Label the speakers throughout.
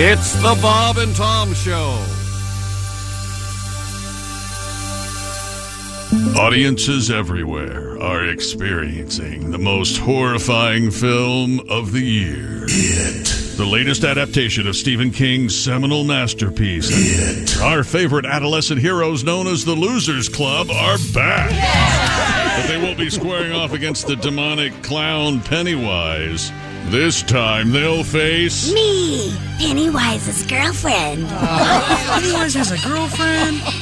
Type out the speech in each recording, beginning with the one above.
Speaker 1: It's the Bob and Tom Show.
Speaker 2: Audiences everywhere are experiencing the most horrifying film of the year. It. The latest adaptation of Stephen King's seminal masterpiece. It. Our favorite adolescent heroes, known as the Losers Club, are back. But they won't be squaring off against the demonic clown Pennywise. This time they'll face.
Speaker 3: Me, Pennywise's girlfriend.
Speaker 4: Pennywise has a girlfriend.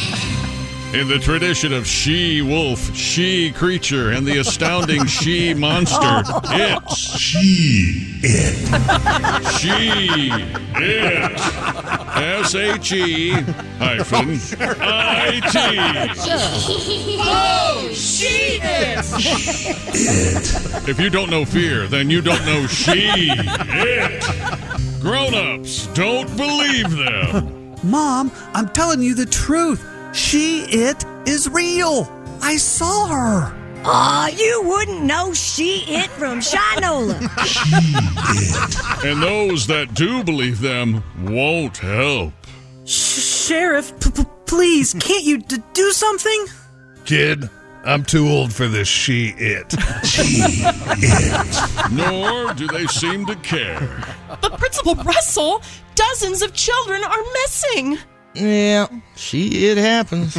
Speaker 2: In the tradition of she wolf, she creature, and the astounding she monster, it's she it. She it. S H E hyphen I T.
Speaker 5: oh, she is!
Speaker 2: If you don't know fear, then you don't know she it. Grown ups, don't believe them.
Speaker 4: Mom, I'm telling you the truth. She it is real. I saw her.
Speaker 3: Aw, you wouldn't know she it from Shinola.
Speaker 2: And those that do believe them won't help.
Speaker 4: Sheriff, p- p- please, can't you d- do something?
Speaker 6: Kid, I'm too old for this she it.
Speaker 2: Nor do they seem to care.
Speaker 5: But Principal Russell, dozens of children are missing.
Speaker 7: Yeah, she it happens.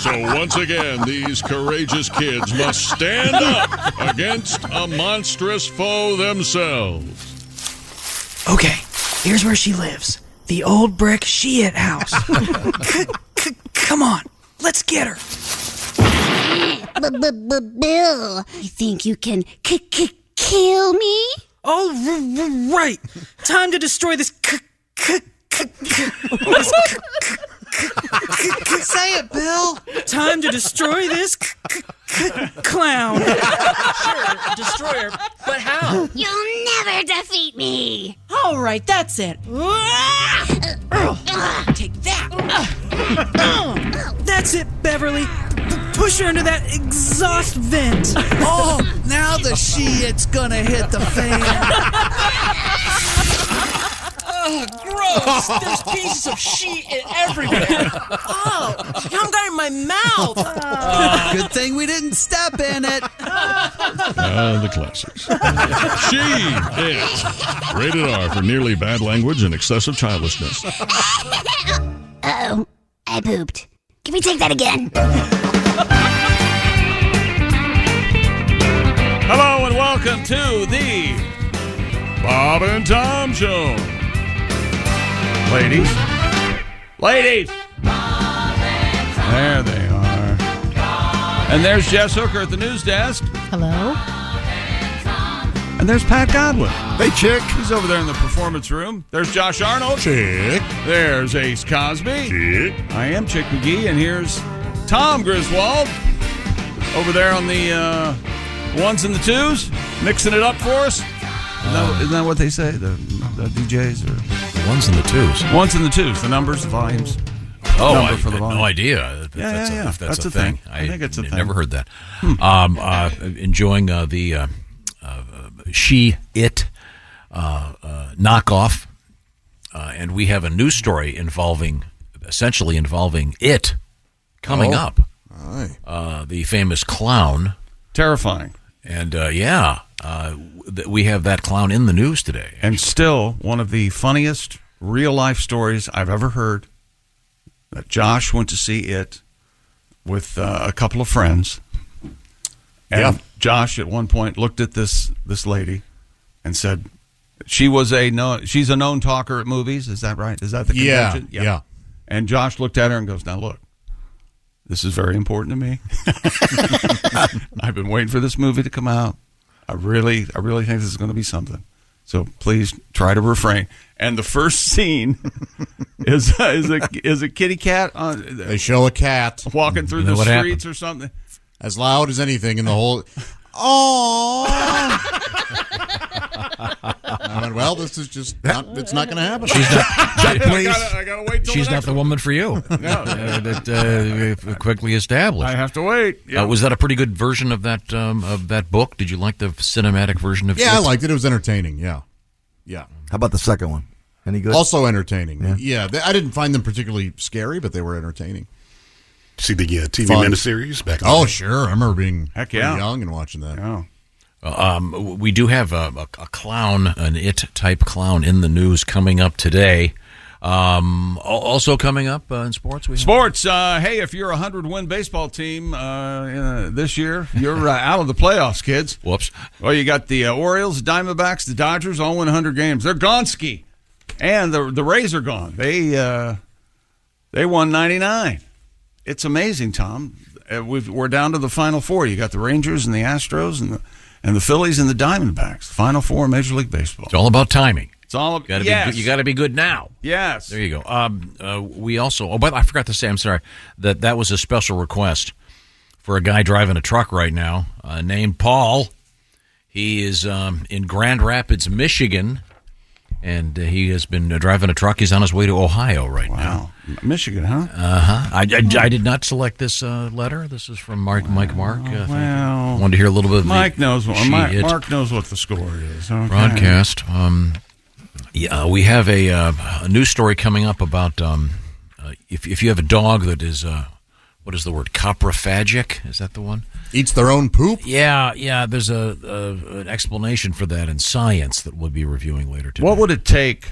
Speaker 2: So once again, these courageous kids must stand up against a monstrous foe themselves.
Speaker 8: Okay, here's where she lives the old brick she it house. C- c- come on, let's get her.
Speaker 3: Bill, you think you can k- k- kill me?
Speaker 8: Oh, r- r- right. Time to destroy this. C- c- c- c- this c- c- c- c-
Speaker 4: Say it, Bill.
Speaker 8: Time to destroy this c- c- c- clown.
Speaker 9: Destroyer, but how?
Speaker 3: You'll never defeat me.
Speaker 5: All right, that's it.
Speaker 3: Take
Speaker 8: That's it, Beverly. P- push her into that exhaust vent.
Speaker 4: Oh, now the she it's gonna hit the fan.
Speaker 9: Gross! There's pieces of sheet in everywhere.
Speaker 5: Oh, I'm got in my mouth.
Speaker 4: Good thing we didn't step in it.
Speaker 2: Ah, the classics. She is rated R for nearly bad language and excessive childlessness.
Speaker 3: Uh oh, I pooped. Can we take that again?
Speaker 10: Hello and welcome to the
Speaker 2: Bob and Tom Show.
Speaker 6: Ladies,
Speaker 10: ladies. There they are. And there's Jess Hooker at the news desk.
Speaker 5: Hello?
Speaker 10: And there's Pat Godwin.
Speaker 6: hey chick.
Speaker 10: He's over there in the performance room. There's Josh Arnold.
Speaker 6: Chick.
Speaker 10: There's Ace Cosby.
Speaker 6: Chick.
Speaker 10: I am Chick McGee, and here's Tom Griswold over there on the uh, ones and the twos, mixing it up for us. Isn't that, isn't that what they say? The, the DJs
Speaker 11: The ones and the twos.
Speaker 10: or ones and the twos, the numbers, the volumes.
Speaker 11: Oh,
Speaker 10: Number
Speaker 11: I
Speaker 10: for the
Speaker 11: had
Speaker 10: volume.
Speaker 11: no idea. That-
Speaker 10: Yeah,
Speaker 11: that's
Speaker 10: yeah,
Speaker 11: a,
Speaker 10: yeah.
Speaker 11: That's,
Speaker 10: That's
Speaker 11: a
Speaker 10: a
Speaker 11: thing.
Speaker 10: thing. I think it's a
Speaker 11: n-
Speaker 10: thing. Hmm.
Speaker 11: Never heard that. Um, uh, enjoying uh, the uh, uh, she it uh, uh, knockoff, uh, and we have a news story involving, essentially involving it,
Speaker 10: Oh.
Speaker 11: coming up. Uh, the famous clown,
Speaker 10: Terrifying.
Speaker 11: and uh, yeah, uh, w- th- we have that clown in the news today.
Speaker 10: and still one of the funniest real life stories I've ever heard. That Josh went to see it with uh, a couple of friends, and
Speaker 6: Yeah.
Speaker 10: Josh at one point looked at this this lady and said, "She was a no, she's a known talker at movies. Is that right? Is that the
Speaker 6: Yeah,
Speaker 10: convention?
Speaker 6: yeah.
Speaker 10: And Josh looked at her and goes, "Now look." This is very important to me. I've been waiting for this movie to come out. I really, I really think this is going to be something. So please try to refrain. And the first scene is is a is a kitty cat on,
Speaker 6: They show a cat
Speaker 10: walking through
Speaker 11: And then
Speaker 10: the
Speaker 11: what
Speaker 10: streets or something.
Speaker 6: as loud as anything in the whole. Oh. I went, well, this is just not, it's not going to happen.
Speaker 11: She's not.
Speaker 6: Please.
Speaker 10: I gotta wait.
Speaker 11: She's not the woman for you. no, uh, that uh, quickly established.
Speaker 10: I have to wait.
Speaker 11: Uh, was that a pretty good version of that um, of that book? Did you like the cinematic version of
Speaker 6: Yeah, I
Speaker 11: it?
Speaker 6: liked it. It was entertaining. Yeah. Yeah.
Speaker 7: How about the second one? Any good?
Speaker 6: Also entertaining.
Speaker 7: Yeah.
Speaker 6: Yeah, they, I didn't find them particularly scary, but they were entertaining.
Speaker 12: See the uh, TV
Speaker 6: Fun.
Speaker 12: miniseries back. in the
Speaker 6: Oh,
Speaker 12: day?
Speaker 6: sure. I remember being
Speaker 11: Heck
Speaker 6: pretty
Speaker 11: yeah.
Speaker 6: young and watching that.
Speaker 10: Oh.
Speaker 11: Um, we do have a, a, a clown, an it type clown in the news coming up today. Um, al- also coming up uh, in sports, we have
Speaker 10: Sports. Uh, hey, if you're a hundred win baseball team uh, uh, this year, you're uh, out of the playoffs, kids.
Speaker 11: Whoops.
Speaker 10: Well, you got the uh, Orioles, Diamondbacks, the Dodgers all win hundred games. They're gone ski, and the the Rays are gone. They uh, they won ninety nine. It's amazing, Tom. Uh, we've, we're down to the final four. You got the Rangers and the Astros and the and the Phillies and the Diamondbacks. Final four, in Major League Baseball. It's
Speaker 11: all about timing.
Speaker 10: It's all about
Speaker 11: Gotta
Speaker 10: yes.
Speaker 11: be, you got to be good now.
Speaker 10: Yes.
Speaker 11: There you go. Um, uh, we also, oh, but I forgot to say, I'm sorry, that that was a special request for a guy driving a truck right now uh, named Paul. He is um, in Grand Rapids, Michigan, and uh, he has been uh, driving a truck. He's on his way to Ohio right
Speaker 10: now. Michigan, huh?
Speaker 11: Uh huh. I, I, I did not select this uh, letter. This is from Mark, Mike Mark. Uh, thank you.
Speaker 10: Well,
Speaker 11: wanted to hear a little bit of the
Speaker 10: Mike knows what
Speaker 11: she,
Speaker 10: Mike,
Speaker 11: it
Speaker 10: Mark knows what the score is. Okay.
Speaker 11: broadcast. Um, yeah, we have a, uh, a news story coming up about um, uh, if, if you have a dog that is, uh, what is the word, coprophagic? Is that the one?
Speaker 6: Eats their own poop?
Speaker 11: Yeah, yeah. There's a, a an explanation for that in science that we'll be reviewing later today.
Speaker 10: What would it take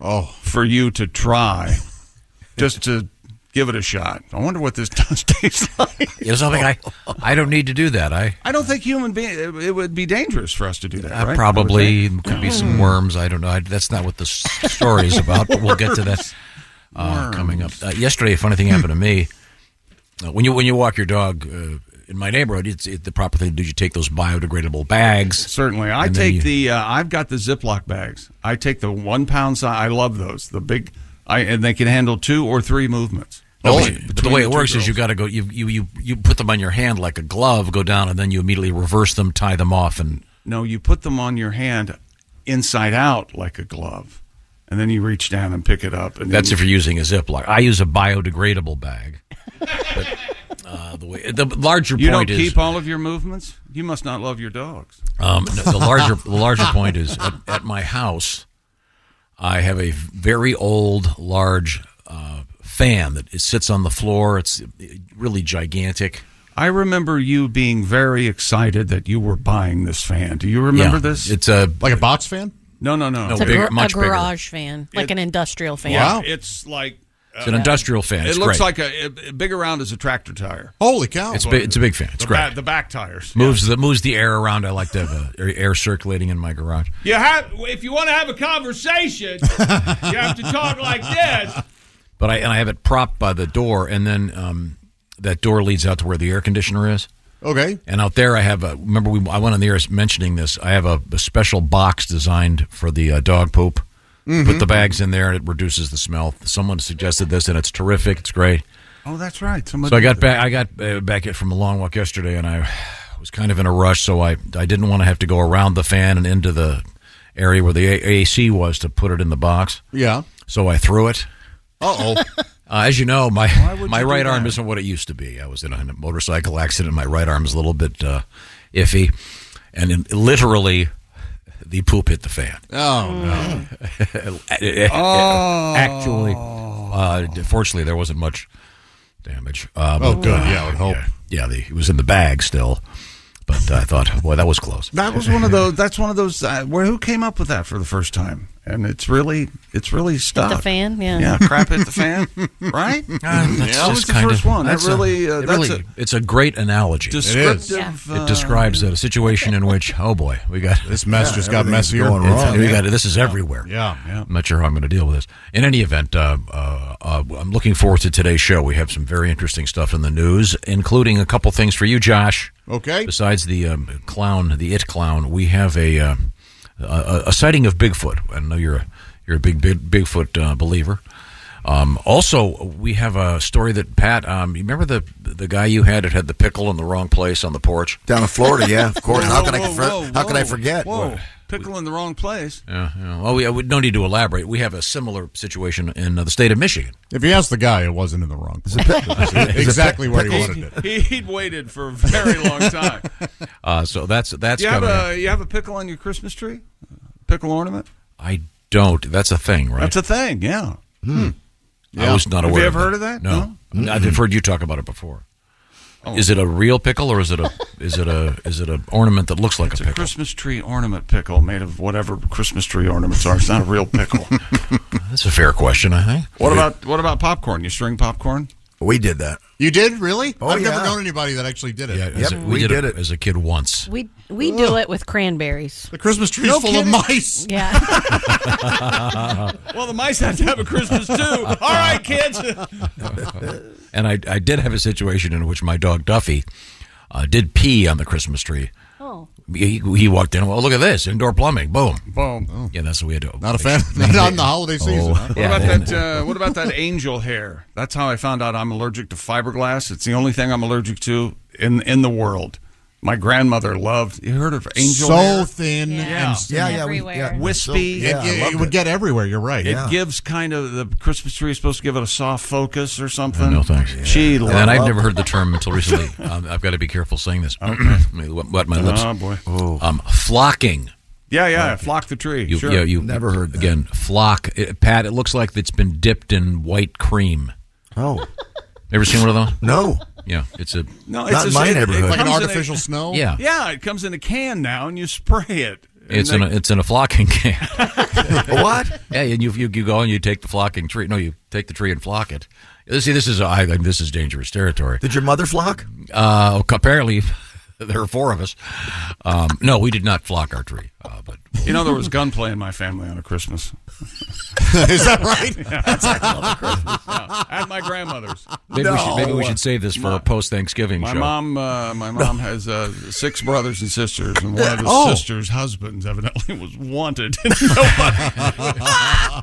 Speaker 10: oh. for you to try just to give it a shot? I wonder what this does taste like.
Speaker 11: It's something I, I don't need to do that. I
Speaker 10: I don't think human being it, it would be dangerous for us to do that.
Speaker 11: Uh,
Speaker 10: right?
Speaker 11: Probably
Speaker 10: I would
Speaker 11: could be
Speaker 10: think.
Speaker 11: some worms. I don't know. I, that's not what the s- story is about, but we'll get to that uh,
Speaker 10: Worms.
Speaker 11: coming up. Uh, yesterday, a funny thing happened to me. Uh, when you when you walk your dog uh, in my neighborhood, it's it, the proper thing to do. You take those biodegradable bags.
Speaker 10: Certainly, I take the uh, I've got the Ziploc bags. I take the one pound size. I love those. The big, I and they can handle two or three movements.
Speaker 11: No, but-
Speaker 10: Oh, Between-
Speaker 11: but the way
Speaker 10: between
Speaker 11: it
Speaker 10: two
Speaker 11: works is you got to go. You, you you you put them on your hand like a glove. Go down, and then you immediately reverse them, tie them off, and
Speaker 10: No, you put them on your hand inside out like a glove, and then you reach down and pick it up. And
Speaker 11: That's
Speaker 10: then-
Speaker 11: if you're using a Ziploc. I use a biodegradable bag. But uh, the way the larger
Speaker 10: you
Speaker 11: point
Speaker 10: don't
Speaker 11: is
Speaker 10: keep all of your movements. You must not love your dogs.
Speaker 11: Um, no, the larger the larger point is uh, at, at my house, I have a very old, large uh, fan that it sits on the floor. It's really gigantic.
Speaker 10: I remember you being very excited that you were buying this fan. Do you remember
Speaker 11: Yeah,
Speaker 10: this?
Speaker 11: It's a
Speaker 6: like a box fan.
Speaker 10: No, no, no,
Speaker 11: No,
Speaker 13: It's a, gar- a garage fan, like
Speaker 10: It-
Speaker 13: an industrial fan.
Speaker 10: Yeah, it's like
Speaker 11: It's an industrial fan. It's
Speaker 10: it looks like
Speaker 11: great.
Speaker 10: a, a- a big around as a tractor tire.
Speaker 6: Holy cow!
Speaker 11: It's a big- it's a big fan. It's
Speaker 10: the
Speaker 11: great.
Speaker 10: Back, the back tires
Speaker 11: Moves the moves the air around. I like to have uh, air- air circulating in my garage.
Speaker 8: You have, if you want to have a conversation, you have to talk like this.
Speaker 11: But I and I have it propped by the door, and then um, that door leads out to where the air conditioner is.
Speaker 6: Okay.
Speaker 11: And out there, I have a. Remember, we I went on the air mentioning this. I have a, a special box designed for the uh, dog poop.
Speaker 10: Mhm.
Speaker 11: Put the bags in there, and it reduces the smell. Someone suggested this, and it's terrific. It's great.
Speaker 10: Oh, that's right. Somebody
Speaker 11: So I got
Speaker 10: did
Speaker 11: back. I got uh, back from a long walk yesterday, and I was kind of in a rush, so I I didn't want to have to go around the fan and into the area where the a- AC was to put it in the box.
Speaker 6: Yeah.
Speaker 11: So I threw it.
Speaker 6: Uh-oh.
Speaker 11: Uh, as you know, my
Speaker 6: Why would
Speaker 11: my
Speaker 6: you do
Speaker 11: right arm
Speaker 6: that?
Speaker 11: isn't what it used to be. I was in a motorcycle accident. My right arm's a little bit uh, iffy, and in, literally, the poop hit the fan.
Speaker 6: Oh
Speaker 11: no!
Speaker 10: Oh.
Speaker 11: Actually, uh, fortunately, there wasn't much damage. Uh,
Speaker 6: Oh,
Speaker 11: but,
Speaker 6: good.
Speaker 11: uh,
Speaker 6: Yeah, I would hope.
Speaker 11: Yeah, yeah, the, it was in the bag still, but uh, I thought, boy, that was close.
Speaker 10: That was one of those. That's one of those. Uh, where who came up with that for the first time? And it's really, it's really stuck.
Speaker 13: The fan, yeah.
Speaker 10: Yeah, crap hit the fan, right?
Speaker 11: Uh, that's
Speaker 10: that was
Speaker 11: just
Speaker 10: the
Speaker 11: kind
Speaker 10: first
Speaker 11: of-
Speaker 10: one. That
Speaker 11: that's a-
Speaker 10: really, uh,
Speaker 11: it
Speaker 10: that's
Speaker 11: really-
Speaker 10: a-
Speaker 11: it's a great analogy.
Speaker 10: Descriptive, It is.
Speaker 11: It,
Speaker 10: uh,
Speaker 11: describes a situation in which, oh boy, we got this
Speaker 6: mess Yeah, just got everything's messier. going wrong.
Speaker 11: we got this is everywhere.
Speaker 6: Yeah, yeah.
Speaker 11: I'm not sure how I'm going to deal with this. In any event, uh, uh, uh, I'm looking forward to today's show. We have some very interesting stuff in the news, including a couple things for you, Josh.
Speaker 6: Okay.
Speaker 11: Besides the um, clown, the it clown, we have a, uh, a a sighting of Bigfoot. I know you're a you're a big, big Bigfoot uh, believer. Um, also, we have a story that Pat. Um, you remember the the guy you had that had the pickle in the wrong place on the porch
Speaker 7: down in Florida? Yeah, of course.
Speaker 10: Whoa,
Speaker 7: how can I
Speaker 10: whoa,
Speaker 7: confer-
Speaker 10: whoa,
Speaker 7: how can I
Speaker 10: whoa,
Speaker 7: forget?
Speaker 10: Whoa, pickle in the wrong place.
Speaker 11: Yeah, yeah. Well, we, we no need to elaborate. We have a similar situation in uh, the state of Michigan.
Speaker 6: If you ask the guy, it wasn't in the wrong place. exactly where he wanted it.
Speaker 10: He, he'd waited for a very long time.
Speaker 11: Uh, so that's that's
Speaker 10: you have
Speaker 11: coming. up.
Speaker 10: a you have a pickle on your Christmas tree, pickle ornament.
Speaker 11: I don't. That's a thing, right?
Speaker 10: That's a thing. Yeah.
Speaker 11: Hmm. I
Speaker 10: Yeah.
Speaker 11: was not
Speaker 10: Have
Speaker 11: aware.
Speaker 10: you ever heard of that?
Speaker 11: No,
Speaker 10: No? Hmm. Oh.
Speaker 11: I've
Speaker 10: Mm-mm.
Speaker 11: heard you talk about it before. Is it a real pickle or is it a is it a is it a ornament that looks like a
Speaker 10: It's a
Speaker 11: pickle?
Speaker 10: Christmas tree ornament pickle made of whatever Christmas tree ornaments are. It's not a real pickle.
Speaker 11: That's a fair question, I think.
Speaker 10: what about what about popcorn? You string popcorn?
Speaker 7: We did that.
Speaker 6: You did really?
Speaker 7: Oh,
Speaker 6: I've never
Speaker 7: yeah.
Speaker 6: known anybody that actually did it.
Speaker 11: Yeah, as a- we, did, it as a kid once.
Speaker 13: We we do it with cranberries. The
Speaker 6: Christmas tree's No full of kidding. mice.
Speaker 13: Yeah.
Speaker 10: Well, the mice have to have a Christmas too. All right, kids.
Speaker 11: and I, I did have a situation in which my dog Duffy uh, did pee on the Christmas tree.
Speaker 13: Oh.
Speaker 11: He, he walked in. Well, look at this indoor plumbing. Boom.
Speaker 10: Boom.
Speaker 11: Yeah, that's what we had to.
Speaker 6: Not a fan. Not on the holiday
Speaker 11: Oh.
Speaker 6: season, huh?
Speaker 10: What about that? Uh, what about that angel hair? That's how I found out I'm allergic to fiberglass. It's the only thing I'm allergic to in in the world. My grandmother loved. You heard of angel
Speaker 6: so
Speaker 10: hair?
Speaker 6: thin
Speaker 10: Yeah.
Speaker 6: and
Speaker 10: Yeah,
Speaker 7: yeah, we- yeah. Everywhere.
Speaker 10: wispy.
Speaker 6: It- it, it would get everywhere. You're right.
Speaker 10: It gives kind of the Christmas tree is supposed to give it a soft focus or something.
Speaker 11: No thanks.
Speaker 10: She
Speaker 11: and
Speaker 10: loved.
Speaker 11: then I've never heard the term until recently. Um, I've got to be careful saying this. Let me wet my lips.
Speaker 10: Oh, boy.
Speaker 11: Um, flocking.
Speaker 10: Yeah, yeah. Flock the tree.
Speaker 11: You,
Speaker 10: sure.
Speaker 11: yeah, you never heard again. Flock, It- Pat. It looks like it's been dipped in white cream.
Speaker 7: Oh,
Speaker 11: ever seen one of those?
Speaker 7: No.
Speaker 11: Yeah, it's a
Speaker 10: No, it's a- it- it comes in a-
Speaker 11: Yeah,
Speaker 10: yeah. It comes in a can now, and you spray it. And
Speaker 11: It's
Speaker 10: they-
Speaker 11: in a, it's in a flocking can. what? Yeah, and you, you you go and you take the flocking tree. No, you take the tree and flock it. See, this is I think this is dangerous territory.
Speaker 7: Did your mother flock?
Speaker 11: Uh, apparently, there are four of us. Um, no, we did not flock our tree. Uh, but
Speaker 10: You know, there was gunplay in my family on a Christmas.
Speaker 11: Is that right?
Speaker 10: Yeah. That's a lot of Christmas. Yeah. At my grandmother's.
Speaker 11: maybe we should maybe we should save this for a post Thanksgiving
Speaker 10: My
Speaker 11: show.
Speaker 10: mom, uh, my mom has uh, six brothers and sisters, and one of his
Speaker 11: Oh.
Speaker 10: sisters' husbands evidently was wanted. And, nobody-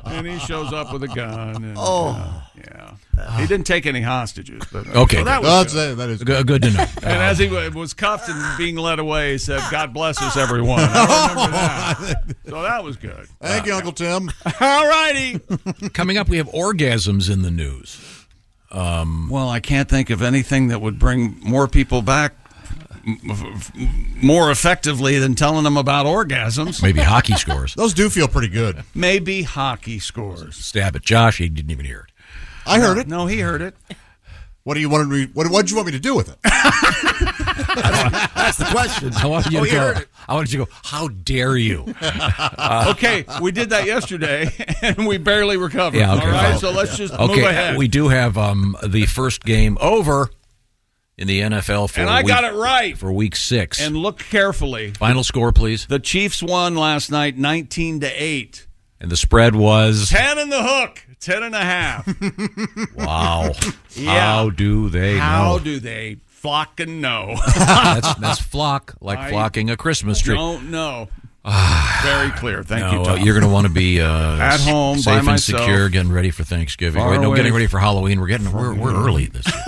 Speaker 10: and he shows up with a gun. And,
Speaker 6: Oh.
Speaker 10: uh, yeah. He didn't take any hostages, but uh,
Speaker 11: Okay,
Speaker 10: so that
Speaker 11: good.
Speaker 10: was
Speaker 6: That's-
Speaker 10: good.
Speaker 6: that is
Speaker 11: Good- good to know.
Speaker 10: And as he wa- was cuffed and being led away, he said, "God bless us, everyone." I remember that. So that was good.
Speaker 6: Thank you, Uncle Tim.
Speaker 10: All righty.
Speaker 11: Coming up, we have orgasms in the news.
Speaker 10: Um, well, I can't think of anything that would bring more people back m- f- f- more effectively than telling them about orgasms.
Speaker 11: Maybe hockey scores.
Speaker 6: Those do feel pretty good.
Speaker 10: Maybe hockey scores.
Speaker 11: Stab at Josh. He didn't even hear it.
Speaker 6: I heard it.
Speaker 10: No, he heard it.
Speaker 6: What do you want me? What What do you want me to do with it?
Speaker 11: That's the question. I wanted you
Speaker 6: Oh,
Speaker 11: to
Speaker 6: he
Speaker 11: go.
Speaker 6: heard it.
Speaker 11: I wanted you to go. How dare you?
Speaker 10: okay, we did that yesterday, and we barely recovered.
Speaker 11: Yeah, okay.
Speaker 10: All right,
Speaker 11: well,
Speaker 10: so let's just
Speaker 11: okay,
Speaker 10: move ahead.
Speaker 11: We do have um, the first game over in the NFL for
Speaker 10: and I
Speaker 11: week,
Speaker 10: got it right.
Speaker 11: for week six.
Speaker 10: And look carefully.
Speaker 11: Final score, please.
Speaker 10: The Chiefs won last night, nineteen to eight.
Speaker 11: And the spread was
Speaker 10: Ten in the hook. Ten and a half.
Speaker 11: wow.
Speaker 10: Yeah.
Speaker 11: How do they
Speaker 10: How
Speaker 11: know?
Speaker 10: do they fucking know?
Speaker 11: that's, that's flock like
Speaker 10: I
Speaker 11: flocking a Christmas tree. Ah,
Speaker 10: Don't know. Very clear. Thank
Speaker 11: No,
Speaker 10: you.
Speaker 11: uh,
Speaker 10: Tom.
Speaker 11: you're going to want to be uh,
Speaker 10: At
Speaker 11: s-
Speaker 10: home, by
Speaker 11: safe and
Speaker 10: myself.
Speaker 11: secure, getting ready for Thanksgiving.
Speaker 10: Far
Speaker 11: Wait, no,
Speaker 10: away
Speaker 11: getting ready for Halloween. We're getting we're, we're early this year.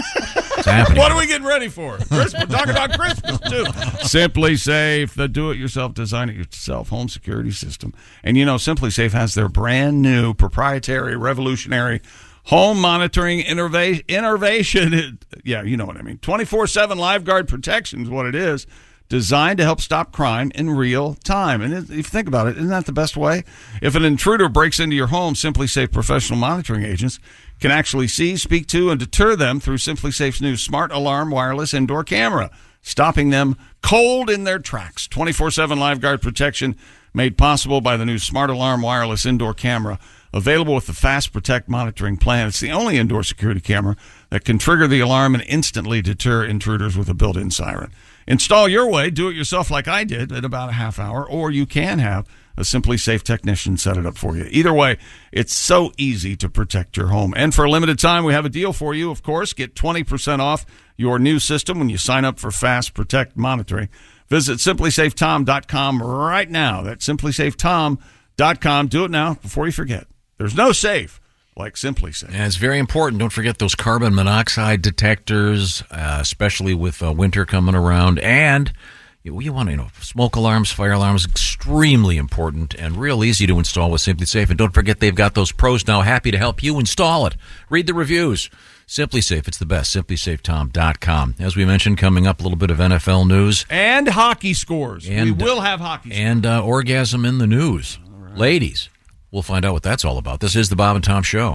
Speaker 11: It's happening.
Speaker 10: What are we getting ready for? Christmas. Talking about Christmas too. Simply Safe, the do-it-yourself, design-it-yourself home security system. And you know, Simply Safe has their brand new proprietary, revolutionary home monitoring innovation. innovation. Yeah, you know what I mean. Twenty-four-seven LiveGuard protection is what it is. Designed to help stop crime in real time. And if you think about it, isn't that the best way? If an intruder breaks into your home, Simply Safe professional monitoring agents can actually see, speak to, and deter them through Simply Safe's new smart alarm wireless indoor camera, stopping them cold in their tracks. 24 7 lifeguard protection made possible by the new smart alarm wireless indoor camera, available with the Fast Protect monitoring plan. It's the only indoor security camera that can trigger the alarm and instantly deter intruders with a built in siren. Install your way, do it yourself like I did in about a half hour, or you can have a Simply Safe technician set it up for you. Either way, it's so easy to protect your home. And for a limited time, we have a deal for you, of course. Get 20% off your new system when you sign up for Fast Protect monitoring. Visit simplysafetom.com right now. That's simplysafetom.com. Do it now before you forget. There's no safe like Simply Safe.
Speaker 11: And it's very important. Don't forget those carbon monoxide detectors, uh, especially with uh, winter coming around. And you, you want to, you know, smoke alarms, fire alarms, extremely important and real easy to install with Simply Safe. And don't forget they've got those pros now happy to help you install it. Read the reviews. Simply Safe, it's the best. SimplySafeTom.com. As we mentioned, coming up a little bit of NFL news
Speaker 10: And hockey scores. we
Speaker 11: And- uh,
Speaker 10: will have hockey.
Speaker 11: and uh, orgasm in the news. Ladies, We'll find out what that's all about. This is the Bob and Tom Show.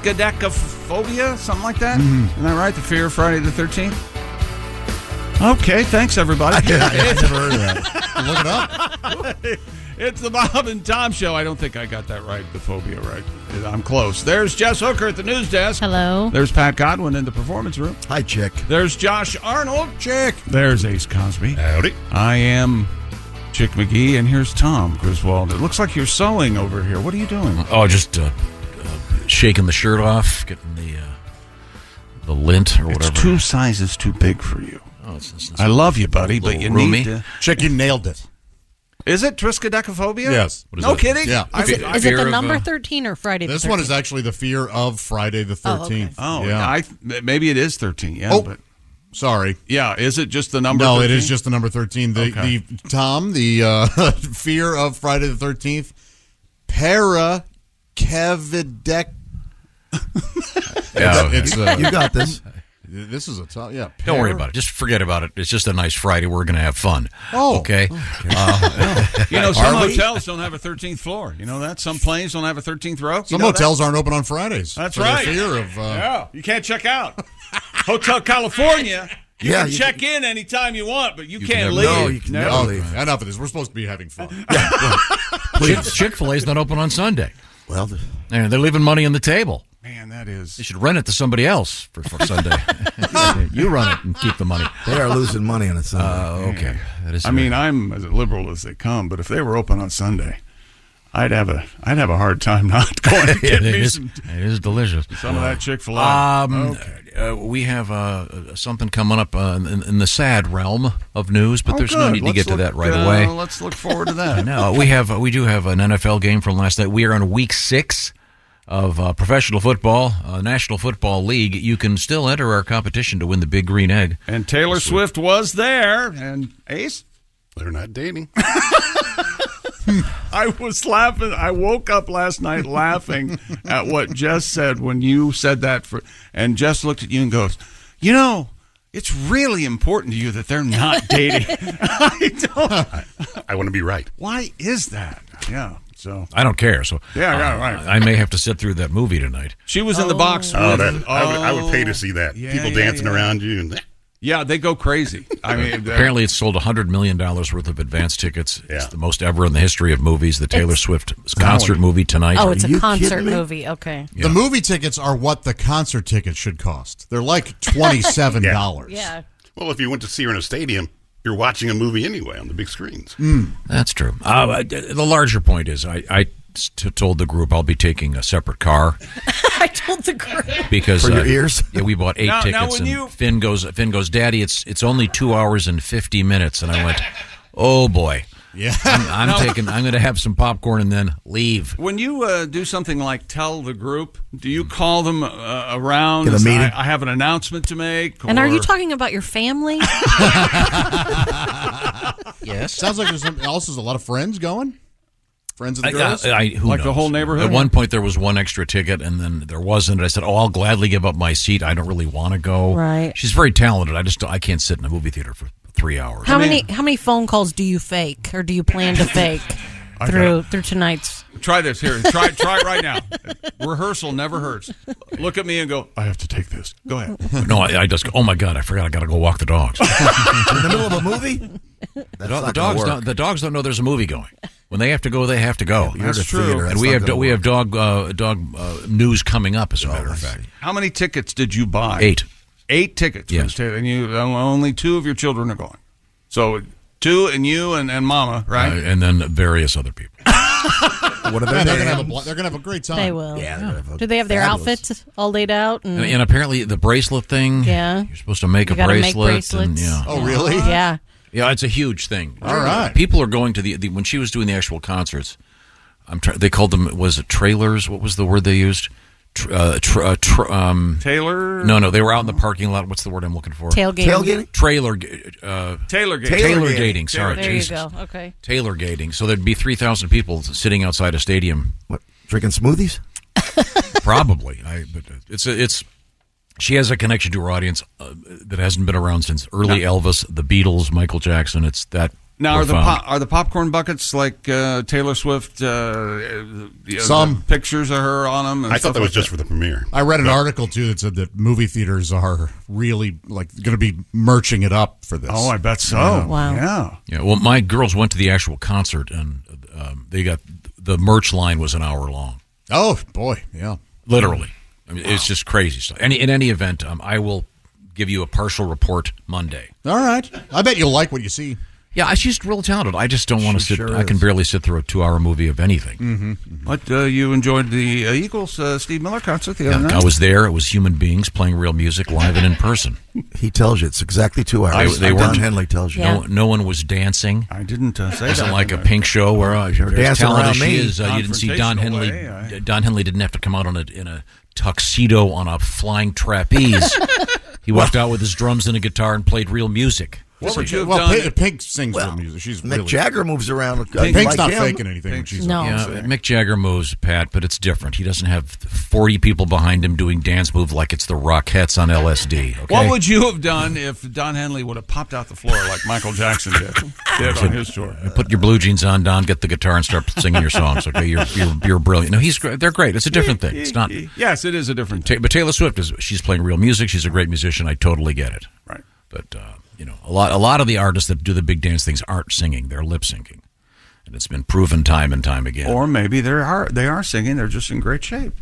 Speaker 10: Triskaidekaphobia, something like that.
Speaker 8: Mm-hmm.
Speaker 10: Isn't that right? The fear of Friday the 13th? Okay, thanks everybody.
Speaker 8: I've never heard of that.
Speaker 10: Look it up. It's the Bob and Tom Show. I don't think I got that right, the phobia right. I'm close. There's Jess Hooker at the news desk.
Speaker 13: Hello.
Speaker 10: There's Pat Godwin in the performance room.
Speaker 7: Hi, chick.
Speaker 10: There's Josh Arnold. Chick. There's Ace Cosby.
Speaker 7: Howdy.
Speaker 10: I am Chick McGee, and here's Tom Griswold. It looks like you're sewing over here. What are you doing?
Speaker 11: Oh, just uh, uh, shaking the shirt off, getting the uh, the lint or whatever.
Speaker 10: It's two sizes too big for you.
Speaker 11: Oh, it's, it's, it's
Speaker 10: I love you, buddy, but
Speaker 11: little
Speaker 10: you
Speaker 11: roomy.
Speaker 10: need to.
Speaker 6: Chick, you nailed it.
Speaker 10: Is it triskaidekaphobia?
Speaker 6: Yes.
Speaker 10: What is no
Speaker 6: that?
Speaker 10: kidding.
Speaker 6: Yeah.
Speaker 10: I-
Speaker 6: Is it-
Speaker 10: I-
Speaker 13: Is it
Speaker 6: Fear
Speaker 13: the
Speaker 6: of,
Speaker 13: number
Speaker 6: uh,
Speaker 13: 13 or Friday the
Speaker 6: This one
Speaker 13: 13th?
Speaker 6: is actually the fear of Friday the
Speaker 13: Oh, okay.
Speaker 6: 13th.
Speaker 10: Oh,
Speaker 6: yeah.
Speaker 10: I maybe it is thirteen. Yeah,
Speaker 6: Oh,
Speaker 10: but
Speaker 6: sorry.
Speaker 10: Yeah, is it just the number?
Speaker 6: no, it
Speaker 10: 13?
Speaker 6: is just the number 13. The,
Speaker 10: Okay.
Speaker 6: the Tom, the uh, fear of Friday the 13th, para kevidec.
Speaker 11: Yeah,
Speaker 6: It's,
Speaker 11: okay.
Speaker 6: uh,
Speaker 11: You got this.
Speaker 6: This is a tough, yeah.
Speaker 11: Don't worry
Speaker 6: para-
Speaker 11: about it. Just forget about it. It's just a nice Friday. We're going to have fun.
Speaker 6: Oh.
Speaker 11: okay. Uh,
Speaker 10: You know, some
Speaker 11: are we?
Speaker 10: hotels don't have a thirteenth floor. You know that some planes don't have a thirteenth row. You
Speaker 6: Some
Speaker 10: know that?
Speaker 6: hotels aren't open on Fridays.
Speaker 10: That's
Speaker 6: for their
Speaker 10: right.
Speaker 6: fear of. Uh,
Speaker 10: yeah, you can't check out. Hotel California. You
Speaker 6: Yeah,
Speaker 10: can
Speaker 6: you
Speaker 10: check in anytime you want, but you,
Speaker 11: You can
Speaker 10: can't
Speaker 11: never-
Speaker 10: leave.
Speaker 11: no, you can never
Speaker 6: Oh,
Speaker 11: leave.
Speaker 6: Enough of this. We're supposed to be having fun.
Speaker 11: Chick Fil A is not open on Sunday.
Speaker 7: Well,
Speaker 11: and they're leaving money on the table.
Speaker 10: Man, that is.
Speaker 11: They should rent it to somebody else for, for Sunday. you run it and keep the money.
Speaker 7: They are losing money on a Sunday.
Speaker 11: Uh, okay. That is
Speaker 10: I mean, I'm as liberal as they come, but if they were open on Sunday, I'd have a I'd have a hard time not going to
Speaker 11: Yeah,
Speaker 10: get
Speaker 11: it
Speaker 10: me
Speaker 11: is-
Speaker 10: some
Speaker 11: it is delicious.
Speaker 10: some of that Chick Fil A.
Speaker 11: Um, uh, we have uh, uh, something coming up uh, in, in the sad realm of news, but
Speaker 10: Oh,
Speaker 11: there's no
Speaker 10: good.
Speaker 11: need
Speaker 10: Let's
Speaker 11: to get to
Speaker 10: look,
Speaker 11: that right
Speaker 10: uh,
Speaker 11: away.
Speaker 10: Let's look forward to
Speaker 11: I
Speaker 10: that.
Speaker 11: know. We have we do have an NFL game from last night. We are on week six of uh, professional football, uh, National Football League. You can still enter our competition to win the Big Green Egg.
Speaker 10: And Taylor Swift was there, and Ace.
Speaker 12: They're not dating.
Speaker 10: I was laughing. I woke up last night laughing at what Jess said when you said that. For and Jess looked at you and goes, "You know, it's really important to you that they're not dating." I don't.
Speaker 12: I want to be right.
Speaker 10: Why is that? Yeah. So
Speaker 11: I don't care. So
Speaker 10: Yeah, yeah,
Speaker 11: uh,
Speaker 10: right.
Speaker 11: I may have to sit through that movie tonight.
Speaker 10: she was in the box.
Speaker 12: Oh,
Speaker 10: with-
Speaker 12: that, I, would, I would pay to
Speaker 10: Oh.
Speaker 12: see that.
Speaker 10: Yeah,
Speaker 12: People
Speaker 10: yeah,
Speaker 12: dancing
Speaker 10: yeah.
Speaker 12: around you. And,
Speaker 10: Yeah, they go crazy. I mean, they're-
Speaker 11: Apparently, it's sold $100 million worth of advance tickets. It's the most ever in the history of movies. The Taylor
Speaker 13: It's-
Speaker 11: Swift concert
Speaker 6: Golly.
Speaker 11: movie tonight.
Speaker 13: Oh,
Speaker 11: Are
Speaker 13: it's
Speaker 11: you kidding
Speaker 13: a concert
Speaker 11: me?
Speaker 13: movie. Okay.
Speaker 11: Yeah.
Speaker 6: The movie tickets are what the concert tickets should cost. They're like twenty-seven dollars.
Speaker 13: Yeah.
Speaker 12: Well, if you went to see her in a stadium, you're watching a movie anyway on the big screens.
Speaker 11: That's true. Uh, the larger point is, I, I t- told the group I'll be taking a separate car
Speaker 13: I told the group.
Speaker 11: because
Speaker 7: For your
Speaker 11: uh,
Speaker 7: ears?
Speaker 11: Yeah, we bought eight
Speaker 7: Now- now
Speaker 11: tickets, and
Speaker 7: when you-
Speaker 11: Finn goes. Finn goes, Daddy, it's it's only two hours and fifty minutes, and I went, Oh boy,
Speaker 6: yeah.
Speaker 11: I'm, I'm
Speaker 10: No.
Speaker 11: taking. I'm going to have some popcorn and then leave.
Speaker 10: When you uh, do something like tell the group, do you call them uh, around?
Speaker 11: Get a
Speaker 10: and say,
Speaker 11: meeting?
Speaker 10: I, I have an announcement to make.
Speaker 13: And are
Speaker 10: or-
Speaker 13: you talking about your family?
Speaker 11: Yes.
Speaker 6: Sounds like there's some, also a lot of friends going. Friends of the
Speaker 11: I,
Speaker 6: girls.
Speaker 11: I, I- who
Speaker 10: Like the
Speaker 11: knows?
Speaker 10: whole neighborhood?
Speaker 11: At one point, there was one extra ticket, and then there wasn't. I said, "Oh, I'll gladly give up my seat. I don't really want to go."
Speaker 13: Right.
Speaker 11: She's very talented. I just I can't sit in a movie theater for three hours.
Speaker 13: How many how many phone calls do you fake or do you plan to fake
Speaker 11: I
Speaker 13: through through tonight's
Speaker 10: Try this here. Try try it right now. Rehearsal never hurts. Look at me and go. I have to take this. Go ahead.
Speaker 11: no, I, I just go, oh my God, I forgot I got to go walk the dogs.
Speaker 10: In the middle of a movie.
Speaker 11: The,
Speaker 10: not gonna
Speaker 11: dogs
Speaker 10: work.
Speaker 11: don't, the dogs don't know there's a movie going. When they have to go, they have to go.
Speaker 10: you're at That's a true. theater,
Speaker 11: And
Speaker 10: that's
Speaker 11: we
Speaker 10: not
Speaker 11: have
Speaker 10: gonna Oh,
Speaker 11: do, we have dog uh, dog uh, news coming up. As a matter of fact,
Speaker 10: How many tickets did you buy?
Speaker 11: Eight.
Speaker 10: Eight tickets.
Speaker 11: Yes.
Speaker 10: And you only two of your children are going. So two and you and, and mama, right?
Speaker 11: Uh, and then various other people.
Speaker 10: what
Speaker 6: They're gonna have a bl- they're gonna have a great time.
Speaker 13: They will.
Speaker 11: Yeah,
Speaker 13: Do they have their outfits all laid out? And,
Speaker 11: And, and apparently the bracelet thing.
Speaker 13: Mm. yeah.
Speaker 11: You're supposed to make
Speaker 13: You
Speaker 11: a
Speaker 13: gotta make
Speaker 11: bracelet. and,
Speaker 13: bracelets.
Speaker 11: yeah.
Speaker 13: Oh, really? Yeah.
Speaker 11: Yeah, it's a huge thing.
Speaker 13: All right.
Speaker 11: People are going to the, the when she was doing the actual concerts. I'm try, they called them was it trailers? What was the word they used? Tr- uh, tr- uh, tr- um,
Speaker 10: Taylor?
Speaker 11: No, no, they were out in the parking lot. What's the word I'm looking for?
Speaker 13: Tailgating. Tailgating?
Speaker 11: Trailer. ga- Uh,
Speaker 10: Taylor gating.
Speaker 11: Tailor
Speaker 10: Tailor
Speaker 11: gating.
Speaker 10: gating.
Speaker 11: Sorry,
Speaker 13: There you
Speaker 11: Jesus.
Speaker 13: go. Okay.
Speaker 11: Tailor gating. So there'd be three thousand people sitting outside a stadium. What drinking smoothies? Probably. I, but it's a, it's she has a connection to her audience uh, that hasn't been around since early Elvis, the Beatles, Michael Jackson. It's that.
Speaker 10: Now are the
Speaker 11: profound.
Speaker 10: po- are the popcorn buckets like uh, Taylor Swift? Uh, uh,
Speaker 6: Some.
Speaker 10: pictures of her on them.
Speaker 12: I thought that was just for the premiere.
Speaker 6: I read an article too that said that movie theaters are really like going to be merching it up for this.
Speaker 10: Oh, I bet so.
Speaker 6: Yeah.
Speaker 10: Yeah.
Speaker 11: Yeah. Well, my girls went to the actual concert, and um, they got the merch line was an hour long.
Speaker 6: Oh boy, yeah.
Speaker 11: Literally, I mean, it's just crazy stuff. Any in any event, um, I will give you a partial report Monday.
Speaker 6: All right. I bet you'll like what you see.
Speaker 11: Yeah, she's real talented. I just don't want to sit.
Speaker 6: sure
Speaker 11: I can
Speaker 6: is.
Speaker 11: barely sit through a two-hour movie of anything.
Speaker 10: But uh, you enjoyed the uh, Eagles uh, Steve Miller concert the other
Speaker 11: Yeah,
Speaker 10: night.
Speaker 11: I was there. It was human beings playing real music live and in person.
Speaker 7: He tells you it's exactly two hours.
Speaker 11: I- they
Speaker 7: Don
Speaker 11: weren't-
Speaker 7: Henley tells you.
Speaker 11: No, no one was dancing.
Speaker 10: I didn't uh, say
Speaker 11: It wasn't
Speaker 7: that,
Speaker 11: like a
Speaker 7: didn't I?
Speaker 11: pink show where uh,
Speaker 7: They were
Speaker 11: as
Speaker 7: dancing
Speaker 11: talented as
Speaker 7: around
Speaker 11: she
Speaker 7: me.
Speaker 11: is. Uh, you didn't see Don
Speaker 7: Confrontational
Speaker 11: Henley.
Speaker 7: way, I-
Speaker 11: Don Henley didn't have to come out on a, in a tuxedo on a flying trapeze. he walked out with his drums and a guitar and played real music.
Speaker 6: What would you have
Speaker 7: Well,
Speaker 6: done?
Speaker 7: Pink-
Speaker 6: Pink sings
Speaker 7: well music. She's Mick Jagger moves around.
Speaker 6: Pink's
Speaker 7: like
Speaker 6: not
Speaker 7: him.
Speaker 6: faking anything when she's on
Speaker 11: yeah,
Speaker 6: stage.
Speaker 11: Mick Jagger moves, Pat, but it's different. He doesn't have 40 people behind him doing dance move like it's the Rockettes on LSD. Okay?
Speaker 10: What would you have done if Don Henley would have popped out the floor like Michael Jackson did, did on his tour?
Speaker 11: Put your blue jeans on, Don. Get the guitar and start singing your songs. Okay, you're you're, you're brilliant. No, he's great. They're great. It's a different thing. It's not.
Speaker 10: Yes, it is a different.
Speaker 11: Ta- But Taylor Swift is she's playing real music. She's a great musician. I totally get it.
Speaker 10: Right.
Speaker 11: But uh, you know, a lot a lot of the artists that do the big dance things aren't singing. They're lip syncing, and it's been proven time and time again.
Speaker 10: Or maybe they are they are singing. They're just in great shape.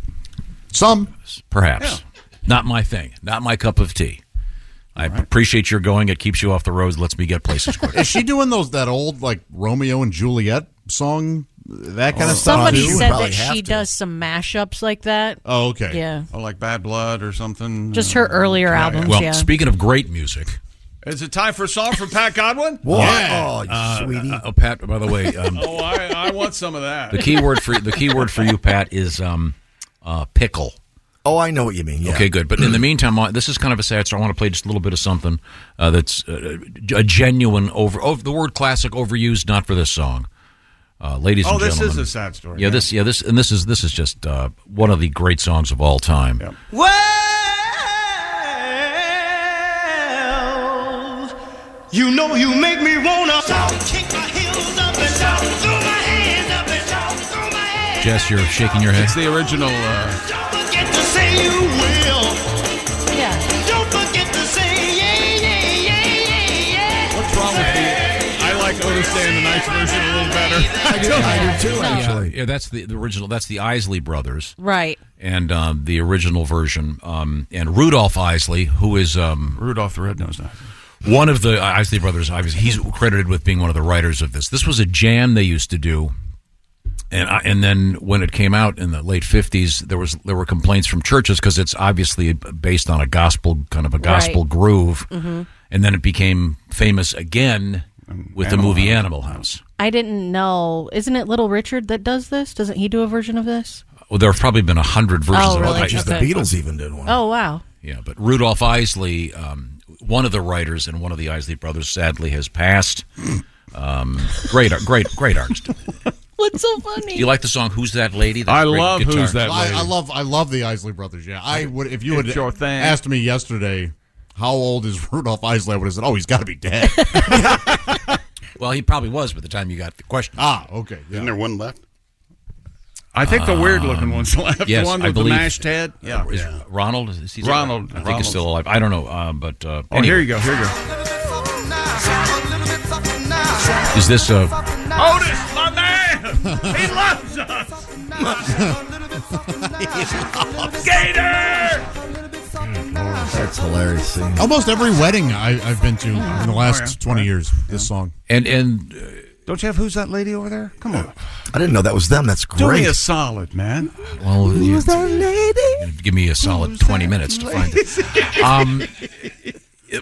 Speaker 6: Some
Speaker 11: Perhaps not my thing. Not my cup of tea. I appreciate your going. It keeps you off the roads. Lets me get places quicker.
Speaker 6: Is she doing those that old like Romeo and Juliet song? That
Speaker 11: Oh.
Speaker 6: kind of stuff.
Speaker 13: Somebody
Speaker 6: too?
Speaker 13: said that she does some mashups like that.
Speaker 6: Oh, okay.
Speaker 13: Yeah.
Speaker 10: Oh, like Bad Blood or something. Uh,
Speaker 13: Just her earlier
Speaker 10: Yeah,
Speaker 13: albums,
Speaker 11: well,
Speaker 13: yeah.
Speaker 11: speaking of great music,
Speaker 10: Is it time for a song from Pat Godwin?
Speaker 11: What? Yeah. Oh, sweetie. uh, oh, Pat, by the way, um,
Speaker 10: oh, I, I want some of that.
Speaker 11: the key word for the key word for you, Pat, is um, uh, pickle.
Speaker 7: Oh, I know what you mean. Yeah.
Speaker 11: Okay, good. But in the meantime, I- this is kind of a sad story. I want to play just a little bit of something uh, that's uh, a genuine over, over the word classic overused, not for this song, uh, ladies
Speaker 10: Oh,
Speaker 11: and
Speaker 10: this
Speaker 11: gentlemen.
Speaker 10: is a sad story,
Speaker 11: Yeah,
Speaker 10: yeah.
Speaker 11: this, yeah, this, and this is this is just uh, one of the great songs of all time.
Speaker 8: Well, you know you make me wanna kick my heels up and down, throw my hands up and down,
Speaker 11: Jess, you're shaking your head. It's
Speaker 10: the original. Uh,
Speaker 8: forget to say you will. Yeah. Don't forget to say yeah, yeah, yeah, yeah, yeah. What's wrong with
Speaker 12: I like Understand the Nice version a little better.
Speaker 8: I do, I do too,
Speaker 11: yeah, yeah, that's the, the original. That's the Isley brothers.
Speaker 13: Right.
Speaker 11: and um, the original version, um, and Rudolph Isley, who is um,
Speaker 10: Rudolph the Red-Nosed Isley.
Speaker 11: One of the uh, Isley brothers, obviously, he's credited with being one of the writers of this. This was a jam they used to do, and I, and then when it came out in the late fifties, there was there were complaints from churches because it's obviously based on a gospel kind of a gospel
Speaker 14: Right.
Speaker 11: groove,
Speaker 13: Mhm.
Speaker 11: and then it became famous again with the
Speaker 10: Animal
Speaker 11: movie
Speaker 10: House.
Speaker 11: Animal House.
Speaker 13: I didn't know. Isn't it Little Richard that does this? Doesn't he do a version of this?
Speaker 11: Well, there have probably been a hundred versions
Speaker 13: Oh,
Speaker 11: of
Speaker 13: really?
Speaker 11: it.
Speaker 13: Just the Okay. Beatles
Speaker 11: even did
Speaker 13: Oh wow.
Speaker 11: Yeah, but Rudolph Isley, um, one of the writers and one of the Isley brothers, sadly has passed. Um, great, ar- great, great artist.
Speaker 13: What's so funny?
Speaker 11: You like the song "Who's That Lady"? That's a great guitar.
Speaker 6: I, I love I love the Isley brothers. Yeah, I would if you
Speaker 11: It's
Speaker 6: had
Speaker 11: your thing.
Speaker 6: asked me yesterday how old is Rudolph Isley, I would have said, oh, he's got to be dead.
Speaker 11: well, he probably was by the time you got the question.
Speaker 6: Ah, okay.
Speaker 12: Isn't there one left?
Speaker 10: I think the weird looking one's the left
Speaker 11: Um, yes,
Speaker 10: one
Speaker 11: I
Speaker 10: with the
Speaker 11: believe- uh,
Speaker 10: mashed head. Yeah.
Speaker 11: Is Ronald? Is he
Speaker 10: Ronald.
Speaker 11: I think
Speaker 10: Ronald.
Speaker 11: he's still alive. I don't know, uh, but uh,
Speaker 10: Oh, here you go. Here you go.
Speaker 11: Is this uh,
Speaker 8: Otis, my man! He loves us! Gator!
Speaker 7: That's hilarious. Thing.
Speaker 6: Almost every wedding I, I've been to in the last
Speaker 10: Oh, yeah.
Speaker 6: 20 years, this song.
Speaker 11: And and uh,
Speaker 10: Don't you have who's that lady over there? Come on.
Speaker 7: I didn't know that was them. That's great.
Speaker 10: Do me a solid, man.
Speaker 11: well, you,
Speaker 10: that lady?
Speaker 11: give me a solid twenty minutes to find it. Um,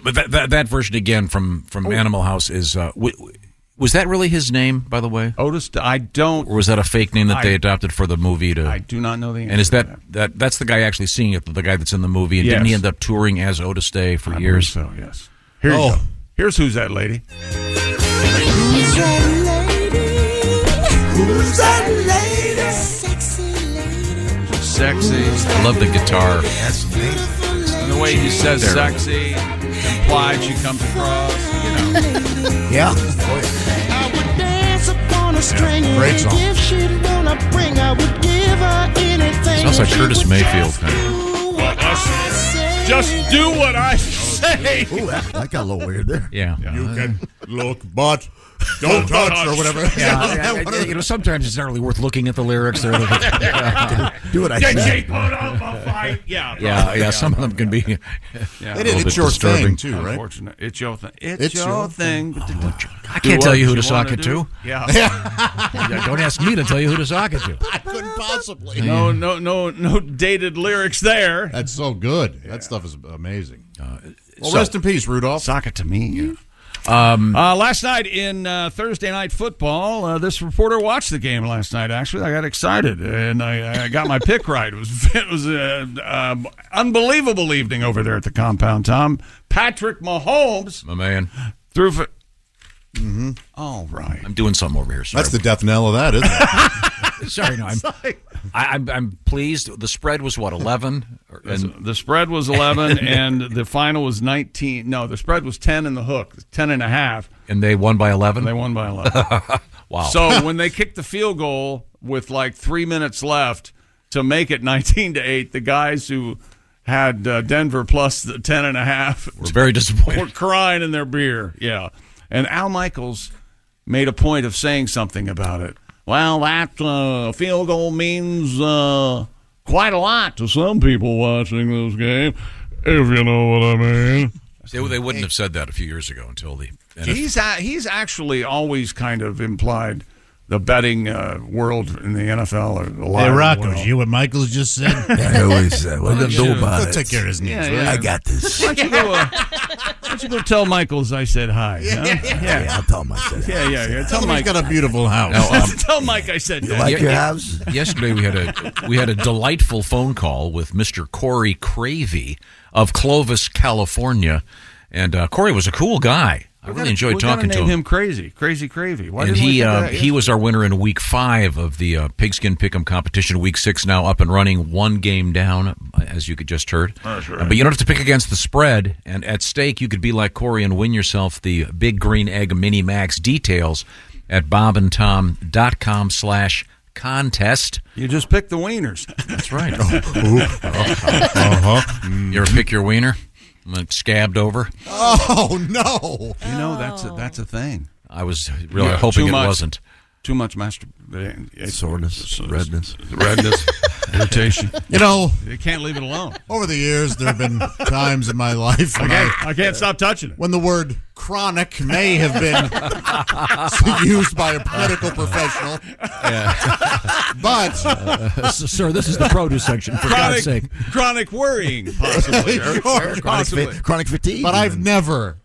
Speaker 11: but that, that that version again from from Animal House is. Uh, w- w- was that really his name, by the way?
Speaker 10: Otis, I don't.
Speaker 11: Or was that a fake name that
Speaker 10: I-
Speaker 11: they adopted for the movie? To I
Speaker 10: do not know the.
Speaker 11: And is that, that that's the guy actually seeing it? The guy that's in the movie, and didn't
Speaker 10: Yes.
Speaker 11: he end up touring as Otis Day for years?
Speaker 10: So yes. Here you go. Here's who's that lady.
Speaker 8: Who's that lady? Who's that lady? Sexy
Speaker 10: Sexy.
Speaker 11: I love the guitar.
Speaker 10: And the way he says
Speaker 11: There.
Speaker 10: sexy, implied she comes across.
Speaker 8: lady.
Speaker 7: Yeah.
Speaker 8: I would dance upon a string. and
Speaker 11: Great song.
Speaker 8: If she'd wanna bring, I would give her anything.
Speaker 11: Sounds like
Speaker 8: She
Speaker 11: Curtis
Speaker 8: would
Speaker 11: Mayfield
Speaker 8: just
Speaker 11: kind of.
Speaker 8: do what I say.
Speaker 10: Just do what I say.
Speaker 7: Ooh, that, that got a little weird there.
Speaker 11: Yeah.
Speaker 6: You can look, but don't touch, or whatever.
Speaker 11: Yeah, yeah, yeah, you know, sometimes it's not really worth looking at the lyrics. Or the,
Speaker 7: Do what I
Speaker 11: Did
Speaker 7: say.
Speaker 11: she put up a fight? Yeah, yeah, Some of them can be.
Speaker 10: Yeah.
Speaker 11: a little bit disturbing.
Speaker 10: Unfortunate. It's your thing. It's,
Speaker 11: It's
Speaker 10: your,
Speaker 11: your
Speaker 10: thing.
Speaker 11: I can't tell you who to sock it
Speaker 10: it
Speaker 11: to.
Speaker 10: Yeah.
Speaker 11: Yeah, Don't ask me to tell you who to sock it to.
Speaker 6: I couldn't possibly.
Speaker 10: No, no, no, no dated lyrics there.
Speaker 6: That's so good. That stuff is amazing.
Speaker 11: Uh,
Speaker 6: well,
Speaker 10: so-
Speaker 6: rest in peace, Rudolph.
Speaker 10: Sock it to me.
Speaker 11: Um,
Speaker 10: Uh, last night in uh, Thursday night football, uh, this reporter watched the game last night. Actually, I got excited and I, I got my pick right. It was it was an um, unbelievable evening over there at the compound. Tom Patrick Mahomes
Speaker 11: My man.
Speaker 10: threw for. mm-hmm. All right.
Speaker 11: I'm doing something over here. Sorry.
Speaker 6: That's the death knell of that, isn't it?
Speaker 11: Sorry, no, I'm, I, I'm I'm pleased. The spread was what eleven, Or- and
Speaker 10: the spread was 11 and the final was 19 no the spread was 10 and the hook 10 and a half
Speaker 11: and they won by eleven.
Speaker 10: They won by eleven.
Speaker 11: wow.
Speaker 10: so when they kicked the field goal with like three minutes left to make it 19 to 8 the guys who had uh, denver plus the 10 and a half
Speaker 11: We're very disappointed.
Speaker 10: were crying in their beer yeah and al michaels made a point of saying something about it well that uh, field goal means uh, quite a lot to some people watching this game if you know what i mean
Speaker 11: they, they wouldn't have said that a few years ago until the. and if-
Speaker 10: He's a, he's actually always kind of implied the betting uh, world in the NFL. Or a lot
Speaker 7: Hey,
Speaker 10: of the
Speaker 7: Rocco,
Speaker 10: world.
Speaker 7: you
Speaker 6: what Michael's just said?
Speaker 7: I always say, what are you going to do about
Speaker 6: He'll
Speaker 7: it?
Speaker 6: take care of his needs,
Speaker 10: Yeah, yeah.
Speaker 7: I got this.
Speaker 10: Why don't you go? Uh, why don't you go tell Michaels I said hi? huh? Yeah, yeah,
Speaker 7: Yeah, I'll tell him I said
Speaker 10: yeah, yeah.
Speaker 6: Tell
Speaker 10: Tell
Speaker 6: him
Speaker 10: Mike.
Speaker 6: he's got a beautiful house.
Speaker 11: No, um,
Speaker 10: tell Mike I said that.
Speaker 11: Ye- Yesterday we had a we had a delightful phone call with Mr. Corey Cravey of Clovis, California, and uh, Corey was a cool guy. I really enjoyed
Speaker 10: we gotta
Speaker 11: talking to
Speaker 10: name
Speaker 11: him.
Speaker 10: Crazy, crazy, crazy. Why
Speaker 11: and
Speaker 10: didn't we
Speaker 11: he
Speaker 10: think
Speaker 11: uh,
Speaker 10: of that
Speaker 11: he was our winner in week five of the uh, pigskin pick'em competition. Week six now up and running, one game down, as you could just heard.
Speaker 10: That's right.
Speaker 11: Uh, but you don't have to pick against the spread, and at stake you could be like Corey and win yourself the Big Green Egg Mini Max details at bobandtom.com slash contest. Oh,
Speaker 10: You just picked the wieners.
Speaker 11: That's right.
Speaker 7: Uh-huh.
Speaker 10: Mm-hmm.
Speaker 11: You're a uh-huh. pick your wiener, like scabbed over.
Speaker 10: Oh no! You know that's a, that's a thing.
Speaker 11: I was really hoping
Speaker 10: too
Speaker 11: it
Speaker 10: much-
Speaker 11: wasn't.
Speaker 10: Too much master
Speaker 7: soreness, redness,
Speaker 10: redness, irritation.
Speaker 6: You know-
Speaker 10: you can't leave it alone.
Speaker 6: Over the years, there have been times in my life when I,
Speaker 10: I can't stop touching it.
Speaker 6: when the word chronic may have been used by a medical professional. But
Speaker 11: sir, this is the produce section, for
Speaker 10: Chronic, chronic worrying, possibly. or-
Speaker 6: Sure.
Speaker 10: or
Speaker 6: Chronic
Speaker 10: possibly.
Speaker 7: chronic fatigue.
Speaker 6: But I've never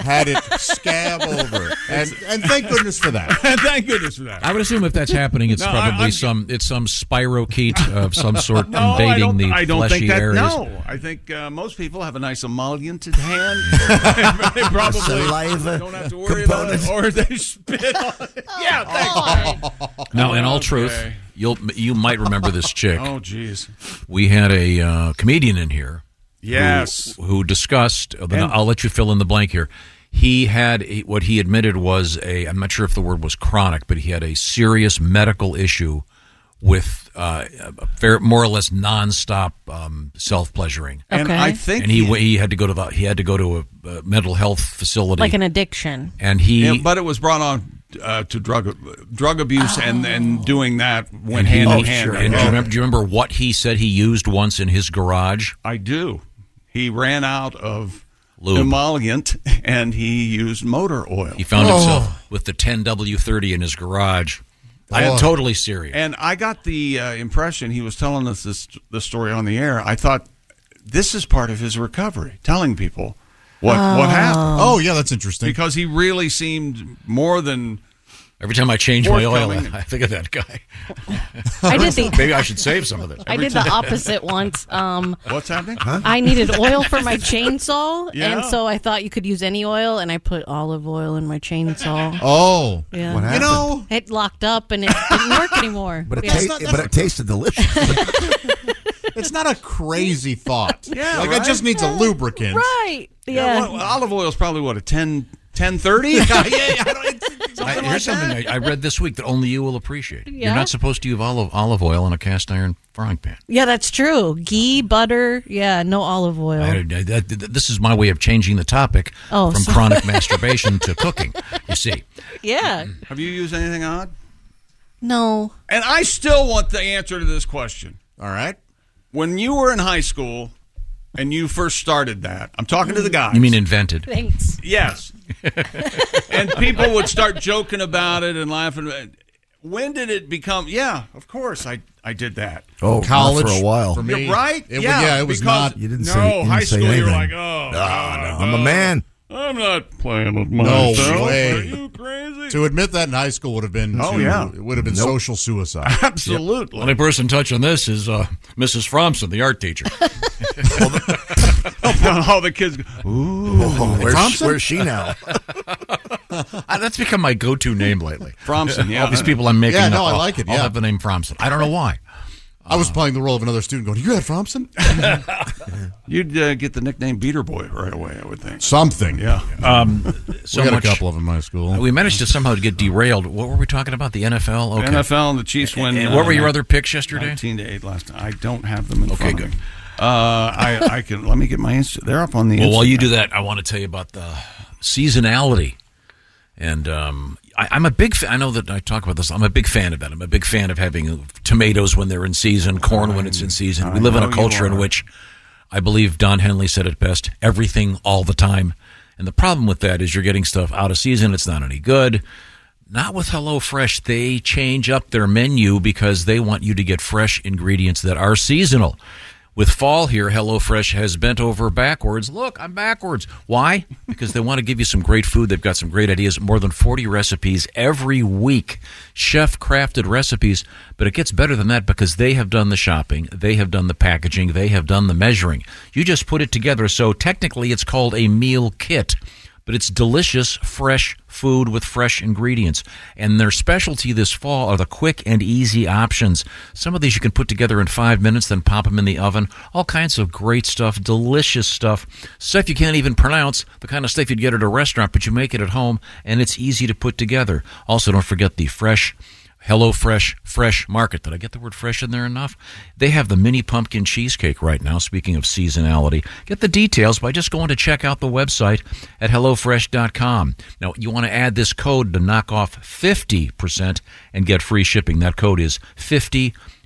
Speaker 6: had it scab over, and and thank goodness for that.
Speaker 10: Thank goodness for that.
Speaker 11: I would assume if that's happening, it's
Speaker 10: No, I-
Speaker 11: probably
Speaker 10: I'm-
Speaker 11: some it's some spirochete of some sort
Speaker 10: No,
Speaker 11: invading
Speaker 10: I don't,
Speaker 11: the
Speaker 10: I don't
Speaker 11: fleshy
Speaker 10: think that,
Speaker 11: areas.
Speaker 10: No, I think uh, most people have a nice emolliented hand. they probably
Speaker 7: Saliva
Speaker 10: don't have to worry about it, or they spit on it. Yeah,
Speaker 8: Oh.
Speaker 10: thank
Speaker 11: Now, in all truth,
Speaker 10: Okay.
Speaker 11: you'll you might remember this chick.
Speaker 10: Oh, jeez.
Speaker 11: We had a uh, comedian in here. who-
Speaker 10: Yes.
Speaker 11: who, discussed. uh, then
Speaker 10: And-
Speaker 11: I'll let you fill in the blank here. He had a- what he admitted was a. I'm not sure if the word was chronic, but he had a serious medical issue with uh, a fair, more or less nonstop um, self pleasuring.
Speaker 10: And Okay. I think-
Speaker 11: and he he had to go to the- he had to go to a, a mental health facility,
Speaker 13: Like an addiction.
Speaker 11: and he
Speaker 10: Yeah, but it was brought on uh, to drug drug abuse and and doing that went
Speaker 11: and he-
Speaker 10: hand in
Speaker 11: oh,
Speaker 10: hand.
Speaker 11: sure. And do, you remember, do you remember what he said he used once in his garage?
Speaker 10: I do. He ran out of
Speaker 11: Lube.
Speaker 10: emollient and he used motor oil.
Speaker 11: He found
Speaker 13: Oh.
Speaker 11: himself with the 10W30 in his garage. I am
Speaker 10: Oh.
Speaker 11: totally serious.
Speaker 10: And I got the uh, impression he was telling us this the story on the air. I thought this is part of his recovery, telling people what what happened.
Speaker 6: Oh. Oh, yeah, that's interesting.
Speaker 10: Because he really seemed more than
Speaker 11: Every time I change my oil,
Speaker 10: forthcoming.
Speaker 11: I think of that guy.
Speaker 13: I did the-
Speaker 11: Maybe I should save some of this.
Speaker 13: I did the opposite once. Um,
Speaker 10: What's happening?
Speaker 13: I needed oil for my chainsaw,
Speaker 10: Yeah.
Speaker 13: and so I thought you could use any oil, and I put olive oil in my chainsaw.
Speaker 7: Oh,
Speaker 13: yeah.
Speaker 7: what happened? You know-
Speaker 13: it locked up and it didn't work anymore.
Speaker 7: But it,
Speaker 13: Yeah.
Speaker 7: ta- but it tasted delicious.
Speaker 6: It's not a crazy thought.
Speaker 10: Yeah,
Speaker 6: like
Speaker 10: right?
Speaker 6: it just needs a lubricant.
Speaker 13: right.
Speaker 10: Yeah. well, olive oil is probably what a 10 1030? yeah, yeah, I don't- something
Speaker 11: I,
Speaker 10: like
Speaker 11: here's
Speaker 10: that.
Speaker 11: something I, I read this week that only you will appreciate.
Speaker 13: Yeah?
Speaker 11: You're not supposed to use olive, olive oil in a cast iron frying pan.
Speaker 13: Yeah, that's true. Ghee, butter. Yeah, no olive oil.
Speaker 11: I- I- that- th- this is my way of changing the topic
Speaker 13: Oh,
Speaker 11: from
Speaker 13: so-
Speaker 11: chronic masturbation to cooking. You see,
Speaker 13: yeah.
Speaker 10: Have you used anything odd?
Speaker 13: No.
Speaker 10: And I still want the answer to this question. All right. When you were in high school and you first started that, I'm talking to the guys.
Speaker 11: you mean invented?
Speaker 13: Thanks.
Speaker 10: Yes. and people would start joking about it and laughing. When did it become? Yeah, of course I I did that.
Speaker 7: Oh, not
Speaker 6: College,
Speaker 7: for a while.
Speaker 6: for me.
Speaker 10: You're right?
Speaker 6: It,
Speaker 10: Yeah,
Speaker 6: yeah, yeah, it was
Speaker 10: because-
Speaker 6: not.
Speaker 7: You didn't
Speaker 10: No,
Speaker 7: say. you didn't
Speaker 10: high
Speaker 7: say
Speaker 10: school, you were
Speaker 7: anything.
Speaker 10: like, oh,
Speaker 7: no, no, I'm a man.
Speaker 10: I'm not playing with
Speaker 6: No
Speaker 10: myself. Are
Speaker 6: way.
Speaker 10: you crazy?
Speaker 6: To admit that in high school would have been.
Speaker 11: Oh,
Speaker 6: to-
Speaker 11: yeah.
Speaker 6: It would have been
Speaker 11: Nope.
Speaker 6: social suicide.
Speaker 11: Yep. Only person touching this is uh, Mrs. Fromson, the art teacher.
Speaker 10: All the kids go, ooh.
Speaker 11: where's,
Speaker 10: Fromson?
Speaker 11: where's she now? Uh, That's become my go-to name lately.
Speaker 6: Fromson, yeah.
Speaker 11: All these people I'm making
Speaker 6: Yeah, no,
Speaker 11: up,
Speaker 6: I
Speaker 11: I'll-
Speaker 6: like it,
Speaker 11: I'll
Speaker 6: yeah.
Speaker 11: have the name Fromson. I don't know why.
Speaker 6: I was playing the role of another student going, You had Fromson?
Speaker 10: You'd uh, get the nickname Beater Boy right away, I would think.
Speaker 6: Something.
Speaker 10: Yeah.
Speaker 11: Um, so
Speaker 6: we had
Speaker 11: much-
Speaker 6: a couple of them in my school.
Speaker 11: We managed to somehow get derailed. What were we talking about? The NFL? Okay.
Speaker 10: NFL and the Chiefs win.
Speaker 11: And what were your
Speaker 10: uh,
Speaker 11: other picks yesterday?
Speaker 10: 19 to 8 last night. I don't have them in
Speaker 11: Okay,
Speaker 10: front of me. Uh, I, I can let me get my Insta. They're up on the
Speaker 11: Well,
Speaker 10: Insta.
Speaker 11: while you do that, I want to tell you about the seasonality. And um, I, I'm a big fan. I know that I talk about this. I'm a big fan of that. I'm a big fan of having tomatoes when they're in season, corn when it's in season. We
Speaker 10: I
Speaker 11: live in
Speaker 10: know
Speaker 11: a
Speaker 10: you
Speaker 11: culture in
Speaker 10: are.
Speaker 11: which I believe Don Henley said it best everything all the time. And the problem with that is you're getting stuff out of season, it's not any good. Not with HelloFresh. They change up their menu because they want you to get fresh ingredients that are seasonal. With fall here, HelloFresh has bent over backwards. Look, I'm backwards. Why? Because they want to give you some great food. They've got some great ideas, more than 40 recipes every week, chef crafted recipes. But it gets better than that because they have done the shopping, they have done the packaging, they have done the measuring. You just put it together. So technically, it's called a meal kit but it's delicious, fresh food with fresh ingredients. And their specialty this fall are the quick and easy options. Some of these you can put together in five minutes, then pop them in the oven. All kinds of great stuff, delicious stuff, stuff you can't even pronounce, the kind of stuff you'd get at a restaurant, but you make it at home, and it's easy to put together. Also, don't forget the fresh. Hello Fresh Fresh Market. Did I get the word fresh in there enough? They have the mini pumpkin cheesecake right now, speaking of seasonality. Get the details by just going to check out the website at HelloFresh.com. Now, you want to add this code to knock off 50% and get free shipping. That code is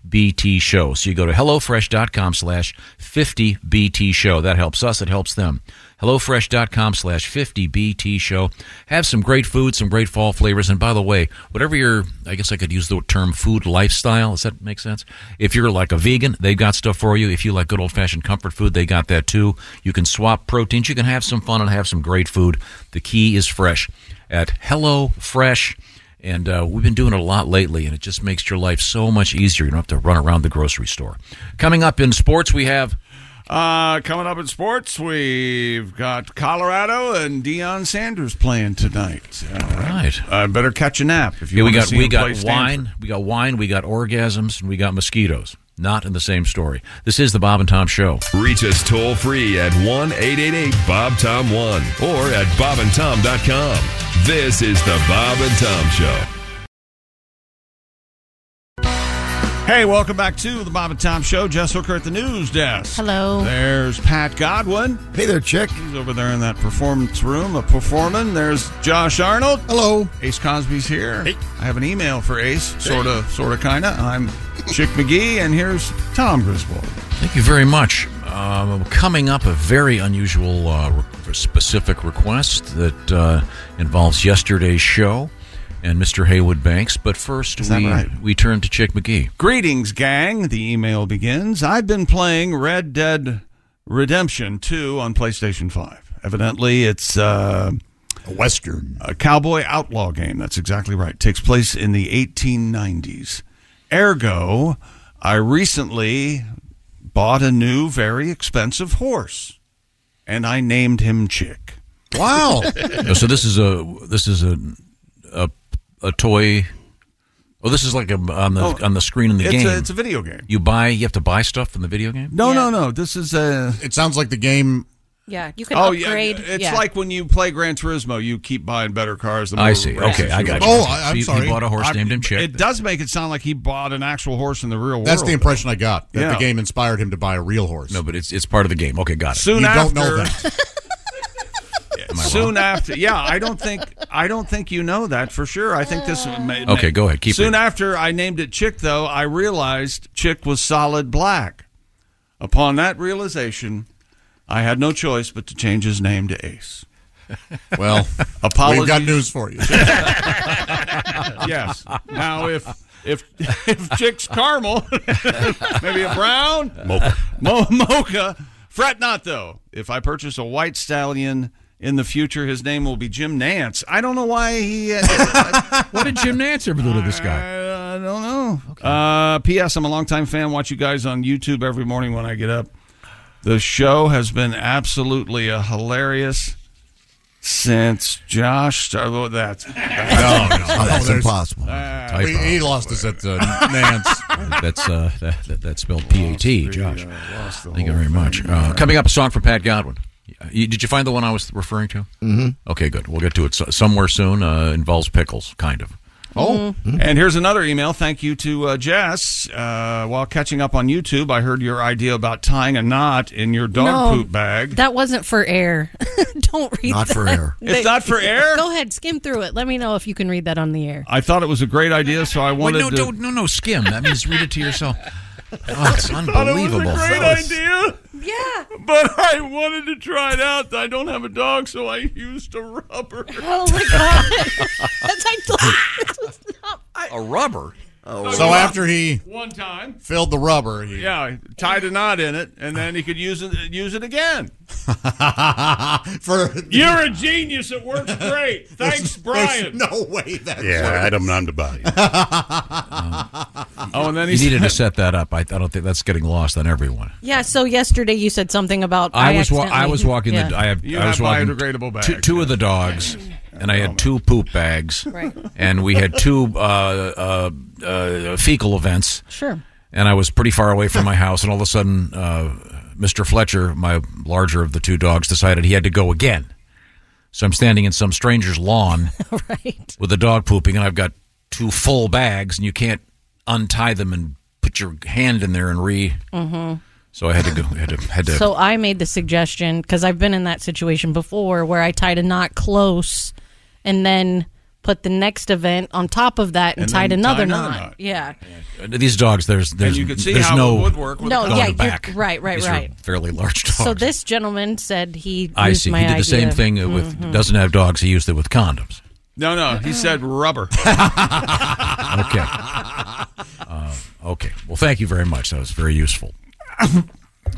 Speaker 11: 50BT Show. So you go to HelloFresh.com slash 50BT Show. That helps us, it helps them. HelloFresh.com slash 50BT show. Have some great food, some great fall flavors. And by the way, whatever your, I guess I could use the term food lifestyle. Does that make sense? If you're like a vegan, they've got stuff for you. If you like good old fashioned comfort food, they got that too. You can swap proteins. You can have some fun and have some great food. The key is fresh at HelloFresh. And uh, we've been doing it a lot lately, and it just makes your life so much easier. You don't have to run around the grocery store. Coming up in sports, we have.
Speaker 10: Uh, coming up in sports, we've got Colorado and Deion Sanders playing tonight. All
Speaker 11: right.
Speaker 10: I better catch a nap if you
Speaker 11: Yeah,
Speaker 10: want
Speaker 11: we
Speaker 10: to
Speaker 11: got
Speaker 10: see
Speaker 11: we
Speaker 10: him play
Speaker 11: got
Speaker 10: Stanford.
Speaker 11: wine, we got wine, we got orgasms, and we got mosquitoes. Not in the same story. This is the Bob and Tom Show.
Speaker 14: Reach us toll free at 1 888 Bob Tom 1 or at bobandtom.com. This is the Bob and Tom Show.
Speaker 10: Hey, welcome back to the Bob and Tom Show. Jess Hooker at the news desk.
Speaker 13: Hello.
Speaker 10: There's Pat Godwin. Hey there, chick. He's over there in that performance room, a performing. There's Josh Arnold. Hello. Ace Cosby's here. I have an email for Ace, sort of, sort of, kind of. I'm Chick McGee, and here's Tom Griswold.
Speaker 11: Thank you very much. Um, coming up, a very unusual uh, re- specific request that uh, involves yesterday's show and Mr. Haywood Banks. But first,
Speaker 10: Is that
Speaker 11: we,
Speaker 10: right?
Speaker 11: we turn to Chick McGee.
Speaker 10: Greetings, gang. The email begins. I've been playing Red Dead Redemption 2 on PlayStation 5. Evidently, it's uh, a Western, a cowboy outlaw game. That's exactly right. Takes place in the 1890s. Ergo, I recently bought a new, very expensive horse, and I named him Chick.
Speaker 11: Wow. Oh, so this is a this is a a, a toy. Oh, this is like a, on the
Speaker 10: Oh,
Speaker 11: on the screen in the
Speaker 10: it's
Speaker 11: game.
Speaker 10: a- it's a video game.
Speaker 11: You buy. You have to buy stuff from the video game.
Speaker 10: No, no, no. This is a. It sounds like the game
Speaker 13: Yeah, you can
Speaker 10: oh,
Speaker 13: upgrade.
Speaker 10: Yeah. It's
Speaker 13: yeah.
Speaker 10: like when you play Gran Turismo, you keep buying better cars. The more
Speaker 11: I see.
Speaker 10: races
Speaker 11: Okay, I
Speaker 10: you
Speaker 11: got
Speaker 10: win.
Speaker 11: you. Oh, I- I'm So you- you sorry. bought a horse named him Chick.
Speaker 10: It does make it sound like he bought an actual horse in the real world.
Speaker 6: That's the impression I got. That
Speaker 10: Yeah.
Speaker 6: the game inspired him to buy a real horse. No,
Speaker 11: but it's it's part of the game. Okay, got
Speaker 10: Soon
Speaker 6: you
Speaker 10: after,
Speaker 6: don't know that.
Speaker 10: soon after, yeah, I don't think I don't think you know that for sure. I think this. May,
Speaker 11: Okay, go ahead, keep
Speaker 10: soon after I named it Chick, though, I realized Chick was solid black. Upon that realization, I had no choice but to change his name to Ace.
Speaker 6: Well,
Speaker 10: apologies.
Speaker 6: we've got news for you.
Speaker 10: yes. Now, if if if Chick's caramel, maybe a brown
Speaker 2: Mocha.
Speaker 10: Mo- mocha. Fret not, though. If I purchase a white stallion in the future, his name will be Jim Nance. I don't know why he. uh,
Speaker 11: what did Jim Nance ever do to this guy?
Speaker 10: I, I don't know. Uh, P.S. I'm a longtime fan. Watch you guys on YouTube every morning when I get up. The show has been absolutely a hilarious since Josh started. Oh, that's Oh,
Speaker 6: no, that's
Speaker 10: there's-
Speaker 6: impossible.
Speaker 10: Ah.
Speaker 6: We- he lost us at uh, Nance.
Speaker 11: That's uh, that, that, that's spelled P A T, Josh. Thank you very much. Uh, coming up, a song from Pat Godwin. You, did you find the one I was referring to?
Speaker 2: Mhm.
Speaker 6: Mm-hmm.
Speaker 11: Okay, good. We'll get to it so, somewhere soon. Uh, involves pickles, kind of.
Speaker 10: Oh, and here's another email. Thank you to uh, Jess. Uh, while catching up on YouTube, I heard your idea about tying a knot in your dog
Speaker 13: No,
Speaker 10: poop bag.
Speaker 13: That wasn't for air. Don't read
Speaker 10: Not
Speaker 13: that.
Speaker 10: for air. It's not for air?
Speaker 13: Go ahead, skim through it. Let me know if you can read that on the air.
Speaker 10: I thought it was a great idea, so I
Speaker 11: Wait,
Speaker 10: wanted
Speaker 11: no,
Speaker 10: to.
Speaker 11: don't, no, no, skim. That means read it to yourself. Oh, it's
Speaker 10: thought it was a
Speaker 11: unbelievable.
Speaker 10: great
Speaker 11: That was-
Speaker 10: idea.
Speaker 13: Yeah.
Speaker 10: But I wanted to try it out. I don't have a dog, so I used a rubber.
Speaker 13: Oh my god. That's
Speaker 11: a rubber.
Speaker 13: Oh,
Speaker 6: So after he
Speaker 10: one time
Speaker 6: filled the rubber, he,
Speaker 10: yeah, tied a knot in it, and then he could use it use it again.
Speaker 6: for
Speaker 10: You're a genius. It works great. Thanks, Brian.
Speaker 6: no way that's
Speaker 12: Yeah, I don't know to buy.
Speaker 11: oh,
Speaker 10: and then
Speaker 11: you needed to set that up. I, I don't think that's getting lost on everyone.
Speaker 13: Yeah, so yesterday you said something about
Speaker 11: I, was wa-
Speaker 13: accidentally-
Speaker 11: I was walking
Speaker 13: Yeah.
Speaker 11: the I have
Speaker 10: You
Speaker 11: I was
Speaker 10: have
Speaker 11: walking
Speaker 10: biodegradable bags, Oh,
Speaker 11: two, two of the dogs, and I had two poop bags,
Speaker 13: Right.
Speaker 11: and we had two uh, uh, uh, fecal events.
Speaker 13: Sure.
Speaker 11: And I was pretty far away from my house, and all of a sudden, uh, Mr. Fletcher, my larger of the two dogs, decided he had to go again. So I'm standing in some stranger's lawn with a dog pooping, and I've got two full bags, and you can't untie them and put your hand in there and re.
Speaker 13: Mhm.
Speaker 11: So I had to go. Had to. Had to
Speaker 13: So I made the suggestion because I've been in that situation before where I tied a knot close and then put the next event on top of that and,
Speaker 11: And
Speaker 13: tied
Speaker 11: then
Speaker 13: another,
Speaker 11: tie another
Speaker 13: knot.
Speaker 11: knot.
Speaker 13: Yeah.
Speaker 11: These dogs, there's there's
Speaker 10: you could see
Speaker 11: there's
Speaker 10: how
Speaker 11: no
Speaker 10: it would work
Speaker 13: No,
Speaker 11: going
Speaker 13: yeah,
Speaker 11: to
Speaker 13: you're-
Speaker 11: back.
Speaker 13: right, right,
Speaker 11: These are
Speaker 13: right.
Speaker 11: fairly large dogs.
Speaker 13: So this gentleman said he
Speaker 11: I
Speaker 13: used
Speaker 11: see.
Speaker 13: my
Speaker 11: He did the same
Speaker 13: idea.
Speaker 11: thing with
Speaker 13: Mhm.
Speaker 11: doesn't have dogs. He used it with condoms.
Speaker 10: No, no, he said rubber.
Speaker 11: Okay. uh, okay. Well, thank you very much. That was very useful.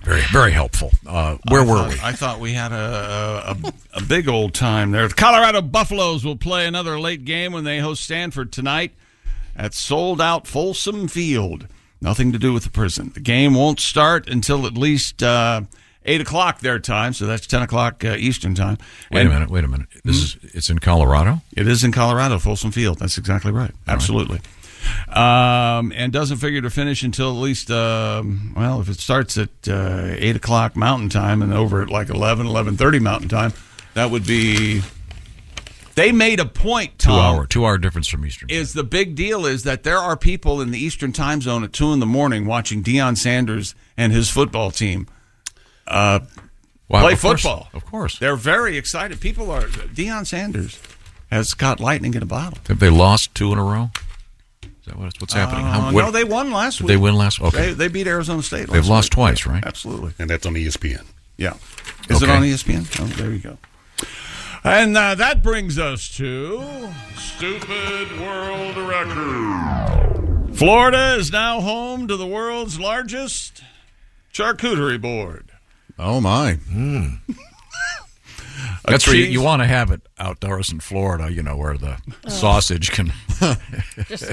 Speaker 11: Very very helpful. Uh, where
Speaker 10: I
Speaker 11: were
Speaker 10: thought-
Speaker 11: we?
Speaker 10: I thought we had a, a, a big old time there. The Colorado Buffaloes will play another late game when they host Stanford tonight at sold out Folsom Field. Nothing to do with the prison. The game won't start until at least uh, 8 o'clock their time, so that's 10 o'clock uh, Eastern time.
Speaker 11: Wait a minute. Wait a minute. This is
Speaker 13: Hmm?
Speaker 11: it's in Colorado.
Speaker 10: It is in Colorado, Folsom Field. That's exactly right. Absolutely. Um, and doesn't figure to finish until at least, um, well, if it starts at uh, 8 o'clock Mountain Time and over at like 11, 11.30 Mountain Time, that would be They made a point,
Speaker 11: Two
Speaker 10: Tom,
Speaker 11: hour, two hour difference from Eastern.
Speaker 10: is the big deal is that there are people in the Eastern time zone at two in the morning watching Deion Sanders and his football team uh,
Speaker 11: Wow,
Speaker 10: play
Speaker 11: of course.
Speaker 10: football.
Speaker 11: Of course,
Speaker 10: they're very excited. People are Deion Sanders has got lightning in a bottle.
Speaker 11: Have they lost two in a row? Is that what, what's happening?
Speaker 10: Uh,
Speaker 11: what-
Speaker 10: no, they won last
Speaker 11: did
Speaker 10: week.
Speaker 11: They win last. Okay,
Speaker 10: They, they beat Arizona State.
Speaker 11: They've
Speaker 10: last
Speaker 11: lost
Speaker 10: week.
Speaker 11: twice, right?
Speaker 10: Absolutely.
Speaker 12: And that's on ESPN.
Speaker 10: Yeah. Is it
Speaker 12: Okay.
Speaker 10: on ESPN? Oh, there you go. And uh, that brings us to
Speaker 15: Stupid world record.
Speaker 10: Florida is now home to the world's largest charcuterie board.
Speaker 11: Oh my. That's
Speaker 10: A
Speaker 11: where you,
Speaker 10: cheese-
Speaker 11: you want to have it outdoors in Florida, you know, where the sausage can
Speaker 13: Just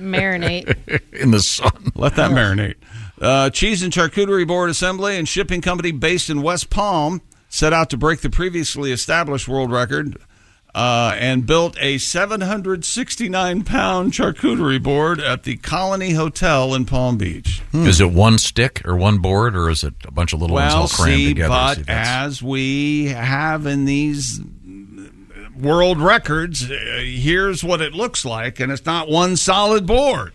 Speaker 13: marinate.
Speaker 11: in the sun.
Speaker 10: Let that marinate. Uh, cheese and charcuterie board assembly and shipping company based in West Palm set out to break the previously established world record uh, and built a 769 pound charcuterie board at the Colony Hotel in Palm Beach.
Speaker 11: Is it one stick or one board, or is it a bunch of little ones all
Speaker 10: well,
Speaker 11: crammed
Speaker 10: see,
Speaker 11: together?
Speaker 10: but
Speaker 11: See, that's-
Speaker 10: as we have in these world records, uh, here's what it looks like, and it's not one solid board.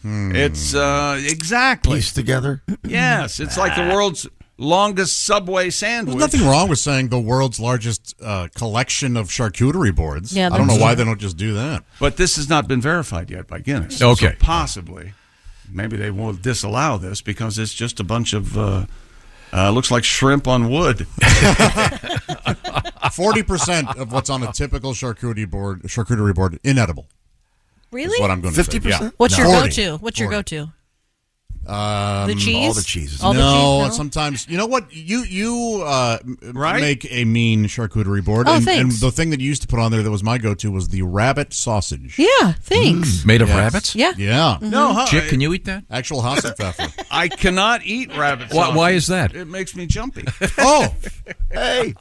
Speaker 11: Hmm.
Speaker 10: It's uh, exactly
Speaker 7: pieced together.
Speaker 10: Yes, it's like the world's longest subway sandwich.
Speaker 6: There's nothing wrong with saying the world's largest uh, collection of charcuterie boards.
Speaker 10: Yeah,
Speaker 6: I don't know
Speaker 10: there's-
Speaker 6: why they don't just do that.
Speaker 10: But this has not been verified yet by Guinness.
Speaker 6: Okay.
Speaker 10: So possibly, maybe they will disallow this because it's just a bunch of. Uh, uh, looks like shrimp on wood.
Speaker 6: Forty percent of what's on a typical charcuterie board, charcuterie board, inedible.
Speaker 13: Really?
Speaker 6: Is what I'm going to say. 50%? Yeah.
Speaker 13: What's your
Speaker 6: No.
Speaker 13: go to? What's your go to?
Speaker 6: Um,
Speaker 13: The cheese? All the cheeses.
Speaker 6: No,
Speaker 13: All the cheese, no?
Speaker 6: sometimes you know what you you uh, m-
Speaker 10: Right?
Speaker 6: make a mean charcuterie board,
Speaker 13: Oh,
Speaker 6: and, and
Speaker 13: thanks.
Speaker 6: the thing that you used to put on there that was my go-to was the rabbit sausage.
Speaker 13: Yeah, thanks.
Speaker 11: Mm. Made of
Speaker 6: Yes.
Speaker 11: rabbits?
Speaker 13: Yeah. Mm-hmm.
Speaker 6: Yeah.
Speaker 8: Mm-hmm.
Speaker 10: No, huh?
Speaker 11: Chick, can you eat that?
Speaker 6: Actual Hasselpfeffer.
Speaker 10: I cannot eat rabbit.
Speaker 11: Why- why is
Speaker 10: sausage.
Speaker 11: that?
Speaker 10: It makes me jumpy.
Speaker 6: oh, hey.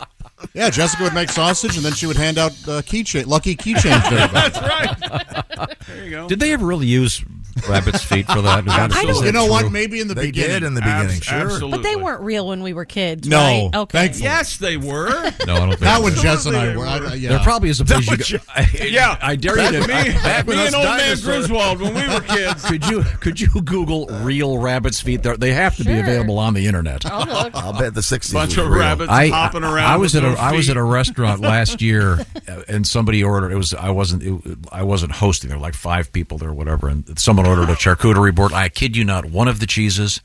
Speaker 6: Yeah, Jessica would make sausage, and then she would hand out uh, keychain, lucky keychains to everybody.
Speaker 10: There you go.
Speaker 11: Did they ever really use rabbit's feet for that? Is that
Speaker 6: I
Speaker 11: is
Speaker 6: don't-
Speaker 11: that
Speaker 6: You know what?
Speaker 11: true?
Speaker 6: Maybe in the
Speaker 7: They beginning. did in the
Speaker 11: Abs-
Speaker 7: beginning, sure.
Speaker 11: absolutely.
Speaker 13: But they weren't real when we were kids.
Speaker 11: No,
Speaker 13: Right? Okay.
Speaker 11: thankfully.
Speaker 10: Yes, they were.
Speaker 11: No, I don't think
Speaker 6: Not when
Speaker 11: they were.
Speaker 6: Jess and I were. I, I- yeah.
Speaker 11: There probably is a place you
Speaker 6: was
Speaker 11: go-
Speaker 6: ju-
Speaker 11: I,
Speaker 6: Yeah.
Speaker 11: I dare you to.
Speaker 6: Back when- back
Speaker 10: when
Speaker 11: me
Speaker 10: us
Speaker 11: and old man
Speaker 10: dinosaurs-
Speaker 11: Griswold
Speaker 10: when we were kids.
Speaker 11: Could you could you Google real rabbit's feet? They're, they have to be available on the internet.
Speaker 7: I'll look. I'll bet the 60s
Speaker 11: Bunch
Speaker 7: was
Speaker 11: of
Speaker 7: real.
Speaker 11: rabbits
Speaker 7: I-
Speaker 11: hopping
Speaker 7: I-
Speaker 11: around. I was at a I was at a restaurant last year, uh, and somebody ordered. It was I wasn't it, I wasn't hosting. There were like five people there, or whatever, and someone ordered a charcuterie board. I kid you not, one of the cheeses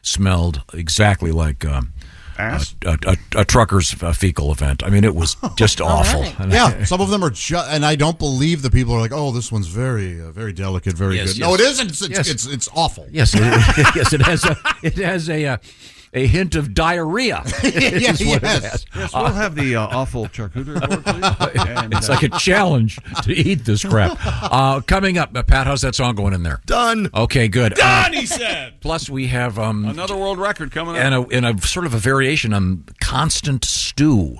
Speaker 11: smelled exactly like. Um,
Speaker 10: Ass?
Speaker 11: A, a, a, a trucker's uh, fecal event. I mean, it was just awful. And I-
Speaker 6: Yeah, some of them are just, and I don't believe the people are like, "Oh, this one's very, uh, very delicate, very
Speaker 11: Yes,
Speaker 6: good."
Speaker 11: yes.
Speaker 6: No, it isn't. It's, it's,
Speaker 11: Yes.
Speaker 6: it's, it's awful.
Speaker 11: Yes, it, yes, it has a it has a uh, a hint of diarrhea. is
Speaker 10: Yeah,
Speaker 11: what it
Speaker 10: yes.
Speaker 11: has.
Speaker 10: Yes, we'll have the uh, awful charcuterie board, please. And,
Speaker 11: it's
Speaker 10: uh,
Speaker 11: like a challenge to eat this crap. Uh, coming up, uh, Pat, how's that song going in there? Done. Okay, good.
Speaker 10: Done,
Speaker 11: Uh,
Speaker 10: he said.
Speaker 11: plus, we have um,
Speaker 10: Another world record coming up.
Speaker 11: and a, and a sort of a variation on constant stew,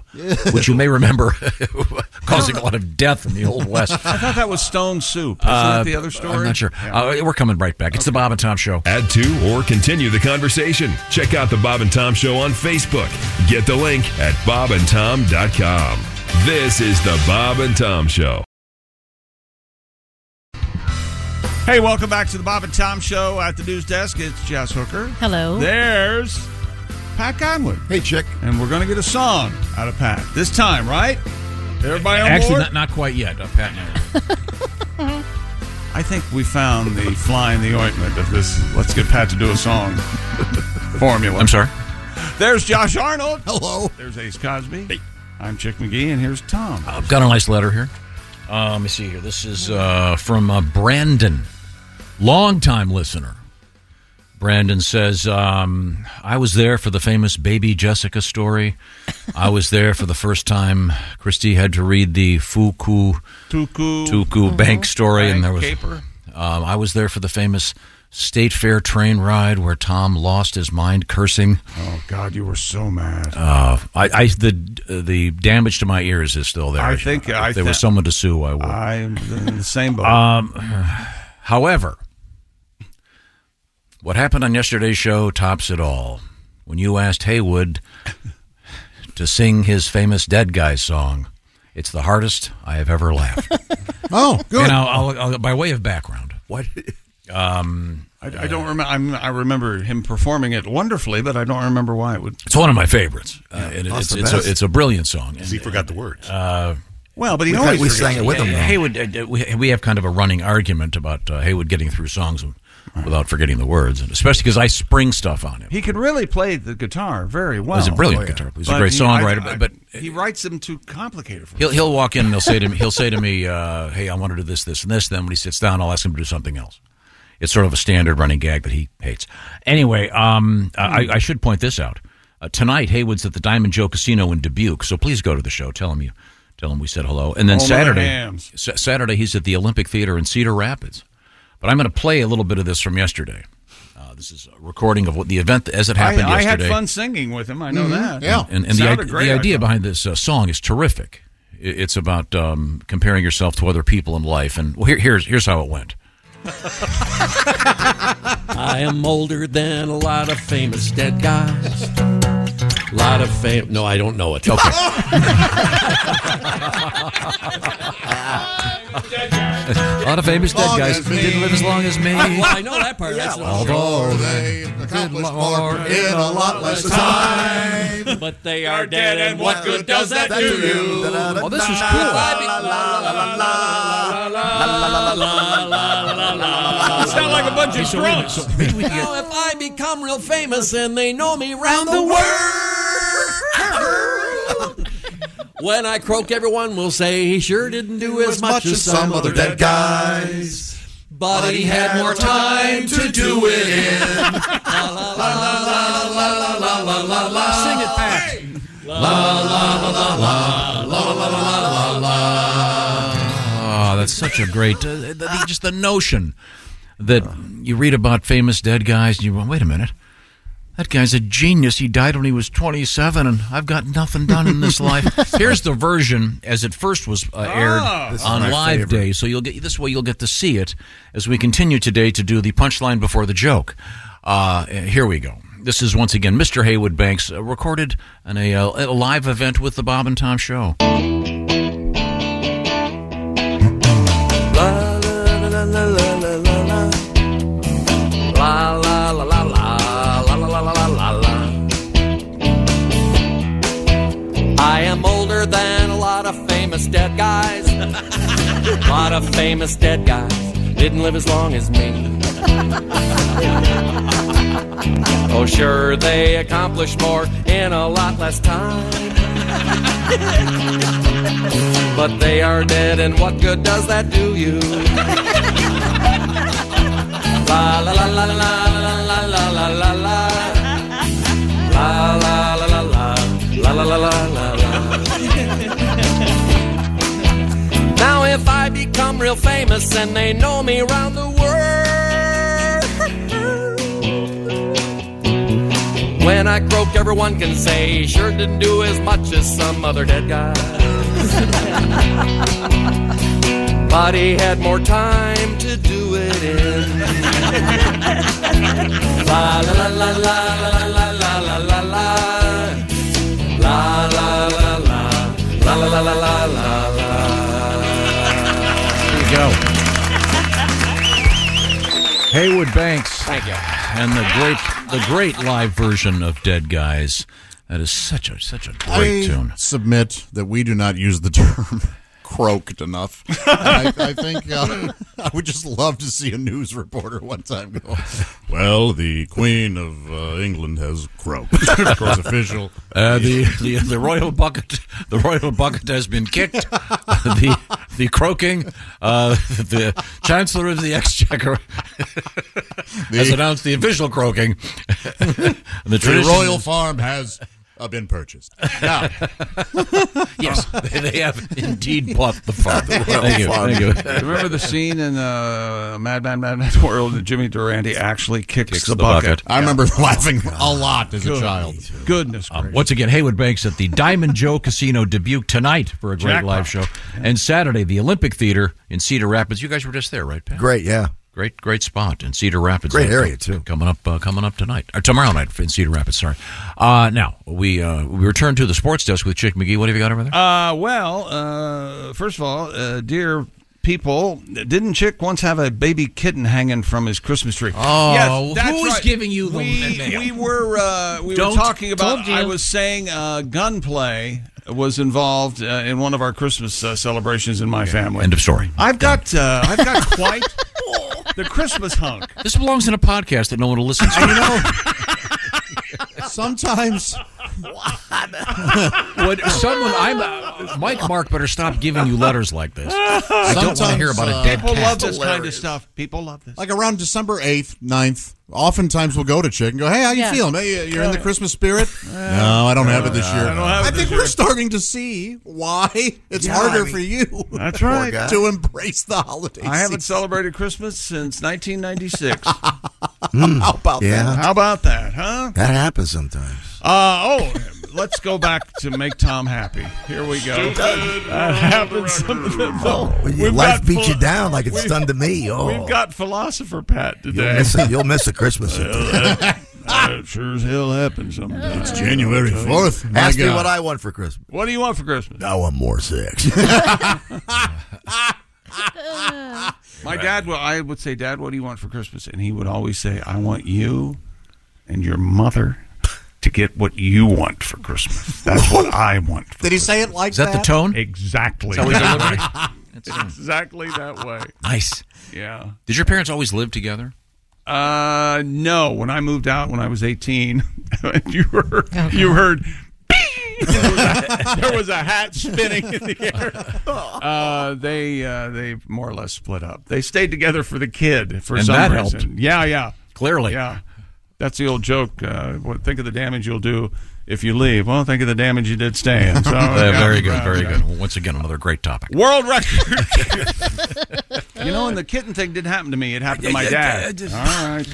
Speaker 11: which you may remember causing a lot of death in the old west.
Speaker 10: I thought that was Stone Soup. Isn't
Speaker 11: Uh,
Speaker 10: that the other story?
Speaker 11: I'm not sure. Uh, we're coming right back. It's the Bob and Tom Show.
Speaker 14: Add to or continue the conversation. Check out the Bob and Tom Show on Facebook. Get the link at bobandtom.com. This is the Bob and Tom Show.
Speaker 10: Hey, welcome back to the Bob and Tom Show at the news desk. It's Jess Hooker.
Speaker 13: Hello.
Speaker 10: There's Pat Conwood. Hey, chick. And we're going to get a song out of Pat this time, right? Everybody on
Speaker 11: Actually,
Speaker 10: board?
Speaker 11: not, not quite yet. Uh, Pat, and I-
Speaker 10: I think we found the fly in the ointment of this. Let's get Pat to do a song formula.
Speaker 11: I'm sorry.
Speaker 10: There's Josh Arnold.
Speaker 6: Hello.
Speaker 10: There's Ace Cosby. I'm Chick McGee, and here's Tom.
Speaker 11: I've got a nice letter here. Uh, let me see here. This is uh, from uh, Brandon, longtime listener. Brandon says, um, I was there for the famous baby Jessica story. I was there for the first time Christy had to read the Fuku
Speaker 10: Tuku,
Speaker 11: Tuku
Speaker 13: Mm-hmm.
Speaker 11: Bank story. and there was
Speaker 10: Caper.
Speaker 11: Um, I was there for the famous State Fair train ride where Tom lost his mind cursing.
Speaker 10: Oh, God, you were so mad.
Speaker 11: Uh, I, I the uh, the damage to my ears is still there.
Speaker 10: I think-
Speaker 11: if
Speaker 10: I
Speaker 11: there was
Speaker 10: thi-
Speaker 11: someone to sue, I would.
Speaker 10: I'm in the same boat.
Speaker 11: Um, however, what happened on yesterday's show tops it all. When you asked Haywood to sing his famous Dead Guy song, It's the hardest I have ever laughed.
Speaker 10: Oh, good.
Speaker 11: And I'll, I'll, I'll, by way of background, what? Um,
Speaker 10: I, I don't remember. I'm, I remember him performing it wonderfully, but I don't remember why it would.
Speaker 11: It's one of my favorites. Uh, it-
Speaker 10: that's
Speaker 11: it's,
Speaker 10: the
Speaker 11: it's, a,
Speaker 10: best.
Speaker 11: it's a brilliant song.
Speaker 12: Because he forgot the words.
Speaker 11: Uh,
Speaker 10: Well, but he We always thought we forgets sang it them. with him, though.
Speaker 11: Haywood, uh, we, we have kind of a running argument about uh, Haywood getting through songs without forgetting the words, and especially because I spring stuff on him.
Speaker 10: He could really play the guitar very well.
Speaker 11: He's a
Speaker 6: Oh,
Speaker 11: brilliant guitar player. He's a great
Speaker 10: he-
Speaker 11: songwriter,
Speaker 10: I- I-
Speaker 11: but-
Speaker 10: he writes them too complicated for
Speaker 11: He'll, he'll walk in and he'll say to me, he'll say to me, uh, "Hey, I want to do this, this, and this." Then when he sits down, I'll ask him to do something else. It's sort of a standard running gag that he hates. Anyway, um, I, I should point this out. Uh, tonight, Haywood's at the Diamond Joe Casino in Dubuque, so please go to the show. Tell him you, tell him we said hello. And then
Speaker 10: Home of the
Speaker 11: Saturday,
Speaker 10: Hams.
Speaker 11: Sa- Saturday he's at the Olympic Theater in Cedar Rapids. But I'm going to play a little bit of this from yesterday. Uh, this is a recording of what the event as it happened
Speaker 10: I, I had
Speaker 11: yesterday.
Speaker 10: fun singing with him. I
Speaker 6: Mm-hmm.
Speaker 10: know that.
Speaker 11: And, and the,
Speaker 10: Sounded
Speaker 11: id-
Speaker 10: great,
Speaker 11: the
Speaker 10: I
Speaker 11: idea
Speaker 10: thought.
Speaker 11: behind this uh, song is terrific. I- It's about um, comparing yourself to other people in life. And well, here, here's, here's how it went.
Speaker 4: I am older than a lot of famous dead guys. A lot of fame. No, I don't know it. Okay.
Speaker 11: A lot of famous dead guys didn't live as long as me.
Speaker 4: Well, I know that part. That's
Speaker 11: Although
Speaker 4: they
Speaker 16: accomplished
Speaker 4: more
Speaker 16: in a lot less time.
Speaker 4: But they are dead, and what good does that
Speaker 16: that
Speaker 4: do
Speaker 16: do
Speaker 4: you?
Speaker 16: Oh,
Speaker 4: this was cool.
Speaker 16: Sound like a bunch of
Speaker 4: So wait a minute,
Speaker 16: drunks.
Speaker 4: so maybe we can get- Now, if I become real famous and they know me round the world, when I croak, everyone will say he sure didn't do as much as some other dead guys. But he had more time to do it in. La, la, la, la, la, la, la, la, la. Sing it back. La la la la la la la la la la.
Speaker 11: Oh, that's such a great. Uh, the, the- just the notion that you read about famous dead guys and you go, wait a minute. That guy's a genius. He died when he was 27, and I've got nothing done in this life. Here's the version as it first was uh, aired
Speaker 16: Ah. This is
Speaker 11: on
Speaker 16: my
Speaker 11: Live
Speaker 16: favorite.
Speaker 11: Day. So you'll get this way you'll get to see it as we continue today to do the punchline before the joke. Uh, here we go. This is once again Mr. Haywood Banks uh, recorded in a, uh, at a live event with the Bob and Tom Show.
Speaker 4: La la la la la la la la la la la. I am older than a lot of famous dead guys. A lot of famous dead guys didn't live as long as me. Oh, sure, they accomplished more in a lot less time. But they are dead, and what good does that do you? La la la la la la la la la la. La la la la la la la la la la la. Now if I become real famous and they know me around the world When I croak everyone can say "He sure didn't do as much as some other dead guy But he had more time to do it in La la la la la la la la la la La la la la la la la la la la la.
Speaker 11: There you go. Haywood Banks.
Speaker 4: Thank you.
Speaker 11: And the great the great live version of Dead Guys. That is such a such a great
Speaker 6: I
Speaker 11: tune.
Speaker 6: submit that we do not use the term croaked enough. I, I think uh, I would just love to see a news reporter one time go, well, the Queen of uh, England has croaked. of course, official.
Speaker 11: Uh, the, the the royal bucket the royal bucket has been kicked. the the croaking uh, the Chancellor of the Exchequer has
Speaker 6: The-
Speaker 11: announced the official croaking. the,
Speaker 6: the,
Speaker 11: tradition
Speaker 6: royal
Speaker 11: is-
Speaker 6: farm has uh, been purchased. Now,
Speaker 11: yes, they, they have indeed bought the farm.
Speaker 10: The royal
Speaker 11: Thank you,
Speaker 10: farm.
Speaker 11: thank you.
Speaker 10: Remember the scene in uh, Mad Mad Mad Mad World that Jimmy Durante actually kicks, the, bucket?
Speaker 6: I remember laughing a lot as a
Speaker 10: Good.
Speaker 6: child.
Speaker 10: Goodness
Speaker 11: Um, once again, Haywood Banks at the Diamond Joe Casino Dubuque tonight for a great
Speaker 6: Jackpot.
Speaker 11: live show, and Saturday the Olympic Theater in Cedar Rapids. You guys were just there, right, Pat?
Speaker 7: Great, yeah.
Speaker 11: Great, great spot in Cedar Rapids.
Speaker 7: Great
Speaker 11: Uh,
Speaker 7: area,
Speaker 11: com- Coming up, uh, coming up tonight or tomorrow night in Cedar Rapids. Sorry. Uh, now we uh, we return to the sports desk with Chick McGee. What have you got over there?
Speaker 10: Uh, well, uh, first of all, uh, dear people, didn't Chick once have a baby kitten hanging from his Christmas tree?
Speaker 11: Oh,
Speaker 10: Uh, Yes, that's
Speaker 11: who is
Speaker 10: right.
Speaker 11: giving you the
Speaker 10: we,
Speaker 11: mail?
Speaker 10: We were uh, we
Speaker 11: Don't-
Speaker 10: were talking about.
Speaker 11: told you.
Speaker 10: I was saying uh, gunplay was involved uh, in one of our Christmas uh, celebrations in my family.
Speaker 11: End of story.
Speaker 10: I've got uh, I've got quite the Christmas hunk.
Speaker 11: This belongs in a podcast that no one will listen to. You know,
Speaker 6: Sometimes.
Speaker 11: Would someone? I'm uh, Mike Mark. Better stop giving you letters like this. I don't want to
Speaker 6: Sometimes,
Speaker 11: hear about
Speaker 6: uh,
Speaker 11: a dead
Speaker 6: people
Speaker 11: cat.
Speaker 6: love
Speaker 10: This kind of
Speaker 6: Hilarious.
Speaker 10: stuff. People love this.
Speaker 6: Like around December 8th, 9th, oftentimes we'll go to Chick and go, hey, how you
Speaker 10: Yeah.
Speaker 6: feeling? Hey, you're in the
Speaker 10: Yeah.
Speaker 6: Christmas spirit? no, I don't have it this
Speaker 10: I
Speaker 6: year.
Speaker 10: don't have it
Speaker 6: I
Speaker 10: this
Speaker 6: think
Speaker 10: year.
Speaker 6: we're starting to see why it's
Speaker 10: Yeah,
Speaker 6: harder
Speaker 10: I mean,
Speaker 6: for you.
Speaker 10: that's right.
Speaker 6: To embrace the holiday
Speaker 10: I haven't
Speaker 6: season.
Speaker 10: celebrated Christmas since 1996.
Speaker 7: How
Speaker 6: about
Speaker 7: yeah.
Speaker 10: How about that, huh?
Speaker 7: That happens sometimes.
Speaker 10: Uh, oh, let's go back to make Tom happy. Here we go. That happened sometimes. We've
Speaker 7: Oh, Life
Speaker 10: got
Speaker 7: beats you
Speaker 10: phil-
Speaker 7: down like it's
Speaker 10: we've-
Speaker 7: done to me. Oh,
Speaker 10: We've got philosopher Pat
Speaker 7: you'll
Speaker 10: today.
Speaker 7: miss, a, you'll miss a Christmas.
Speaker 10: That sure as hell happens sometimes.
Speaker 7: It's January 4th.
Speaker 10: My
Speaker 7: Ask me
Speaker 10: God.
Speaker 7: what I want for Christmas.
Speaker 10: What do you want for Christmas?
Speaker 7: I want more sex.
Speaker 13: Uh.
Speaker 10: My dad, well, I would say, Dad, what do you want for Christmas? And he would always say, I want you and your mother to get what you want for Christmas. That's what I want. For
Speaker 6: Did he say it like
Speaker 10: Is that the
Speaker 11: tone?
Speaker 10: Exactly.
Speaker 11: Is that what he delivered?
Speaker 10: exactly that way.
Speaker 11: Nice.
Speaker 10: Yeah.
Speaker 11: Did your parents always live together?
Speaker 10: Uh, no. When I moved out when I was 18, you heard, you heard, there was, a, there was a hat spinning in the air. Uh, they uh, they more or less split up. They stayed together for the kid for
Speaker 11: And
Speaker 10: some
Speaker 11: that
Speaker 10: reason.
Speaker 11: helped.
Speaker 10: Yeah, yeah,
Speaker 11: Clearly.
Speaker 10: yeah. That's the old joke. Uh, what- think of the damage you'll do if you leave. Well, think of the damage you did staying. So,
Speaker 11: Uh,
Speaker 10: yeah,
Speaker 11: very good,
Speaker 10: yeah,
Speaker 11: very
Speaker 10: yeah.
Speaker 11: good. Well, once again, another great topic.
Speaker 10: World record. you know, and the kitten thing didn't happen to me. It happened to my
Speaker 11: Yeah, yeah, yeah,
Speaker 10: dad.
Speaker 11: just-
Speaker 10: All right.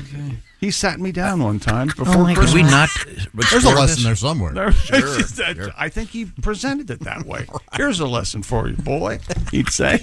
Speaker 10: He sat me down one time before
Speaker 11: Oh my God.
Speaker 10: Christmas.
Speaker 11: Could we not There's a lesson
Speaker 6: there somewhere.
Speaker 10: There-
Speaker 6: Sure,
Speaker 10: it's that-
Speaker 6: sure.
Speaker 10: I think he presented it that way. Here's a lesson for you, boy. He'd say.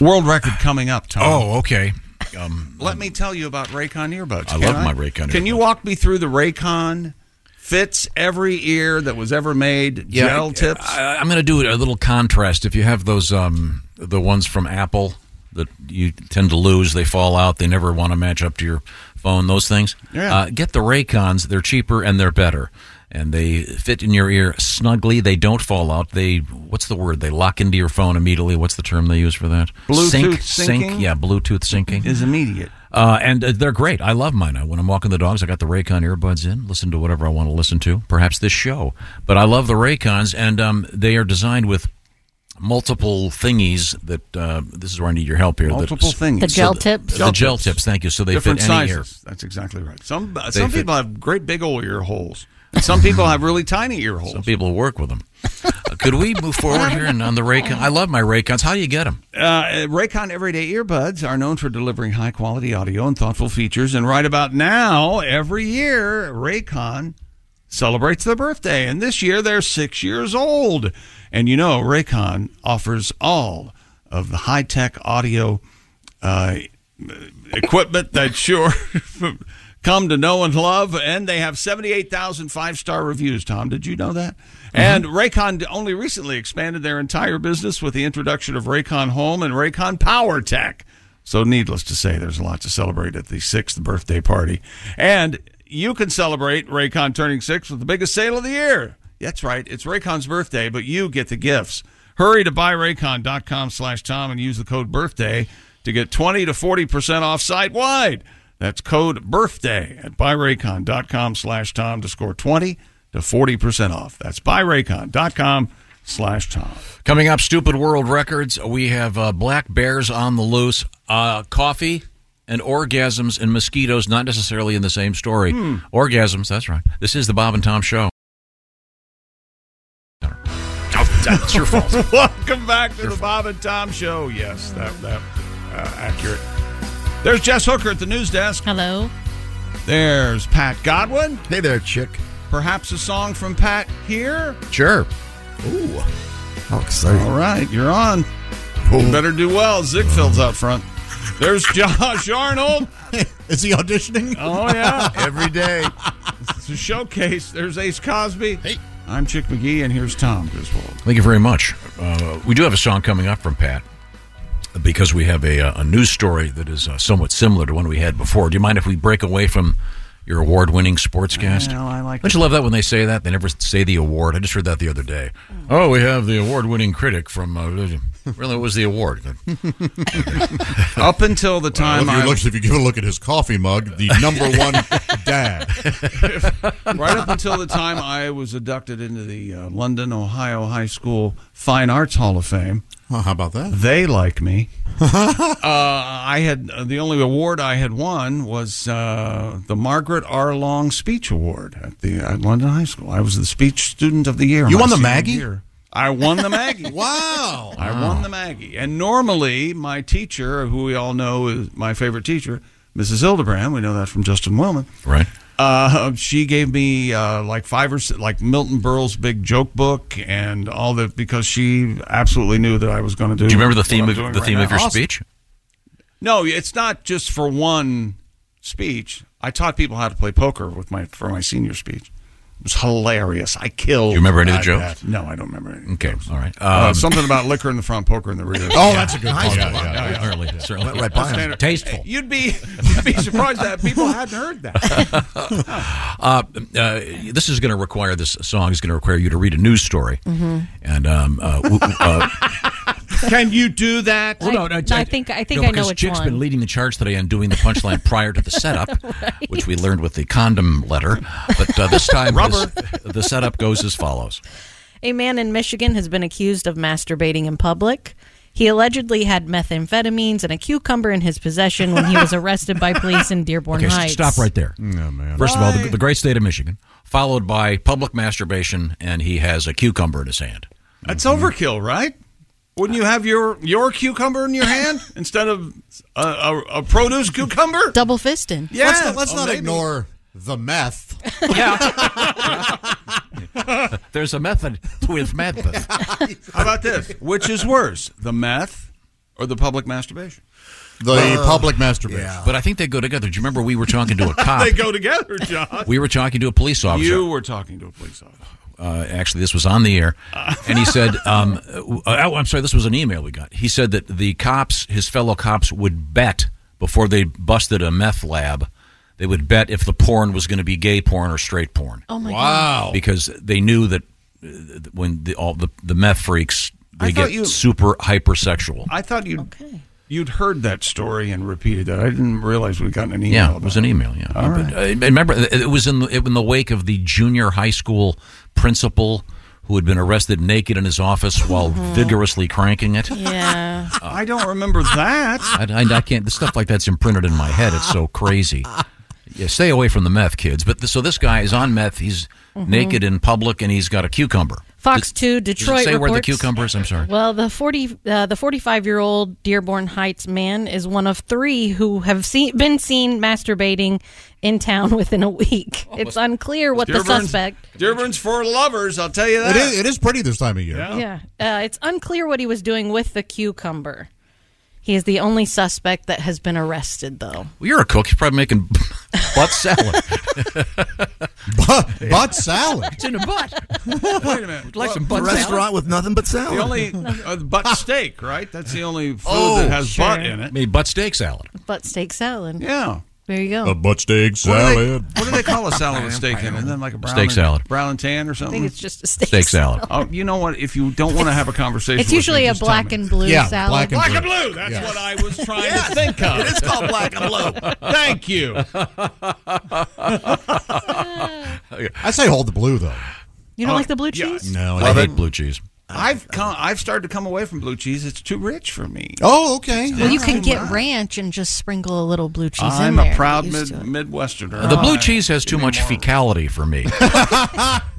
Speaker 10: World record coming up, Tom.
Speaker 11: Oh, okay. Um,
Speaker 10: Let me tell you about Raycon earbuds.
Speaker 11: I
Speaker 10: Can
Speaker 11: love my Raycon
Speaker 10: Can you walk me through the Raycon fits every ear that was ever made? Gel tips.
Speaker 11: uh, I, I'm going to do a little contrast. If you have those, um, the ones from Apple that you tend to lose, they fall out, they never want to match up to your phone. Those things.
Speaker 4: Yeah.
Speaker 11: Uh, get the Raycons. They're cheaper and they're better, and they fit in your ear snugly. They don't fall out. They what's the word? They lock into your phone immediately. What's the term they use for that?
Speaker 10: Bluetooth
Speaker 11: sync,
Speaker 10: syncing?
Speaker 11: sync. Yeah, Bluetooth syncing
Speaker 10: is immediate.
Speaker 11: Uh, and uh, they're great. I love mine. I, when I'm walking the dogs, I got the Raycon earbuds in, listen to whatever I want to listen to, perhaps this show. But I love the Raycons, and um, they are designed with multiple thingies that uh, this is where I need your help here. that-
Speaker 10: Multiple thingies. The gel tips?
Speaker 11: The gel tips, thank you. So they
Speaker 10: Different
Speaker 11: fit any
Speaker 10: sizes.
Speaker 11: ear.
Speaker 10: That's exactly right. Some
Speaker 11: They
Speaker 10: some
Speaker 11: fit-
Speaker 10: people have great big old ear holes. And some people have really tiny ear holes. Some
Speaker 11: people work with them. Uh, could we move forward here and on the Raycon? I love my Raycons. How do you get them?
Speaker 10: Uh, Raycon Everyday Earbuds are known for delivering high quality audio and thoughtful features. And right about now, every year, Raycon celebrates their birthday. And this year, they're six years old. And you know, Raycon offers all of the high tech audio uh, equipment that sure come to know and love. And they have 78,000 five star reviews, Tom. Did you know that? And Raycon only recently expanded their entire business with the introduction of Raycon Home and Raycon Power Tech. So, needless to say, there's a lot to celebrate at the sixth birthday party. And you can celebrate Raycon turning six with the biggest sale of the year. That's right. It's Raycon's birthday, but you get the gifts. Hurry to buyraycon.com slash Tom and use the code birthday to get 20 to 40% off site wide. That's code birthday at buyraycon.com slash Tom to score 20 to 40% off. That's buyraycon.com slash Tom.
Speaker 11: Coming up, Stupid World Records. We have uh, black bears on the loose, uh, coffee, and orgasms and mosquitoes, not necessarily in the same story.
Speaker 4: Hmm.
Speaker 11: Orgasms, that's right. This is the Bob and Tom Show. That's your fault.
Speaker 10: Welcome back to the Bob and Tom Show. Yes, that that uh, accurate. There's Jess Hooker at the news desk.
Speaker 13: Hello.
Speaker 10: There's Pat Godwin.
Speaker 7: Hey there, chick.
Speaker 10: Perhaps a song from Pat here.
Speaker 11: Sure.
Speaker 7: Ooh. How exciting.
Speaker 10: All right, you're on. Better do well. Ziegfeld's out front. There's Josh Arnold.
Speaker 6: Is he auditioning?
Speaker 10: Oh yeah,
Speaker 6: every day.
Speaker 10: It's a showcase. There's Ace Cosby. Hey, I'm Chick McGee, and here's Tom Griswold.
Speaker 11: Thank you very much. Uh, we do have a song coming up from Pat because we have a, uh, a news story that is uh, somewhat similar to one we had before. Do you mind if we break away from your award winning sportscast?
Speaker 10: Well, I like
Speaker 11: Don't you love that when they say that? They never say the award. I just heard that the other day. Oh, we have the award winning critic from. Uh, really, it was the award.
Speaker 10: Up until the time
Speaker 6: if you,
Speaker 10: I-
Speaker 6: look, if you give a look at his coffee mug, the number one dad.
Speaker 10: right up until the time I was inducted into the uh, London, Ohio High School Fine Arts Hall of Fame.
Speaker 6: Well, how about that?
Speaker 10: They like me. uh, I had uh, the only award I had won was uh, the Margaret R. Long Speech Award at the at London High School. I was the speech student of the year.
Speaker 6: You
Speaker 10: my
Speaker 6: won the
Speaker 10: senior
Speaker 6: Maggie?
Speaker 10: year. I won the Maggie.
Speaker 6: wow!
Speaker 10: I won the Maggie. And normally, my teacher, who we all know is my favorite teacher, Mrs. Hildebrand, we know that from Justin Willman.
Speaker 11: Right.
Speaker 10: Uh, she gave me uh, like five or six, like Milton Berle's big joke book and all that because she absolutely knew that I was going to do.
Speaker 11: Do you remember the
Speaker 10: what
Speaker 11: theme
Speaker 10: I'm
Speaker 11: of
Speaker 10: doing
Speaker 11: the
Speaker 10: right
Speaker 11: theme of
Speaker 10: now.
Speaker 11: your
Speaker 10: Awesome.
Speaker 11: speech?
Speaker 10: No, it's not just for one speech. I taught people how to play poker with my for my senior speech. It was hilarious. I killed.
Speaker 11: Do you remember any of the
Speaker 10: that.
Speaker 11: jokes?
Speaker 10: No, I don't remember any.
Speaker 11: Okay, all right.
Speaker 10: Uh,
Speaker 11: Um,
Speaker 10: something about liquor in the front, poker in the rear.
Speaker 11: Oh, that's a good one. Yeah, yeah, yeah. Certainly, certainly. Right by him.
Speaker 10: Standard-
Speaker 11: Tasteful.
Speaker 10: You'd be, you'd be surprised that people hadn't heard that.
Speaker 11: uh, uh, this is going to require this song is going to require you to read a news story,
Speaker 13: Mhm.
Speaker 11: and um, uh, w- w- uh,
Speaker 10: Can you do that?
Speaker 11: Well, no, no,
Speaker 13: I, I think I think
Speaker 11: no,
Speaker 13: I know
Speaker 11: because
Speaker 13: which
Speaker 11: Chick's
Speaker 13: one.
Speaker 11: been leading the charge today on doing the punchline prior to the setup, which we learned with the condom letter. But uh, this time,
Speaker 13: Rubber.
Speaker 11: this- the setup goes as follows.
Speaker 13: A man in Michigan has been accused of masturbating in public. He allegedly had methamphetamines and a cucumber in his possession when he was arrested by police in Dearborn
Speaker 11: Okay, s-
Speaker 13: Heights.
Speaker 11: stop
Speaker 6: Oh,
Speaker 11: right there. First of all, the, the great state of Michigan, followed by public masturbation, and he has a cucumber in his hand.
Speaker 10: That's overkill, right? Wouldn't you have your your cucumber in your hand instead of a, a, a produce cucumber?
Speaker 13: Double fisting.
Speaker 10: Yeah,
Speaker 6: Let's not, let's
Speaker 10: oh,
Speaker 6: not
Speaker 10: maybe.
Speaker 6: ignore the meth.
Speaker 11: There's a method with method.
Speaker 10: How about this? Which is worse, the meth or the public masturbation? Uh,
Speaker 6: The public masturbation.
Speaker 11: But I think they go together. Do you remember we were talking to a cop?
Speaker 10: They go together, John.
Speaker 11: we were talking to a police officer.
Speaker 10: You were talking to a police officer.
Speaker 11: uh, actually this was on the air and he said um, uh, oh, i'm sorry this was an email we got he said that the cops his fellow cops would bet before they busted a meth lab they would bet if the porn was going to be gay porn or straight porn
Speaker 13: Oh my
Speaker 8: Wow.
Speaker 11: because they knew that uh, when the, all the, the meth freaks
Speaker 10: I
Speaker 11: they
Speaker 10: thought
Speaker 11: get
Speaker 10: you-
Speaker 11: super hypersexual
Speaker 10: I thought you'd you'd heard that story and repeated that. I didn't realize we'd gotten an email.
Speaker 11: yeah,
Speaker 10: about
Speaker 11: it was an email. Yeah,
Speaker 10: All
Speaker 11: But,
Speaker 10: right.
Speaker 11: uh, and remember, it it was in the, it, in the wake of the junior high school principal who had been arrested naked in his office while vigorously cranking it.
Speaker 13: Mm-hmm. Yeah.
Speaker 10: I don't remember that.
Speaker 11: I, I, I can't. The stuff like that's imprinted in my head. It's so crazy. Yeah, stay away from the meth, kids. But th so this guy is on meth. He's
Speaker 13: Mhm.
Speaker 11: naked in public, and he's got a cucumber.
Speaker 13: Fox Two
Speaker 11: Does it
Speaker 13: Detroit
Speaker 11: say where the
Speaker 13: reports-
Speaker 11: cucumber is? I'm sorry.
Speaker 13: Well, the forty uh, the forty five year old Dearborn Heights man is one of three who have seen been seen masturbating in town within a week.
Speaker 6: Oh,
Speaker 13: it's unclear what the
Speaker 10: Dearborn's-
Speaker 13: suspect.
Speaker 10: Dearborn's for lovers, I'll tell you that.
Speaker 6: It is, it is pretty this time of year.
Speaker 13: Yeah, uh, it's unclear what he was doing with the cucumber. He is the only suspect that has been arrested, though.
Speaker 11: Well, you're a cook. You're probably making butt salad.
Speaker 6: butt, butt salad.
Speaker 11: It's in a butt.
Speaker 10: Wait a minute.
Speaker 11: Like some
Speaker 10: Well,
Speaker 11: butt salad?
Speaker 7: Restaurant with nothing but salad.
Speaker 10: The only uh, butt steak, right? That's the only food
Speaker 13: Oh,
Speaker 10: that has
Speaker 13: sure.
Speaker 10: butt in it.
Speaker 11: Made butt steak salad.
Speaker 13: Butt steak salad.
Speaker 10: Yeah.
Speaker 13: There you go.
Speaker 6: A butt steak
Speaker 10: What do, they,
Speaker 6: salad.
Speaker 10: what do they call a salad with steak in it? Isn't that like a brown
Speaker 11: Steak
Speaker 10: and-
Speaker 11: salad.
Speaker 10: brown and tan or something?
Speaker 13: it's just a steak
Speaker 11: Steak salad. salad.
Speaker 10: Oh, you know what? If you don't want to have a conversation,
Speaker 13: It's usually a black and blue
Speaker 10: Yeah,
Speaker 13: salad.
Speaker 10: black and Black blue. and
Speaker 8: blue,
Speaker 10: That's
Speaker 8: Yeah.
Speaker 10: what I was trying to think of.
Speaker 8: It is called black and blue.
Speaker 10: Thank you.
Speaker 6: I say hold the blue though. Uh,
Speaker 13: You don't like
Speaker 10: Oh,
Speaker 13: the blue cheese?
Speaker 6: No,
Speaker 11: I hate blue cheese.
Speaker 10: I've come, I've started to come away from blue cheese. It's too rich for me.
Speaker 6: Oh, okay.
Speaker 13: Well, you can
Speaker 10: Too
Speaker 13: get
Speaker 10: much.
Speaker 13: ranch and just sprinkle a little blue cheese in
Speaker 10: I'm
Speaker 13: there.
Speaker 10: a proud
Speaker 13: Get used
Speaker 10: mid,
Speaker 13: to it.
Speaker 10: Midwesterner.
Speaker 11: the blue
Speaker 10: I-
Speaker 11: cheese has too much fecality for me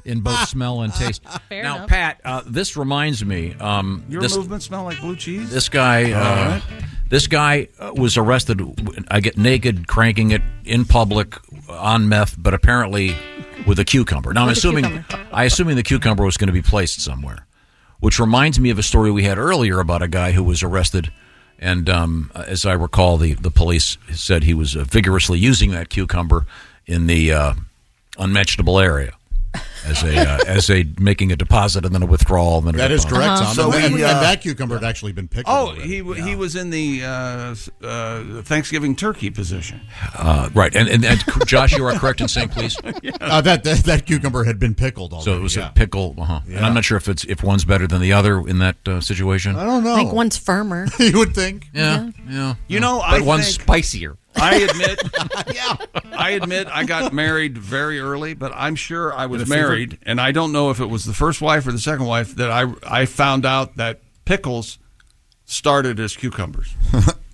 Speaker 11: in both smell and taste.
Speaker 10: Fair
Speaker 11: now,
Speaker 10: enough.
Speaker 11: Pat, uh, this reminds me. Um,
Speaker 10: Your
Speaker 11: this,
Speaker 10: movement smell like blue cheese.
Speaker 11: This guy,
Speaker 10: All
Speaker 11: uh,
Speaker 10: right.
Speaker 11: this guy uh, was arrested. I get naked, cranking it in public on meth, but apparently with a cucumber. Now I'm
Speaker 8: With a
Speaker 11: assuming,
Speaker 8: cucumber.
Speaker 11: I assuming the cucumber was going to be placed somewhere. which reminds me of a story we had earlier about a guy who was arrested. And um, as I recall, the, the police said he was uh, vigorously using that cucumber in the uh, unmatchable area as a uh, as a making a deposit and then a withdrawal. And then a
Speaker 6: That is
Speaker 11: deposit.
Speaker 8: Uh-huh.
Speaker 6: correct, Tom.
Speaker 11: So
Speaker 6: and,
Speaker 11: we,
Speaker 6: and-
Speaker 11: uh,
Speaker 6: and that cucumber had actually been picked.
Speaker 10: Oh, he w- he was in the uh, s- uh, Thanksgiving turkey position.
Speaker 11: uh, right, and, and and Josh, you are correct in saying please.
Speaker 6: Uh, that, that that cucumber had been pickled already.
Speaker 11: So it was
Speaker 6: yeah.
Speaker 11: a pickle, uh-huh. and
Speaker 6: Yeah.
Speaker 11: I'm not sure if it's if one's better than the other in that uh, situation.
Speaker 6: I don't know.
Speaker 13: I think one's firmer.
Speaker 6: you would think.
Speaker 11: Yeah, yeah.
Speaker 10: You know,
Speaker 11: but
Speaker 10: I
Speaker 11: one's
Speaker 10: think-
Speaker 11: spicier.
Speaker 10: I admit, I admit, I got married very early, but I'm sure I was
Speaker 11: With a fever?
Speaker 10: married, and I don't know if it was the first wife or the second wife that I I found out that pickles started as cucumbers.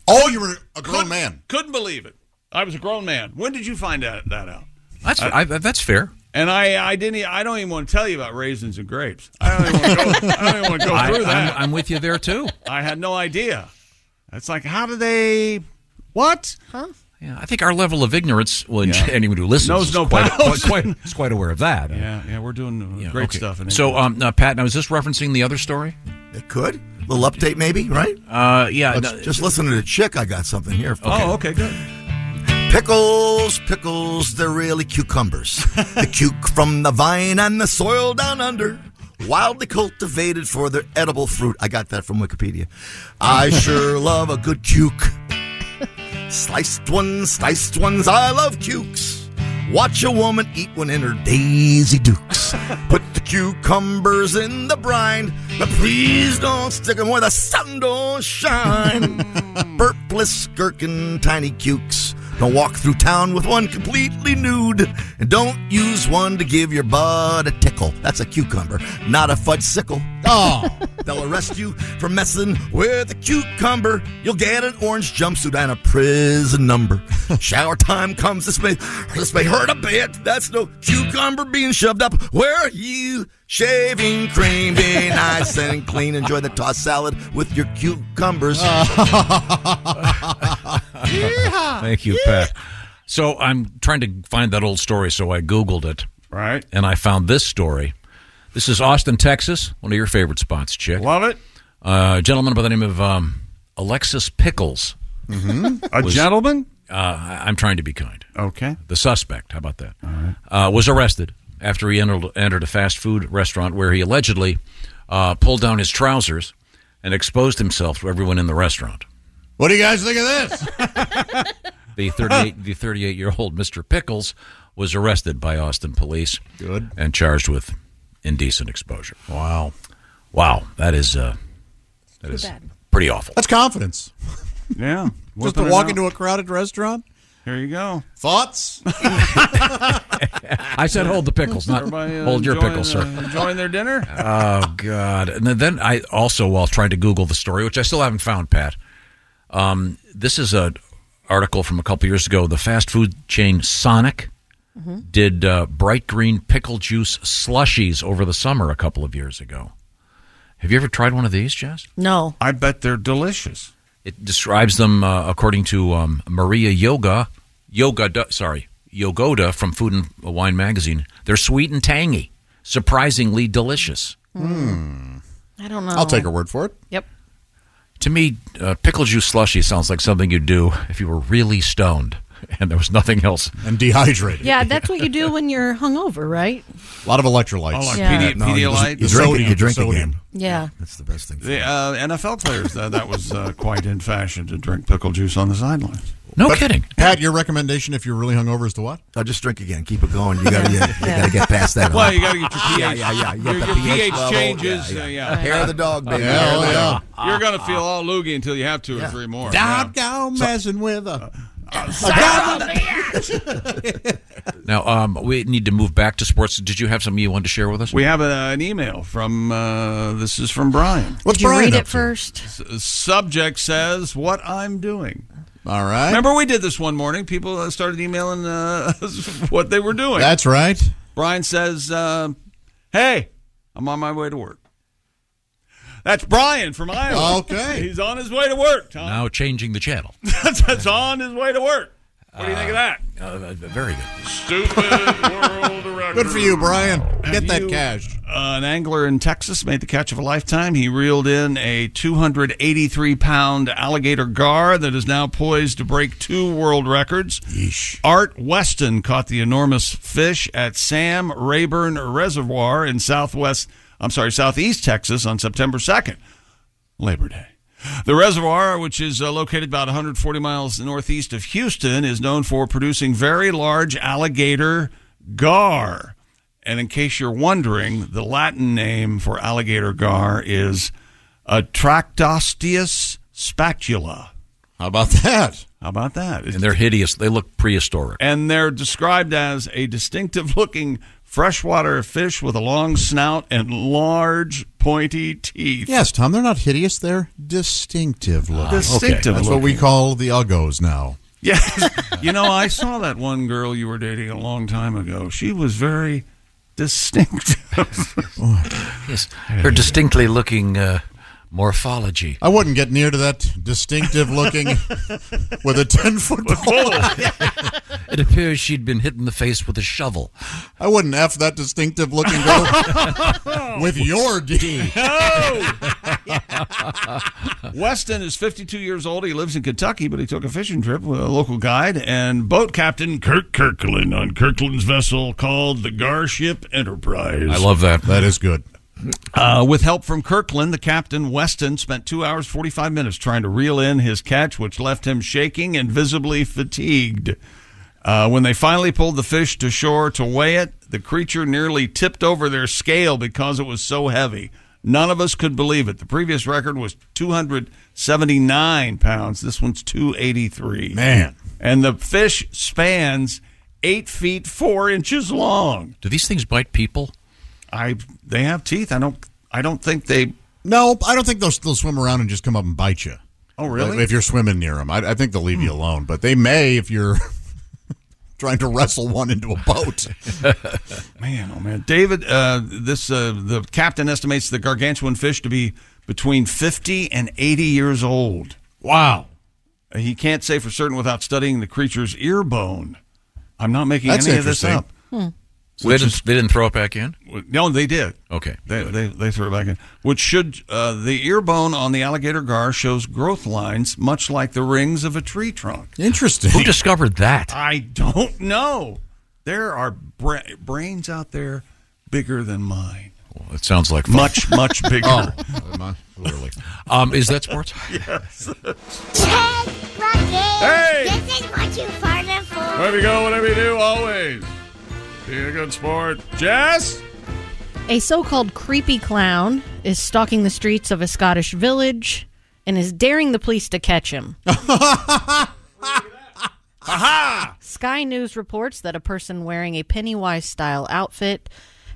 Speaker 6: oh, you were a grown man.
Speaker 10: Couldn't believe it. I was a grown man. When did you find that, that out?
Speaker 11: That's I, that's fair.
Speaker 10: And I, I didn't. e- I don't even want to tell you about raisins and grapes. I don't even want to go, I don't even want to go
Speaker 11: I-
Speaker 10: through that.
Speaker 11: I'm, I'm with you there too.
Speaker 10: I had no idea. It's like, how do they? What?
Speaker 13: Huh?
Speaker 11: Yeah, I think our level of ignorance, well, anyone who listens
Speaker 10: Knows
Speaker 11: is
Speaker 10: no
Speaker 11: quite,
Speaker 10: bounds.
Speaker 11: quite, quite, is quite aware of that.
Speaker 10: Yeah, yeah, we're doing uh, great
Speaker 11: Okay.
Speaker 10: stuff. In
Speaker 11: so, um, now, Pat, now is this referencing the other story? It could.
Speaker 7: Little update, maybe, right?
Speaker 11: Uh, yeah.
Speaker 7: Let's just listen to the chick. I got something here. For
Speaker 10: Oh, okay, good.
Speaker 7: Pickles, pickles, they're really cucumbers. the cuke from the vine and the soil down under. Wildly cultivated for their edible fruit. I got that from Wikipedia. I sure love a good cuke. Sliced ones, sliced ones, I love cukes. Watch a woman eat one in her Daisy Dukes. Put the cucumbers in the brine, but please don't stick 'em where the sun don't shine. Burpless gherkin, tiny cukes. Don't walk through town with one completely nude. And don't use one to give your bud a tickle. That's a cucumber, not a fudge sickle. Oh, they'll arrest you for messing with a cucumber. You'll get an orange jumpsuit and a prison number. Shower time comes. This may this may hurt a bit. That's no cucumber being shoved up. Where are you? Shaving cream, be nice and clean. Enjoy the tossed salad with your cucumbers.
Speaker 11: Thank you, Pat. So I'm trying to find that old story, so I Googled it.
Speaker 10: Right.
Speaker 11: And I found this story. This is Austin, Texas, one of your favorite spots, Chick.
Speaker 10: Love it.
Speaker 11: Uh, a gentleman by the name of um, Alexis Pickles.
Speaker 10: Mm-hmm. A gentleman?
Speaker 11: Uh, I- I'm trying to be kind.
Speaker 10: Okay.
Speaker 11: The suspect, how about that? uh, was arrested after he entered, entered a fast food restaurant where he allegedly uh, pulled down his trousers and exposed himself to everyone in the restaurant.
Speaker 6: What do you guys think of this?
Speaker 11: The 38 the 38 year old Mr. Pickles was arrested by Austin police. Good. And charged with indecent exposure. Wow. Wow, that is uh, that is pretty awful.
Speaker 6: That's confidence.
Speaker 10: Yeah.
Speaker 6: Just to
Speaker 11: Whipping it
Speaker 6: walk
Speaker 11: out.
Speaker 6: into a crowded restaurant.
Speaker 10: Here you
Speaker 7: Oh.
Speaker 10: go.
Speaker 6: Thoughts?
Speaker 11: I said hold the pickles, not
Speaker 10: Everybody, uh,
Speaker 11: hold your
Speaker 10: enjoying,
Speaker 11: pickles,
Speaker 10: uh,
Speaker 11: sir.
Speaker 10: enjoying their dinner?
Speaker 11: oh God! And then, then I also, while trying to Google the story, which I still haven't found, Pat. Um, this is a article from a couple years ago. The fast food chain Sonic
Speaker 4: Mm-hmm.
Speaker 11: did uh, bright green pickle juice slushies over the summer a couple of years ago. Have you ever tried one of these, Jess?
Speaker 13: No.
Speaker 10: I bet they're delicious.
Speaker 11: It describes them uh, according to um, Maria Yoga, Yoga, uh, sorry, Yogoda from Food and Wine magazine. They're sweet and tangy, surprisingly delicious.
Speaker 13: I don't know.
Speaker 11: I'll take her word for it.
Speaker 13: Hmm. Yep.
Speaker 11: To me, uh, pickle juice slushy sounds like something you'd do if you were really stoned and there was nothing else.
Speaker 6: And dehydrated.
Speaker 13: Yeah, that's what you do when you're hungover, right?
Speaker 6: A lot of electrolytes.
Speaker 10: Oh, like
Speaker 13: Yeah.
Speaker 10: PD
Speaker 6: No, you just-
Speaker 10: Pedialyte.
Speaker 6: you drink it, you drink
Speaker 10: Sodium.
Speaker 6: again.
Speaker 13: Yeah.
Speaker 7: That's the best thing.
Speaker 10: The uh, NFL players, uh, that was uh, quite in fashion to drink pickle juice on the sidelines.
Speaker 11: No kidding.
Speaker 6: Pat, your recommendation if you're really hungover is to what?
Speaker 7: I'll just drink again. Keep it going. You got to you got to get past that.
Speaker 6: Well,
Speaker 7: hump.
Speaker 6: you gotta get your pH
Speaker 7: Yeah, yeah, yeah. You
Speaker 10: Your,
Speaker 7: got
Speaker 10: your
Speaker 7: the
Speaker 10: pH,
Speaker 7: level.
Speaker 10: changes.
Speaker 7: Yeah,
Speaker 10: uh,
Speaker 7: yeah.
Speaker 10: yeah.
Speaker 7: Hair of the dog, baby.
Speaker 10: Yeah,
Speaker 7: Hair of the
Speaker 10: oh,
Speaker 7: dog.
Speaker 10: yeah. You're going to feel all loogie until you have two or three more.
Speaker 6: Stop down messing with a. a goblin-
Speaker 11: Now, um, we need to move back to sports. Did you have something you wanted to share with us?
Speaker 10: We have a, an email from uh, this is from Brian.
Speaker 11: What's Did you Brian read up it to?
Speaker 13: first?
Speaker 10: subject says what I'm doing.
Speaker 6: All right.
Speaker 10: Remember we did this one morning. People uh, started emailing uh, what they were doing.
Speaker 6: That's right.
Speaker 10: Brian says, uh, "Hey, I'm on my way to work." That's Brian from Iowa.
Speaker 6: Okay.
Speaker 10: he's on his way to work. Tom.
Speaker 11: Now changing the channel.
Speaker 10: that's, that's on his way to work. What do you think of that?
Speaker 6: Ah,
Speaker 11: Uh, very good.
Speaker 10: Stupid world
Speaker 6: Good for you, Brian. Get that cash.
Speaker 10: an angler in Texas made the catch of a lifetime. He reeled in a 283 pound alligator gar that is now poised to break two world records. Art Weston caught the enormous fish at Sam Rayburn Reservoir in southwest, I'm sorry, southeast Texas on September 2nd. Labor Day. The reservoir, which is uh, located about 140 miles northeast of Houston, is known for producing very large alligator gar. And in case you're wondering, the Latin name for alligator gar is Atractosteus spatula.
Speaker 6: How about that?
Speaker 10: How about that?
Speaker 11: And they're hideous. They look prehistoric.
Speaker 10: and they're described as a distinctive looking freshwater fish with a long snout and large pointy teeth.
Speaker 6: Yes, Tom, they're not hideous. They're distinctive looking.
Speaker 10: Distinctive
Speaker 6: That's what we
Speaker 10: looking.
Speaker 6: call the uggos now.
Speaker 10: Yes. you know, I saw that one girl you were dating a long time ago. She was very distinctive.
Speaker 11: yes. Her distinctly looking uh, morphology.
Speaker 6: I wouldn't get near to that distinctive looking with a 10 foot pole.
Speaker 11: it appears she'd been hit in the face with a shovel.
Speaker 6: I wouldn't F that distinctive looking girl with your D.
Speaker 10: Oh! Weston is 52 years old. He lives in Kentucky, but he took a fishing trip with a local guide and boat captain Kirk Kirkland on Kirkland's vessel called the Garship Enterprise.
Speaker 11: I love that.
Speaker 6: That is good.
Speaker 10: Uh, with help from Kirkland, the captain Weston spent two hours, 45 minutes trying to reel in his catch, which left him shaking and visibly fatigued. Uh, when they finally pulled the fish to shore to weigh it, the creature nearly tipped over their scale because it was so heavy. None of us could believe it. The previous record was 279 pounds. This one's 283.
Speaker 6: Man.
Speaker 10: And the fish spans eight feet four inches long.
Speaker 11: Do these things bite people?
Speaker 10: I they have teeth. I don't I don't think they.
Speaker 6: No, I don't think they'll, they'll swim around and just come up and bite you.
Speaker 10: Oh, really? Hmm.
Speaker 6: If you're swimming near them, I, I think they'll leave you alone. But they may if you're trying to wrestle one into a boat.
Speaker 10: man, oh man, David. Uh, this uh, the captain estimates the gargantuan fish to be between fifty and eighty years old. Wow. He can't say for certain without studying the creature's ear bone. I'm not making
Speaker 11: That's
Speaker 10: any of this
Speaker 11: interesting.
Speaker 10: up.
Speaker 11: Hmm. So they, didn't, they didn't throw it back in?
Speaker 10: No, they did.
Speaker 11: Okay.
Speaker 10: They, they, they threw it back in. Which should, uh, the ear bone on the alligator gar shows growth lines much like the rings of a tree trunk.
Speaker 6: Interesting.
Speaker 11: Who discovered that?
Speaker 10: I don't know. There are bra- brains out there bigger than mine.
Speaker 11: It sounds like fun.
Speaker 10: Much, much bigger.
Speaker 11: Oh, um, is that sports?
Speaker 10: Yes.
Speaker 8: Hey!
Speaker 17: This is what you farted for.
Speaker 15: Wherever you go, whatever you do, always be a good sport. Jess?
Speaker 13: A so called creepy clown is stalking the streets of a Scottish village and is daring the police to catch him. Sky News reports that a person wearing a Pennywise style outfit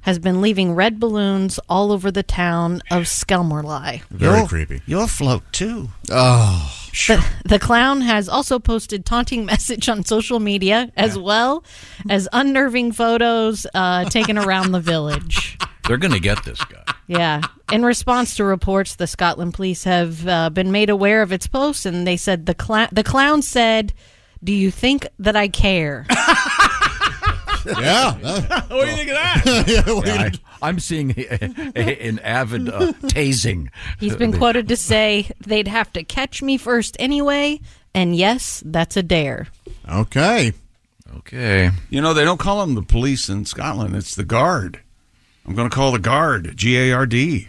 Speaker 13: has been leaving red balloons all over the town of Skelmorlie.
Speaker 6: Very creepy.
Speaker 10: You'll float too.
Speaker 6: Oh.
Speaker 13: The, the clown has also posted taunting message on social media as well as unnerving photos uh, taken around the village.
Speaker 11: They're going to get this guy.
Speaker 13: Yeah. In response to reports, the Scotland police have uh, been made aware of its post, and they said the clown. The clown said, "Do you think that I care?"
Speaker 6: yeah.
Speaker 10: what do you think of that?
Speaker 11: Yeah, I, am seeing a, a- an avid uh, tasing.
Speaker 13: He's been
Speaker 11: They-
Speaker 13: quoted to say, "They'd have to catch me first anyway." And yes, that's a dare.
Speaker 6: Okay.
Speaker 11: Okay.
Speaker 10: You know, they don't call them the police in Scotland, it's the guard. I'm going to call the guard, G A R D.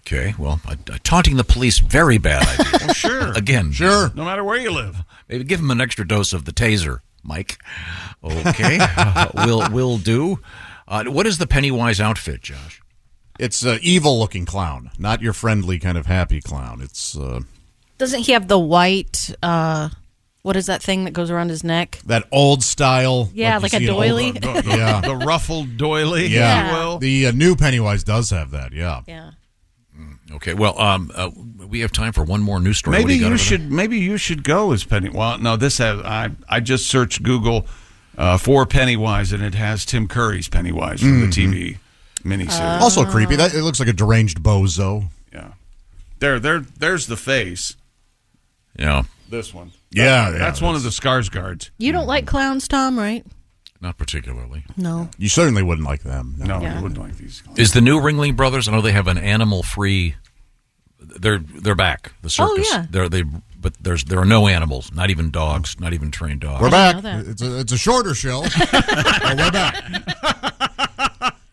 Speaker 11: Okay, well, uh, taunting the police, very bad idea.
Speaker 10: Well, Oh, sure.
Speaker 11: Again. Sure.
Speaker 10: No matter where you live.
Speaker 11: Maybe give him an extra dose of the taser, Mike. Okay, uh, will will do. Uh, what is the Pennywise outfit, Josh?
Speaker 6: It's an evil looking clown, not your friendly kind of happy clown. It's uh,
Speaker 13: Doesn't he have the white? Uh, what is that thing that goes around his neck?
Speaker 6: that old style.
Speaker 13: Yeah,
Speaker 6: you
Speaker 13: like a
Speaker 6: see in old-
Speaker 13: doily.
Speaker 6: the- the- yeah.
Speaker 10: The ruffled doily,
Speaker 6: yeah.
Speaker 10: if you will.
Speaker 6: The uh, new Pennywise does have that, yeah.
Speaker 13: Yeah.
Speaker 11: Okay, well, um, uh, we have time for one more news story. What
Speaker 10: Maybe
Speaker 11: do got
Speaker 10: you,
Speaker 11: over there?
Speaker 10: should. Maybe you should go as Penny. Well, no, this has. I I just searched Google uh, for Pennywise, and it has Tim Curry's Pennywise from
Speaker 6: Mhm.
Speaker 10: the TV
Speaker 13: Oh.
Speaker 10: miniseries.
Speaker 6: also creepy. That it looks like a deranged bozo.
Speaker 10: Yeah. There, there, there's the face.
Speaker 11: Yeah.
Speaker 10: This one.
Speaker 6: Yeah,
Speaker 10: That-
Speaker 6: yeah,
Speaker 10: that's one of the scars guards.
Speaker 13: You don't like clowns, Tom, right?
Speaker 11: Not particularly.
Speaker 13: No.
Speaker 6: You certainly wouldn't like them.
Speaker 11: No,
Speaker 10: you Yeah. wouldn't like these.
Speaker 11: Is the new Ringling Brothers? I know they have an animal-free. They're they're back. The
Speaker 13: Oh,
Speaker 11: circus.
Speaker 13: yeah.
Speaker 11: They're they. But there's there are no animals, not even dogs, not even trained dogs.
Speaker 6: We're back. It's a, it's a shorter show. but Oh, we're back.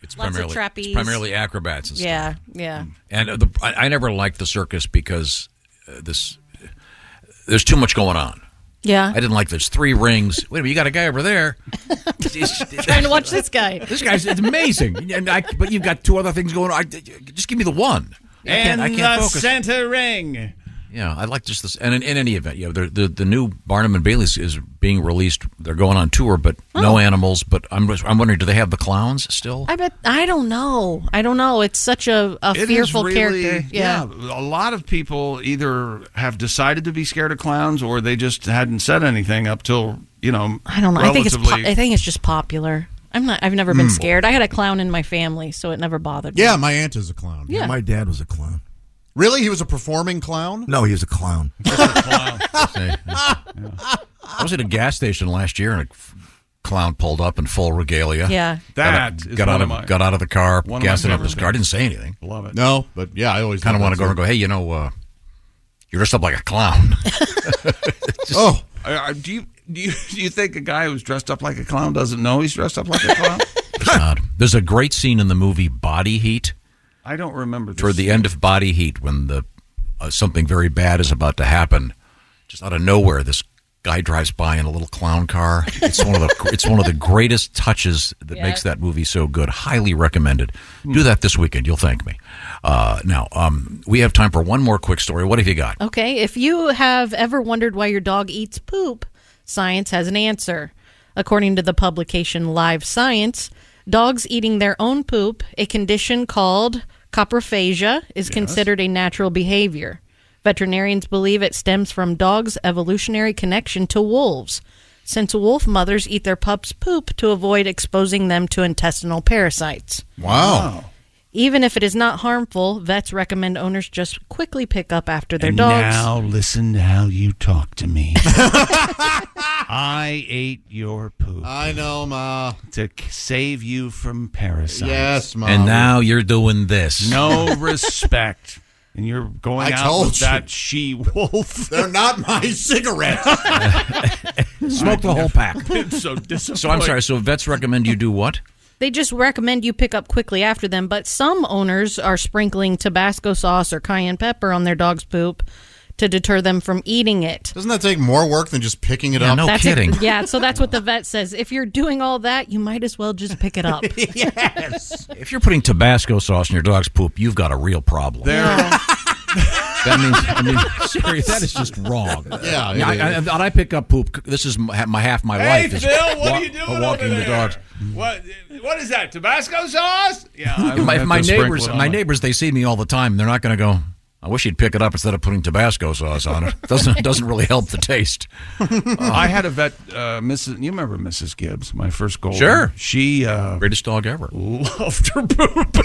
Speaker 11: It's
Speaker 13: Lots of
Speaker 11: primarily
Speaker 13: trapeze.
Speaker 11: it's primarily acrobats and stuff.
Speaker 13: Yeah, yeah.
Speaker 11: And uh, the, I, I never liked the circus because uh, this there's too much going on.
Speaker 13: Yeah.
Speaker 11: I didn't like there's three rings. Wait a minute, you got a guy over there.
Speaker 13: Trying to watch this guy.
Speaker 11: This guy's it's amazing, and I, but you've got two other things going on. I, just give me the one. I can't-
Speaker 18: And
Speaker 11: I can't
Speaker 18: the
Speaker 11: focus.
Speaker 18: center ring.
Speaker 11: Yeah, I like just this. And in, in any event, you know, the, the the new Barnum and Bailey's is being released. They're going on tour, but no animals. But I'm just- I'm wondering, do they have the clowns still?
Speaker 13: I bet I don't know. I don't know. It's such a, a
Speaker 10: It is
Speaker 13: fearful
Speaker 10: really-
Speaker 13: character.
Speaker 10: Yeah. a lot of people either have decided to be scared of clowns, or they just hadn't said anything up till you know.
Speaker 13: I don't know. I think it's po-
Speaker 10: relatively-
Speaker 13: I think it's just popular. I'm not. I've never been
Speaker 10: Mm.
Speaker 13: scared. I had a clown in my family, so it never bothered me.
Speaker 6: Hmm. Yeah, my aunt is a clown.
Speaker 13: Yeah.
Speaker 6: My dad was a clown. Really? He was a performing clown?
Speaker 7: No, he was a clown.
Speaker 11: I was at a gas station last year, and a clown pulled up in full regalia.
Speaker 13: Yeah.
Speaker 11: got,
Speaker 6: That
Speaker 11: out,
Speaker 6: is
Speaker 11: got
Speaker 6: one of
Speaker 11: out of
Speaker 6: my-
Speaker 11: got out of the car,
Speaker 6: one of my
Speaker 11: gassing up
Speaker 6: favorite
Speaker 11: his car. I didn't
Speaker 6: things.
Speaker 11: say anything.
Speaker 10: Love it.
Speaker 6: No, but yeah, I always
Speaker 11: kind of
Speaker 6: love
Speaker 11: want to
Speaker 6: that
Speaker 11: go over and
Speaker 6: too.
Speaker 11: go. Hey, you know, uh, you dressed up like a clown.
Speaker 6: oh,
Speaker 10: do you do you do you think a guy who's dressed up like a clown doesn't know he's dressed up like a clown?
Speaker 11: God. There's a great scene in the movie Body Heat.
Speaker 10: I don't remember. This.
Speaker 11: toward the end of Body Heat when the uh, something very bad is about to happen. Just out of nowhere, this guy drives by in a little clown car. It's one of the it's one of the greatest touches that makes that movie so good. Highly recommended. Do that this weekend. You'll thank me. Uh, now um, we have time for one more quick story. What have you got?
Speaker 13: Okay, if you have ever wondered why your dog eats poop, science has an answer. According to the publication Live Science, dogs eating their own poop, a condition called coprophagia, is
Speaker 19: Yes.
Speaker 13: considered a natural behavior. Veterinarians believe it stems from dogs' evolutionary connection to wolves, since wolf mothers eat their pups' poop to avoid exposing them to intestinal parasites.
Speaker 6: Wow.
Speaker 13: Even if it is not harmful, vets recommend owners just quickly pick up after their
Speaker 10: and
Speaker 13: dogs.
Speaker 10: Now listen to how you talk to me. I ate your poop.
Speaker 6: I know, Ma.
Speaker 10: To k- save you from parasites.
Speaker 6: Yes, Ma.
Speaker 11: And now you're doing this.
Speaker 10: No respect. And you're going
Speaker 6: I
Speaker 10: out
Speaker 6: told
Speaker 10: with
Speaker 6: you.
Speaker 10: that she wolf.
Speaker 6: They're not my cigarettes.
Speaker 11: Smoke the whole pack.
Speaker 10: Been so
Speaker 11: So I'm
Speaker 10: disappointed.
Speaker 11: sorry. So vets recommend you do what?
Speaker 13: They just recommend you pick up quickly after them, but some owners are sprinkling Tabasco sauce or cayenne pepper on their dog's poop to deter them from eating it.
Speaker 6: Doesn't that take more work than just picking it up?
Speaker 13: That's it. yeah, so that's what the vet says. If you're doing all that, you might as well just pick it up. yes.
Speaker 11: If you're putting Tabasco sauce in your dog's poop, you've got a real problem. That means, I mean, serious. That is just wrong.
Speaker 6: Yeah, it
Speaker 11: I, I,
Speaker 6: is.
Speaker 11: and I pick up poop. This is my, my half my life. is wa- walking the dogs.
Speaker 18: What what is that? Tabasco sauce? Yeah.
Speaker 10: I would
Speaker 11: my
Speaker 10: have
Speaker 11: my
Speaker 10: to sprinkle
Speaker 11: neighbors,
Speaker 10: it
Speaker 11: my
Speaker 10: on my-
Speaker 11: neighbors, they see me all the time. They're not going to go. I wish he'd pick it up instead of putting Tabasco sauce on it. Doesn't doesn't really help the taste.
Speaker 10: I had a vet, uh, Mrs. You remember Mrs. Gibbs, my first goal.
Speaker 11: Sure.
Speaker 10: she uh,
Speaker 11: greatest dog ever.
Speaker 10: Loved her poop,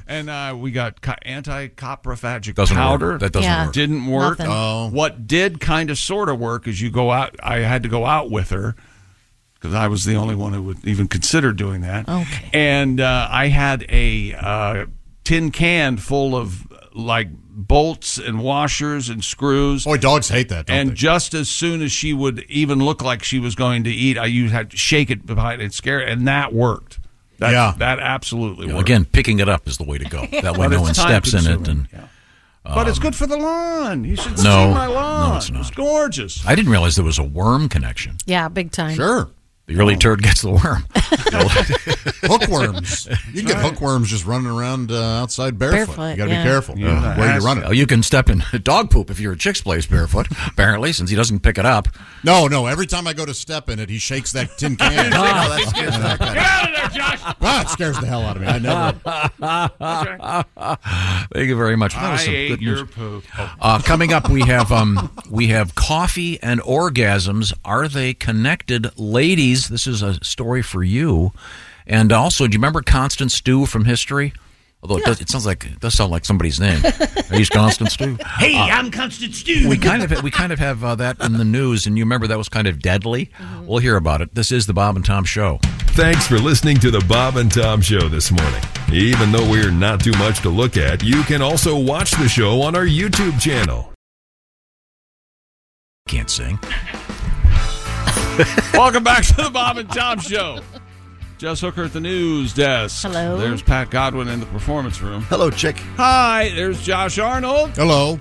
Speaker 10: and uh, we got co- anti-coprophagic
Speaker 11: Doesn't work.
Speaker 10: powder.
Speaker 11: That doesn't Yeah. work.
Speaker 10: Didn't work.
Speaker 11: Nothing. Oh.
Speaker 10: What did kind of sort of work is you go out. I had to go out with her because I was the only one who would even consider doing that. Okay. And uh, I had a uh, tin can full of uh, like bolts and washers and screws.
Speaker 6: Boy, dogs hate that. Don't
Speaker 10: and just as soon as she would even look like she was going to eat, I you had to shake it behind it and scare it, and that worked. That,
Speaker 11: Yeah.
Speaker 10: that absolutely
Speaker 11: You know,
Speaker 10: worked.
Speaker 11: again, picking it up is the way to go. That way,
Speaker 10: But
Speaker 11: no
Speaker 10: it's
Speaker 11: one steps in it. And
Speaker 10: time-consuming, but it's
Speaker 11: um,
Speaker 10: good for the lawn. You should
Speaker 11: No,
Speaker 10: see my
Speaker 11: no,
Speaker 10: lawn.
Speaker 11: it's not.
Speaker 10: It's gorgeous.
Speaker 11: I didn't realize there was a worm connection.
Speaker 13: Yeah, big time.
Speaker 11: the
Speaker 6: Oh.
Speaker 11: early turd gets the worm.
Speaker 6: hookworms. You can get hookworms just running around uh, outside barefoot.
Speaker 11: Barefoot,
Speaker 6: you got to
Speaker 11: yeah.
Speaker 6: be careful
Speaker 11: Ugh.
Speaker 6: where you run it.
Speaker 11: Oh, you can step in dog poop if you're at Chick's place barefoot, apparently, since he doesn't pick it up.
Speaker 6: No, no. Every time I go to step in it, he shakes that tin can.
Speaker 8: Oh,
Speaker 6: that
Speaker 8: scares
Speaker 6: the heck out of me. Ah, it scares the hell out of me. I never.
Speaker 11: Thank you very much. That was
Speaker 10: I
Speaker 11: some
Speaker 10: ate
Speaker 11: good
Speaker 10: your
Speaker 11: news.
Speaker 10: poop.
Speaker 11: Uh, coming up, we have um, we have coffee and orgasms. Are they connected, ladies? This is a story for you. And also, do you remember Constance Stew from History? Although it, does, it sounds like it does sound like somebody's name. Are you Constance too?
Speaker 8: Hey,
Speaker 11: Uh,
Speaker 8: I'm Constant Stew.
Speaker 11: we kind of we kind of have uh, that in the news, and you remember that was kind of deadly. We'll hear about it. This is the Bob and Tom Show.
Speaker 14: Thanks for listening to the Bob and Tom Show this morning. Even though we're not too much to look at, you can also watch the show on our YouTube channel.
Speaker 11: Can't sing.
Speaker 10: Welcome back to the Bob and Tom Show. Jess Hooker at the news desk. Hello. There's Pat Godwin in the performance room.
Speaker 7: Hello, chick.
Speaker 10: Hi. There's Josh Arnold.
Speaker 6: Hello.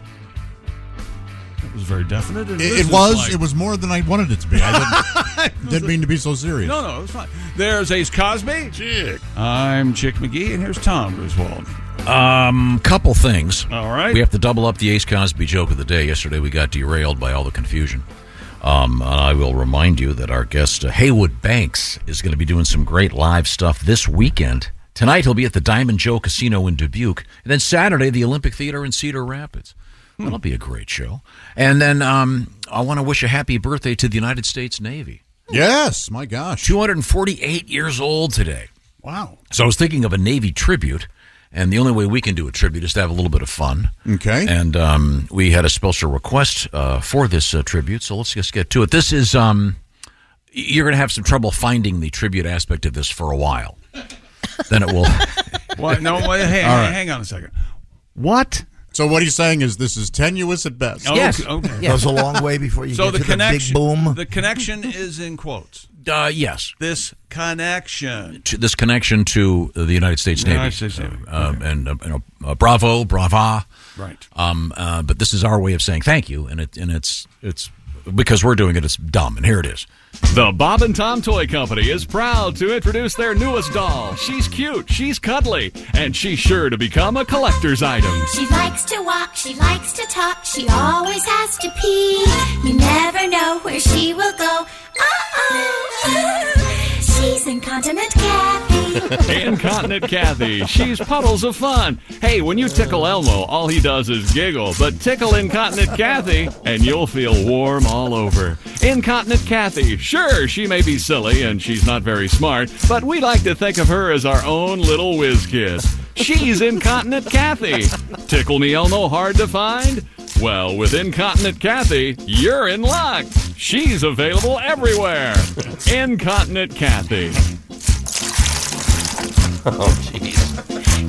Speaker 10: It was very definite. and
Speaker 6: It,
Speaker 10: this
Speaker 6: it
Speaker 10: is
Speaker 6: was.
Speaker 10: like-
Speaker 6: It was more than I wanted it to be. I didn't, didn't mean to be so serious.
Speaker 10: No, no, it was fine. There's Ace Cosby. Chick. I'm Chick McGee, and here's Tom Griswold.
Speaker 11: Um, couple things.
Speaker 10: All right.
Speaker 11: We have to double up the Ace Cosby joke of the day. Yesterday we got derailed by all the confusion. Um, and I will remind you that our guest uh, Haywood Banks is going to be doing some great live stuff this weekend. Tonight he'll be at the Diamond Joe Casino in Dubuque, and then Saturday the Olympic Theater in Cedar Rapids. That'll be a great show. And then um, I want to wish a happy birthday to the United States Navy.
Speaker 6: Yes, my gosh,
Speaker 11: 248 years old today.
Speaker 6: Wow.
Speaker 11: So I was thinking of a Navy tribute, and the only way we can do a tribute is to have a little bit of fun.
Speaker 6: Okay.
Speaker 11: And um, we had a special request uh, for this uh, tribute, so let's just get to it. This is um, you're going to have some trouble finding the tribute aspect of this for a while. then it will.
Speaker 10: What? No, wait, hey, hey,
Speaker 6: All right.
Speaker 10: hang on a second.
Speaker 6: What? So what he's saying is this is tenuous at best.
Speaker 10: Okay, Oh, okay.
Speaker 7: Goes a long way before you
Speaker 10: so
Speaker 7: get
Speaker 10: the
Speaker 7: to the big
Speaker 10: connection,
Speaker 7: boom.
Speaker 10: The connection is in quotes.
Speaker 11: Uh, yes.
Speaker 10: This connection.
Speaker 11: To this connection to the United States
Speaker 10: The
Speaker 11: Navy,
Speaker 10: United States Navy,
Speaker 11: Uh, and uh, you know, uh, bravo, brava,
Speaker 10: Right.
Speaker 11: Um, uh, but this is our way of saying thank you, and it and it's it's because we're doing it. It's dumb, and here it is.
Speaker 2: The Bob and Tom Toy Company is proud to introduce their newest doll. She's cute, she's cuddly, and she's sure to become a collector's item.
Speaker 19: She likes to walk, she likes to talk, she always has to pee. You never know where she will go. Uh-oh. She's incontinent Kathy.
Speaker 2: Incontinent Kathy, she's puddles of fun. Hey, when you tickle Elmo, all he does is giggle, but tickle Incontinent Kathy, and you'll feel warm all over. Incontinent Kathy, sure, she may be silly and she's not very smart, but we like to think of her as our own little whiz kid. She's Incontinent Kathy. Tickle me Elmo hard to find? Well, with Incontinent Kathy, you're in luck. She's available everywhere. Incontinent Kathy. Oh,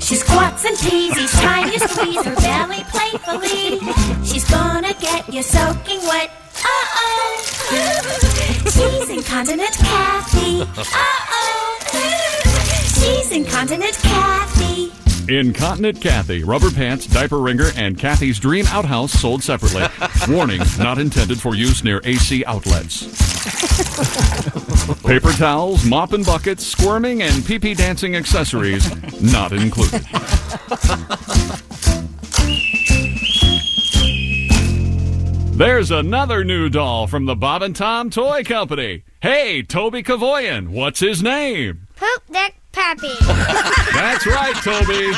Speaker 19: She squats and pees each time you squeeze her belly playfully. She's gonna get you soaking wet. Uh-oh. She's incontinent Kathy. Uh-oh. She's incontinent Kathy.
Speaker 2: Incontinent Kathy, rubber pants, diaper wringer, and Kathy's dream outhouse sold separately. Warning, not intended for use near AC outlets. Paper towels, mop and buckets, squirming, and pee pee dancing accessories not included. There's another new doll from the Bob and Tom Toy Company. Hey, Toby Kavoyan, what's his name?
Speaker 3: Poop Dick Pappy.
Speaker 2: That's right, Toby.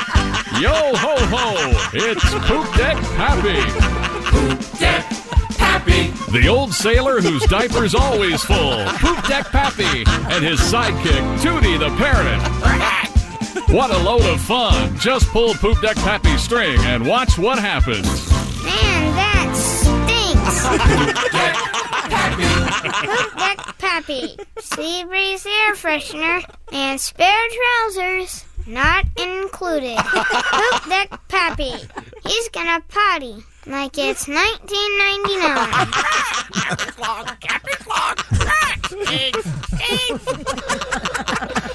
Speaker 2: Yo ho ho! It's Poop Deck Happy. Poop Deck Happy. The old sailor whose diaper's always full. Poop Deck Pappy and his sidekick Tootie the parrot. What a load of fun! Just pull Poop Deck Pappy's string and watch what happens.
Speaker 3: Man, that stinks. Poop Deck Pappy. Sea Breeze air freshener and spare trousers not included. Poop Deck Pappy. He's gonna potty like it's 1999.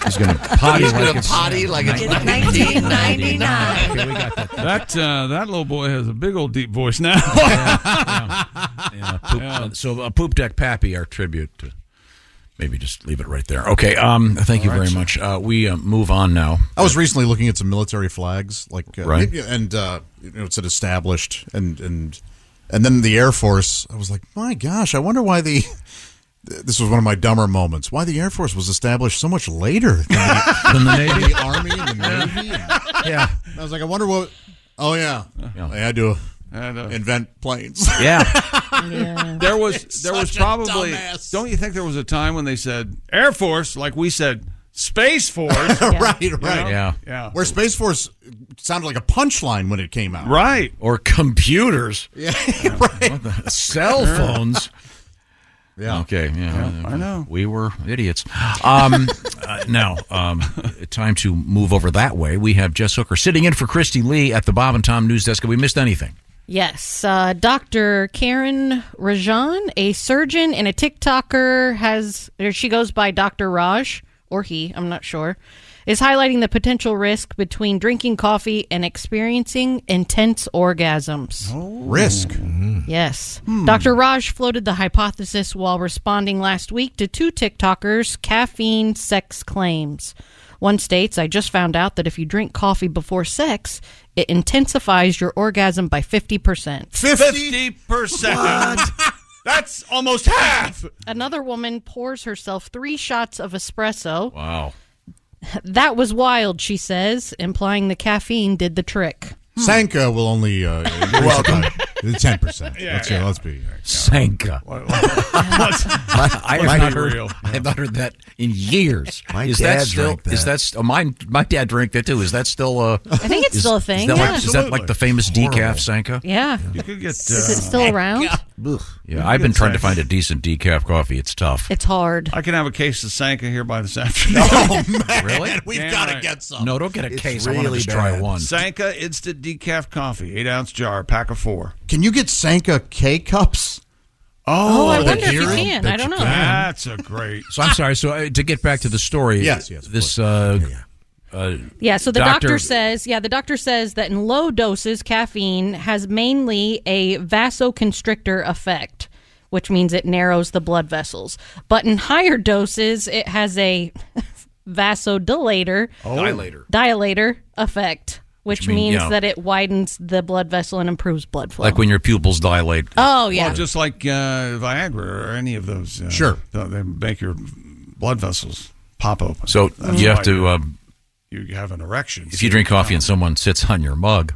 Speaker 11: He's going to potty
Speaker 10: He's
Speaker 11: like
Speaker 10: gonna
Speaker 11: it's
Speaker 10: potty like it's
Speaker 19: 1999.
Speaker 11: Okay, we got that.
Speaker 10: That uh, that little boy has a big old deep voice now.
Speaker 11: Yeah, poop, So, uh, Poop Deck Pappy, our tribute. To, maybe just leave it right there. Okay. Um. Thank you
Speaker 6: All right,
Speaker 11: very
Speaker 6: sir.
Speaker 11: much. Uh, we uh, move on now.
Speaker 6: I was recently looking at some military flags, like uh,
Speaker 11: Right.
Speaker 6: and uh, you know, it's an established and and and then the Air Force. I was like, my gosh, I wonder why the this was one of my dumber moments. Why the Air Force was established so much later than the,
Speaker 11: Than the Navy?
Speaker 6: Army, and the Navy.
Speaker 11: Yeah,
Speaker 6: I was like, I wonder what. Oh yeah, they had to invent planes.
Speaker 11: Yeah.
Speaker 10: There was there was
Speaker 6: Such a
Speaker 10: probably
Speaker 6: dumbass.
Speaker 10: don't you think there was a time when they said Air Force like we said Space Force.
Speaker 6: right,
Speaker 10: You know?
Speaker 6: right.
Speaker 11: Yeah.
Speaker 10: Yeah.
Speaker 6: Where Space Force sounded like a punchline when it came out.
Speaker 10: Right.
Speaker 11: Or computers.
Speaker 6: Yeah.
Speaker 11: Cell phones.
Speaker 6: Yeah.
Speaker 11: Okay. Yeah.
Speaker 20: Yeah, I know.
Speaker 11: We were idiots. Um, uh, now, um, time to move over that way. We have Jess Hooker sitting in for Christy Lee at the Bob and Tom news desk. Have we missed anything?
Speaker 13: Yes, uh, Dr. Karen Rajan, a surgeon and a TikToker, has or she goes by Dr. Raj or he, I'm not sure, is highlighting the potential risk between drinking coffee and experiencing intense orgasms.
Speaker 6: Risk.
Speaker 13: Yes.
Speaker 10: Hmm.
Speaker 13: Dr. Raj floated the hypothesis while responding last week to two TikTokers' caffeine sex claims. One states, I just found out that if you drink coffee before sex, it intensifies your orgasm by 50%.
Speaker 10: Fifty percent. That's almost half.
Speaker 13: Another woman pours herself three shots of espresso.
Speaker 11: Wow.
Speaker 13: That was wild, she says, implying the caffeine did the trick.
Speaker 6: Sanka will only uh, welcome ten percent.
Speaker 13: Yeah,
Speaker 6: let's,
Speaker 13: yeah.
Speaker 6: let's be
Speaker 11: Sanka. I have, not heard,
Speaker 6: real.
Speaker 11: I have not heard that in years.
Speaker 7: My
Speaker 11: is
Speaker 7: dad
Speaker 11: that still?
Speaker 7: drank
Speaker 11: Is
Speaker 7: that.
Speaker 11: that still? My my dad drank that too. Is that still? Uh, I
Speaker 13: think it's still a
Speaker 11: Is
Speaker 13: thing,
Speaker 11: that,
Speaker 13: yeah.
Speaker 11: like, is that like the famous decaf Sanka?
Speaker 13: Yeah.
Speaker 10: You could get. uh,
Speaker 13: Is it still around?
Speaker 11: Yeah, I've been trying to find a decent decaf coffee. It's tough.
Speaker 13: It's hard.
Speaker 10: I can have a case of Sanka here by this afternoon.
Speaker 11: Oh man, really?
Speaker 10: We've gotta get some.
Speaker 11: No, don't get a case. I want to just try one.
Speaker 10: Sanka instant decaf coffee, eight ounce jar, pack of four.
Speaker 6: Can you get Sanka K cups?
Speaker 10: Oh,
Speaker 13: I
Speaker 6: the
Speaker 13: wonder if you
Speaker 6: hero?
Speaker 13: can. I don't know.
Speaker 10: That's a great.
Speaker 11: So I'm sorry. So uh, to get back to the story,
Speaker 6: Yes, yes, of
Speaker 11: This, uh, uh,
Speaker 13: Yeah, so the doctor, says, yeah, the doctor says that in low doses, caffeine has mainly a vasoconstrictor effect, which means it narrows the blood vessels. But in higher doses, it has a vasodilator,
Speaker 11: Oh. Dilator.
Speaker 13: dilator effect, which,
Speaker 11: Which mean-
Speaker 13: means
Speaker 11: yeah.
Speaker 13: that it widens the blood vessel and improves blood flow.
Speaker 11: like when your pupils dilate.
Speaker 13: Oh, yeah.
Speaker 10: Well, just like uh, Viagra or any of those. Uh,
Speaker 11: Sure.
Speaker 10: th- They make your blood vessels pop open.
Speaker 11: So
Speaker 10: That's
Speaker 11: you
Speaker 10: why
Speaker 11: have to. Um,
Speaker 10: You you have an erection.
Speaker 11: if you drink coffee and someone sits on your mug,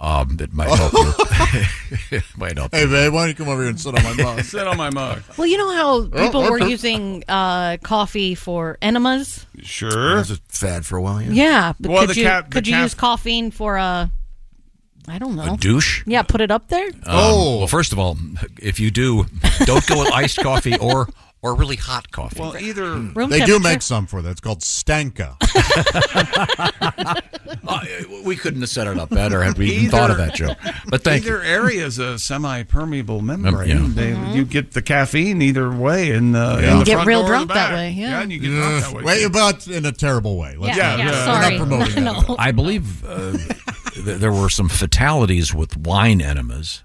Speaker 11: um, that might help. Your, might help.
Speaker 6: Hey babe, why don't you come over here and sit on my mug?
Speaker 10: sit on my mug.
Speaker 13: Well, you know
Speaker 11: Oh,
Speaker 13: how people were
Speaker 6: okay.
Speaker 13: using uh, coffee for enemas?
Speaker 10: Sure.
Speaker 7: That was a fad for a while, yeah.
Speaker 13: Yeah, but
Speaker 7: Well,
Speaker 13: could
Speaker 7: the
Speaker 13: you
Speaker 7: cap- the
Speaker 13: could you
Speaker 7: cap-
Speaker 13: use caffeine for a I don't know
Speaker 11: A douche?
Speaker 13: Yeah, put it up there.
Speaker 11: Um,
Speaker 10: Oh.
Speaker 11: Well, first of all, if you do, don't go with iced coffee or or really hot coffee. Hmm.
Speaker 10: Well, either
Speaker 13: Room
Speaker 6: Hmm. they do
Speaker 13: temperature.
Speaker 6: make some for that. It's called Stanka.
Speaker 11: we couldn't have set it up better had we even thought of that joke. But thank
Speaker 10: either
Speaker 11: you.
Speaker 10: area is a semi-permeable membrane.
Speaker 11: yeah.
Speaker 10: They, You get the caffeine either way, and uh, in the front door or the back. and you get drunk that way.
Speaker 6: Wait, but in a terrible way. Let's
Speaker 10: Yeah, yeah,
Speaker 6: we're not
Speaker 10: sorry.
Speaker 6: promoting that. at all.
Speaker 11: I believe uh, th- there were some fatalities with wine enemas.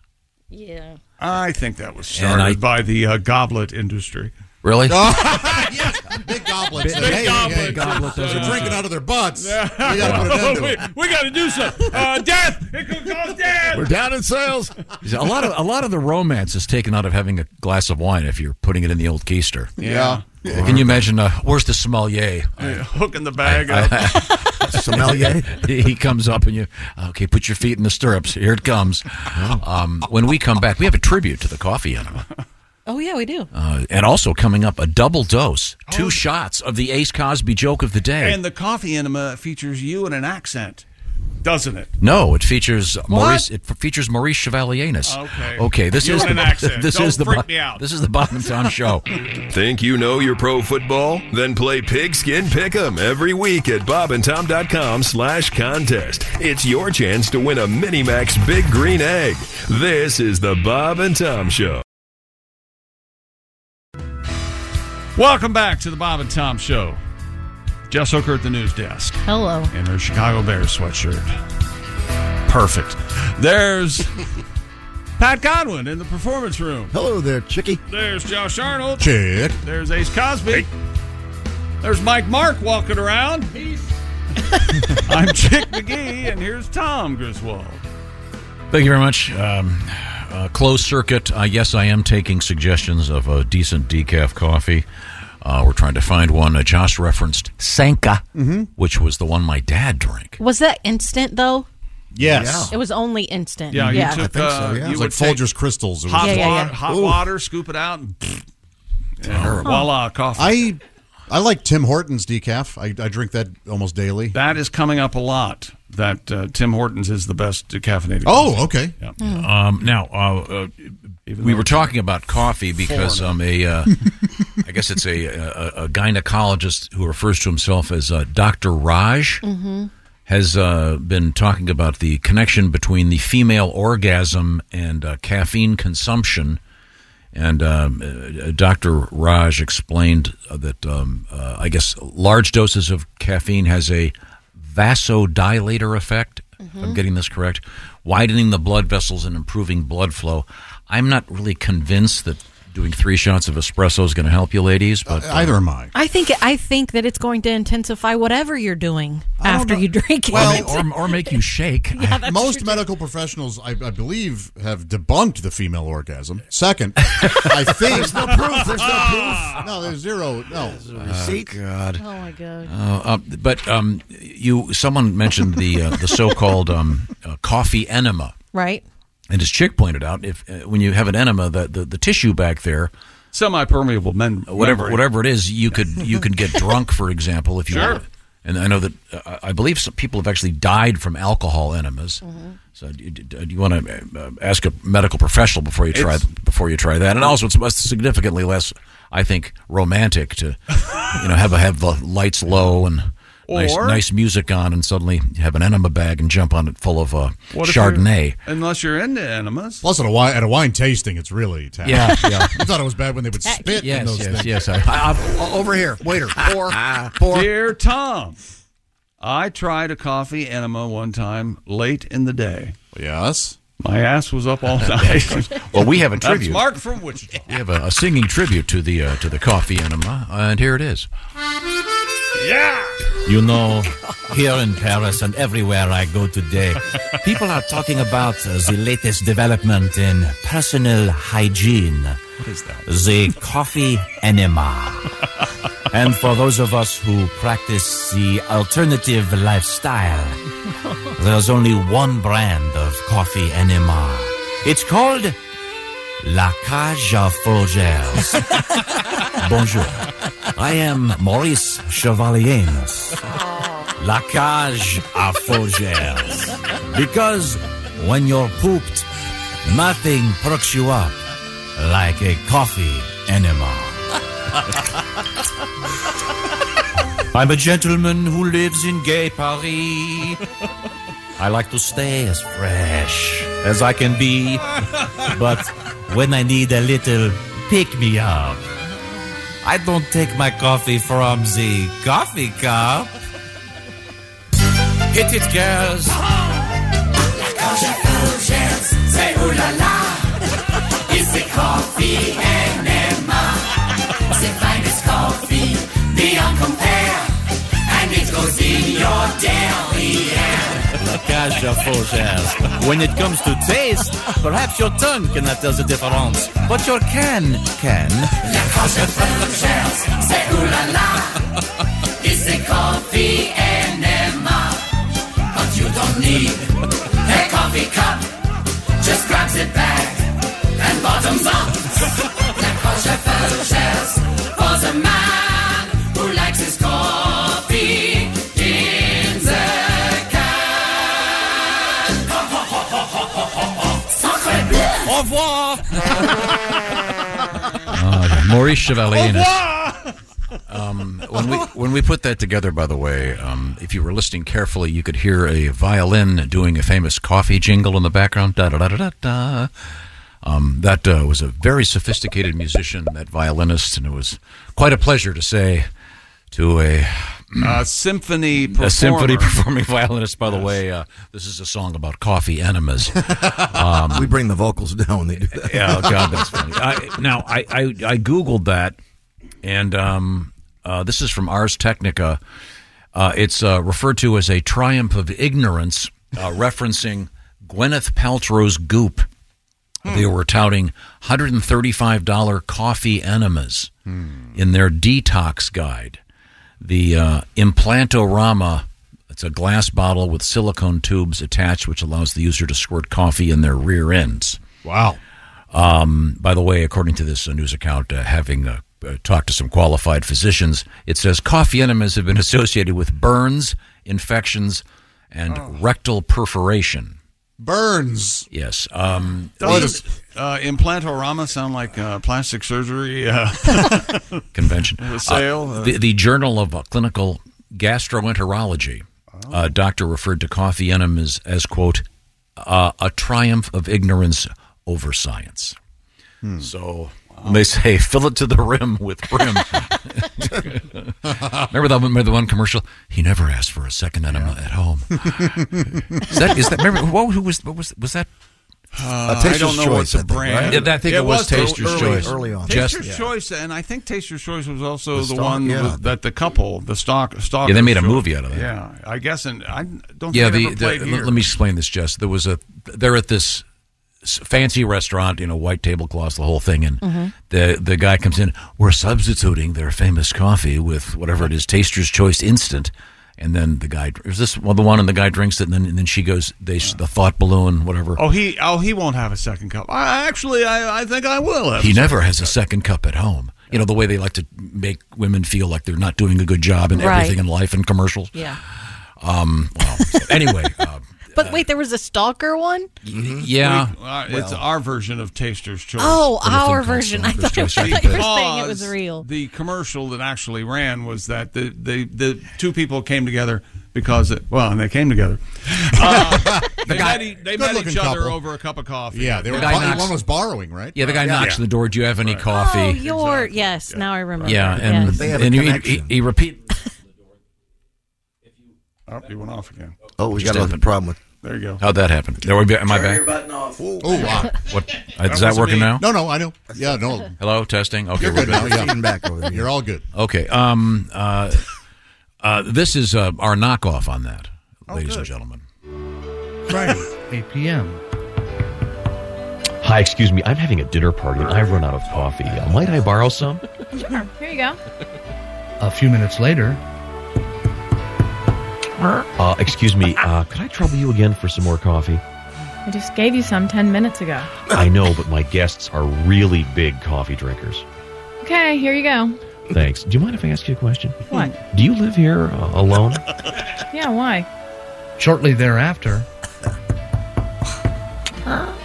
Speaker 13: Yeah.
Speaker 10: I think that was
Speaker 11: And
Speaker 10: started
Speaker 11: I-
Speaker 10: by the uh, goblet industry.
Speaker 11: Really?
Speaker 6: yes, big goblets.
Speaker 10: Big
Speaker 6: Hey, hey,
Speaker 10: goblets.
Speaker 6: hey,
Speaker 10: Goblets, those
Speaker 6: They're
Speaker 10: are
Speaker 6: drinking
Speaker 10: nice.
Speaker 6: out of their butts. We gotta put an
Speaker 2: Oh,
Speaker 6: end to it.
Speaker 10: we got to do something. Uh, death. It could cause death.
Speaker 11: We're down in sales. A lot of a lot of the romance is taken out of having a glass of wine if you're putting it in the old keister.
Speaker 10: Yeah.
Speaker 11: Uh, Can you imagine? Uh, where's the sommelier?
Speaker 10: Yeah, hooking the bag
Speaker 11: I-
Speaker 10: up.
Speaker 11: sommelier. he comes up and you, okay, put your feet in the stirrups. Here it comes. Um, when we come back, we have a tribute to the coffee enema.
Speaker 13: Oh yeah, we do.
Speaker 11: Uh, and also coming up, a double dose, two shots of the Ace Cosby joke of the day.
Speaker 10: Oh. and the coffee enema features you in an accent, doesn't it?
Speaker 11: no, it features
Speaker 10: What?
Speaker 11: Maurice. It features Maurice Chevaliereness.
Speaker 10: Okay.
Speaker 11: Okay. This
Speaker 10: You
Speaker 11: is
Speaker 10: in
Speaker 11: the
Speaker 10: an accent.
Speaker 11: this
Speaker 14: Don't
Speaker 11: is the
Speaker 14: freak
Speaker 11: Bo-
Speaker 14: me out.
Speaker 11: this is the Bob and Tom show.
Speaker 14: Think you know your pro football? Then play Pigskin Pick'em every week at bobandtom.com slash contest. It's your chance to win a Minimax Big Green Egg. This is the Bob and Tom Show.
Speaker 10: Welcome back to the Bob and Tom Show. Jess Hooker at the news desk
Speaker 13: Hello.
Speaker 10: in her Chicago Bears sweatshirt. Perfect. There's Pat Godwin in the performance room.
Speaker 7: Hello there, Chicky.
Speaker 10: There's Josh Arnold.
Speaker 7: Chick.
Speaker 10: There's Ace Cosby. There's Mike Mark walking around. I'm Chick McGee, and here's Tom Griswold.
Speaker 11: Thank you very much. Um, uh, closed circuit. Uh, yes, I am taking suggestions of a decent decaf coffee. Uh, we're trying to find one. Uh, Josh referenced Sanka, which was the one my dad drank.
Speaker 13: Was that instant though?
Speaker 11: Yes.
Speaker 13: It was only instant.
Speaker 11: Yeah, you
Speaker 13: yeah.
Speaker 11: took- I think so, yeah.
Speaker 10: Uh, you
Speaker 6: It's like
Speaker 10: would take
Speaker 6: Folgers crystals. It was
Speaker 10: Hot,
Speaker 6: like-
Speaker 10: water, hot water, scoop it out, and
Speaker 6: Terrible.
Speaker 10: voila, coffee.
Speaker 6: I I like Tim Hortons decaf. I, I drink that almost daily.
Speaker 18: That is coming up a lot. That uh, Tim Hortons is the best decaffeinated.
Speaker 6: Oh,
Speaker 18: coffee.
Speaker 6: okay.
Speaker 18: Yeah.
Speaker 13: Hmm.
Speaker 11: Mm. Um, now, uh, uh, we were talking about coffee because um, a, uh, I guess it's a, a, a gynecologist who refers to himself as uh, Doctor Raj
Speaker 8: Mhm.
Speaker 11: has uh, been talking about the connection between the female orgasm and uh, caffeine consumption. And um, uh, Dr. Raj explained that um, uh, I guess large doses of caffeine has a vasodilator effect. If I'm
Speaker 8: Mhm.
Speaker 11: getting this correct, widening the blood vessels and improving blood flow. I'm not really convinced that doing three shots of espresso is going to help you, ladies. But
Speaker 6: Uh,
Speaker 11: uh,
Speaker 6: Either am I.
Speaker 13: I think I think that it's going to intensify whatever you're doing after you drink it.
Speaker 11: or, or make you shake.
Speaker 6: Most medical professionals, I, I believe, have debunked the female orgasm. Second, I think Ah.
Speaker 8: There's no proof. There's no proof.
Speaker 6: No, there's zero. No. Ah,
Speaker 11: Oh, God.
Speaker 13: Oh my God.
Speaker 11: Uh, uh, but um, you, someone mentioned the uh, the so-called um, uh, coffee enema,
Speaker 13: right?
Speaker 11: and as Chick pointed out, if uh, when you have an enema, the the, the tissue back there,
Speaker 18: semi-permeable, men,
Speaker 11: whatever
Speaker 18: membrane.
Speaker 11: whatever it is, you could you could get drunk, for example, if you.
Speaker 18: Sure.
Speaker 11: And I know that uh, I believe some people have actually died from alcohol enemas. So do, do- do you want to uh, ask a medical professional before you try
Speaker 10: It's-
Speaker 11: before you try that? And also, it's less- significantly less, I think, romantic to you know have a, have the lights low and. Nice,
Speaker 18: Or-
Speaker 11: nice music on, and suddenly have an enema bag and jump on it full of uh,
Speaker 18: What if
Speaker 11: Chardonnay.
Speaker 18: you're- Unless you're into enemas.
Speaker 6: Plus, at a wine, at a wine tasting, it's really tacky.
Speaker 11: Yeah, yeah.
Speaker 6: I thought it was bad when they would spit
Speaker 11: Yes,
Speaker 6: in those
Speaker 11: yes,
Speaker 6: things.
Speaker 11: yes, I- I- I- over here, waiter. Pour, pour.
Speaker 18: Dear Tom, I tried a coffee enema one time late in the day.
Speaker 6: Yes.
Speaker 18: My ass was up all night.
Speaker 11: Well, we have a
Speaker 18: That's
Speaker 11: tribute.
Speaker 18: Mark from Wichita.
Speaker 11: We have a, a singing tribute to the uh, to the coffee enema, and here it is.
Speaker 18: Yeah.
Speaker 16: You know, here in Paris and everywhere I go today, people are talking about uh, the latest development in personal hygiene. What is that? The coffee enema. and for those of us who practice the alternative lifestyle, there's only one brand of coffee enema. It's called La Cage à Folgers. Bonjour. I am Maurice Chevalier. La Cage à Folgers. Because when you're pooped, nothing perks you up like a coffee enema. I'm a gentleman who lives in gay Paris. I like to stay as fresh as I can be, but when I need a little pick me up, I don't take my coffee from the coffee cup. Hit it, girls.
Speaker 8: Say ooh la la. It's the coffee enema. The finest coffee beyond compare. And it goes in your deli.
Speaker 16: La cage à Fourgères. When it comes to taste, perhaps your tongue cannot tell the difference, but your can can.
Speaker 8: La cage à Fourgères. Say ooh la la. It's the coffee enema. But you don't need a coffee cup. Just grabs it back and bottoms up. La cage à Fourgères for the man who likes his coffee in the can. Sacre bleu.
Speaker 16: Au revoir.
Speaker 11: Uh, Maurice Chevalier.
Speaker 8: Au
Speaker 11: Um, when we when we put that together, by the way, um, if you were listening carefully, you could hear a violin doing a famous coffee jingle in the background. Da da da da da. da. Um, that uh, was a very sophisticated musician, that violinist, and it was quite a pleasure to say to a
Speaker 10: Uh,
Speaker 18: A symphony performer.
Speaker 11: a symphony performing violinist. By the way, uh, this is a song about coffee enemas. Um,
Speaker 7: we bring the vocals down when they do that.
Speaker 11: yeah, oh, God, that's funny. I, now, I, I, I Googled that, and um, uh, this is from Ars Technica. Uh, it's uh, referred to as a triumph of ignorance, uh, referencing Gwyneth Paltrow's goop. They were touting $135 coffee enemas in their detox guide. The uh, Implantorama, it's a glass bottle with silicone tubes attached, which allows the user to squirt coffee in their rear ends.
Speaker 6: Wow.
Speaker 11: Um, by the way, according to this uh, news account, uh, having uh, uh, talked to some qualified physicians. It says coffee enemas have been associated with burns, infections, and rectal perforation.
Speaker 6: Oh. Burns.
Speaker 11: Yes. Um,
Speaker 10: Doesn't uh, implantorama sound like uh, plastic surgery uh,
Speaker 11: convention.
Speaker 10: The sale.
Speaker 11: Uh,
Speaker 10: uh,
Speaker 11: the, the Journal of uh, Clinical Gastroenterology.
Speaker 10: Oh.
Speaker 11: Uh, doctor referred to coffee enemas as, quote, uh, a triumph of ignorance over science.
Speaker 10: Hmm.
Speaker 11: So when they say fill it to the rim with brim. remember, that one, remember the one commercial? He never asked for a second enema at home. is that, is that, remember, what, who was, what was, was that?
Speaker 10: Uh, I don't know what's the brand.
Speaker 11: Yeah, I think it, was, Taster's
Speaker 10: early-
Speaker 11: Choice.
Speaker 10: early on.
Speaker 11: Just-
Speaker 10: Taster's Choice, and I think Taster's Choice was also
Speaker 11: The
Speaker 10: the,
Speaker 11: stock,
Speaker 10: one
Speaker 11: yeah.
Speaker 10: with- that the couple, the stock, stock.
Speaker 11: Yeah, they made a movie out of that.
Speaker 10: Yeah, I guess, and I don't.
Speaker 11: yeah,
Speaker 10: think it
Speaker 11: the,
Speaker 10: ever played
Speaker 11: the-
Speaker 10: here.
Speaker 11: let let me explain this, Jess. There was a they're at this s- fancy restaurant, you know, white tablecloths, the whole thing, and
Speaker 13: Mm-hmm.
Speaker 8: Mhm.
Speaker 11: the the guy comes in. We're substituting their famous coffee with whatever it is, Taster's Choice Instant. And then the guy is this well, the one, and the guy drinks it, and then and then she goes, they the thought balloon, whatever.
Speaker 10: Oh, he, oh, he won't have a second cup. I, actually, I, I think I will. Have
Speaker 11: he
Speaker 10: a
Speaker 11: never
Speaker 10: second
Speaker 11: has a second cup at home. You know the way they like to make women feel like they're not doing a good job in
Speaker 13: Right.
Speaker 11: everything in life and commercials.
Speaker 13: Yeah.
Speaker 11: Um. Well, anyway, uh,
Speaker 13: But wait, there was a stalker one?
Speaker 11: yeah.
Speaker 10: We- uh, it's our version of Taster's Choice.
Speaker 13: Oh, our version. I thought, it was, I thought you were saying it was
Speaker 10: Because
Speaker 13: real.
Speaker 10: The commercial that actually ran was that the the, the two people came together because it, well, and they came together. Uh, they met, e- they met
Speaker 6: Good-looking
Speaker 10: each other
Speaker 6: couple.
Speaker 10: over a cup of coffee.
Speaker 6: Yeah, they were.
Speaker 11: The guy
Speaker 6: bo-
Speaker 11: knocks-
Speaker 6: one was borrowing, right?
Speaker 11: Yeah, the guy knocks on the door. Do you have any coffee?
Speaker 13: Oh, your yes. Now I remember.
Speaker 11: Yeah, and,
Speaker 13: yes.
Speaker 11: and he- he, he, repeat.
Speaker 10: Oh, he went off again.
Speaker 7: Oh, we
Speaker 11: Just
Speaker 7: got another
Speaker 11: happened.
Speaker 7: problem with.
Speaker 10: There you go.
Speaker 11: How'd that happen? There we be, am I
Speaker 7: Turn
Speaker 11: back?
Speaker 7: your button off.
Speaker 6: Oh,
Speaker 7: Oh,
Speaker 6: wow.
Speaker 11: What is that working now?
Speaker 6: No, no, I know. Yeah, no.
Speaker 11: Hello, testing. Okay,
Speaker 6: You're
Speaker 11: we're
Speaker 6: good now. Yeah.
Speaker 11: back.
Speaker 6: You're all good.
Speaker 11: Okay. Um. Uh. uh this is uh, our knockoff on that, ladies and gentlemen.
Speaker 4: Friday, 8 p.m.
Speaker 21: Hi, excuse me. I'm having a dinner party and I've run out of coffee. Uh, might I borrow some?
Speaker 22: Sure. Here you go.
Speaker 4: A few minutes later.
Speaker 21: Uh, excuse me. Uh, could I trouble you again for some more coffee?
Speaker 22: I just gave you some 10 minutes ago.
Speaker 21: I know, but my guests are really big coffee drinkers.
Speaker 22: Okay, here you go.
Speaker 21: Thanks. Do you mind if I ask you a question?
Speaker 22: What?
Speaker 21: Do you live here uh, alone?
Speaker 22: Yeah, why?
Speaker 4: Shortly thereafter.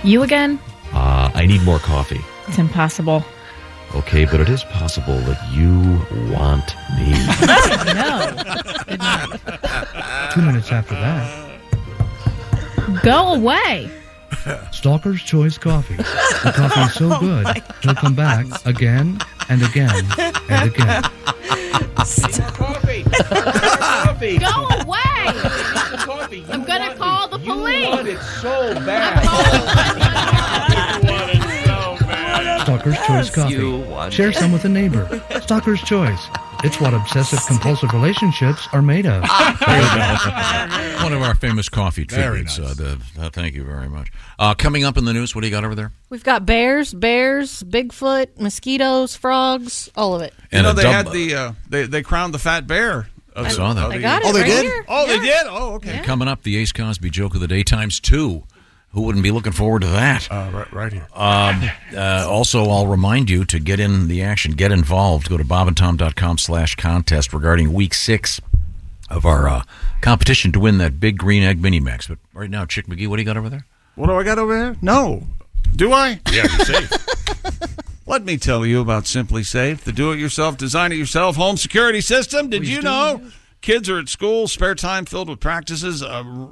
Speaker 22: You again?
Speaker 21: Uh, I need more coffee.
Speaker 22: It's impossible.
Speaker 21: Okay, but it is possible that you want me.
Speaker 22: no. Good night.
Speaker 4: Two minutes after that.
Speaker 22: Go away.
Speaker 4: Stalker's Choice Coffee. The coffee is so good, he'll come back again and again and again.
Speaker 22: Coffee. coffee. Go away. I'm going to call the police. so bad.
Speaker 4: Stalker's Choice Coffee. Share some with a neighbor. Stalker's Choice. It's what obsessive compulsive relationships are made of.
Speaker 11: One of our famous coffee
Speaker 4: Very
Speaker 11: treatments. Uh, the, uh, thank you very much. Uh, coming up in the news, what do you got over there?
Speaker 13: We've got bears, bears, Bigfoot, mosquitoes, frogs, all of it.
Speaker 10: You
Speaker 11: And
Speaker 10: know
Speaker 11: a
Speaker 10: they
Speaker 11: dub-
Speaker 10: had the uh, they they crowned the fat bear. of
Speaker 11: I
Speaker 10: the-
Speaker 11: saw that.
Speaker 10: of
Speaker 11: I
Speaker 10: the-
Speaker 11: got
Speaker 13: it Oh, they right did? here.
Speaker 10: Oh, they
Speaker 13: Yeah.
Speaker 10: did. Oh, okay.
Speaker 11: Coming up, the Ace Cosby joke of the day times two. Who wouldn't be looking forward to that?
Speaker 10: Uh, right, right here.
Speaker 11: Um, uh, also, I'll remind you to get in the action, get involved. Go to bobandtom.com slash contest regarding week six of our uh, competition to win that big green egg mini max. But right now, Chick McGee, what do you got over there?
Speaker 10: What do I got over here? No. Do I? Yeah, you're safe. Let me tell you about Simply Safe, the do it yourself, design it yourself home security system. Did you know? Kids are at school, spare time filled with practices, uh, r-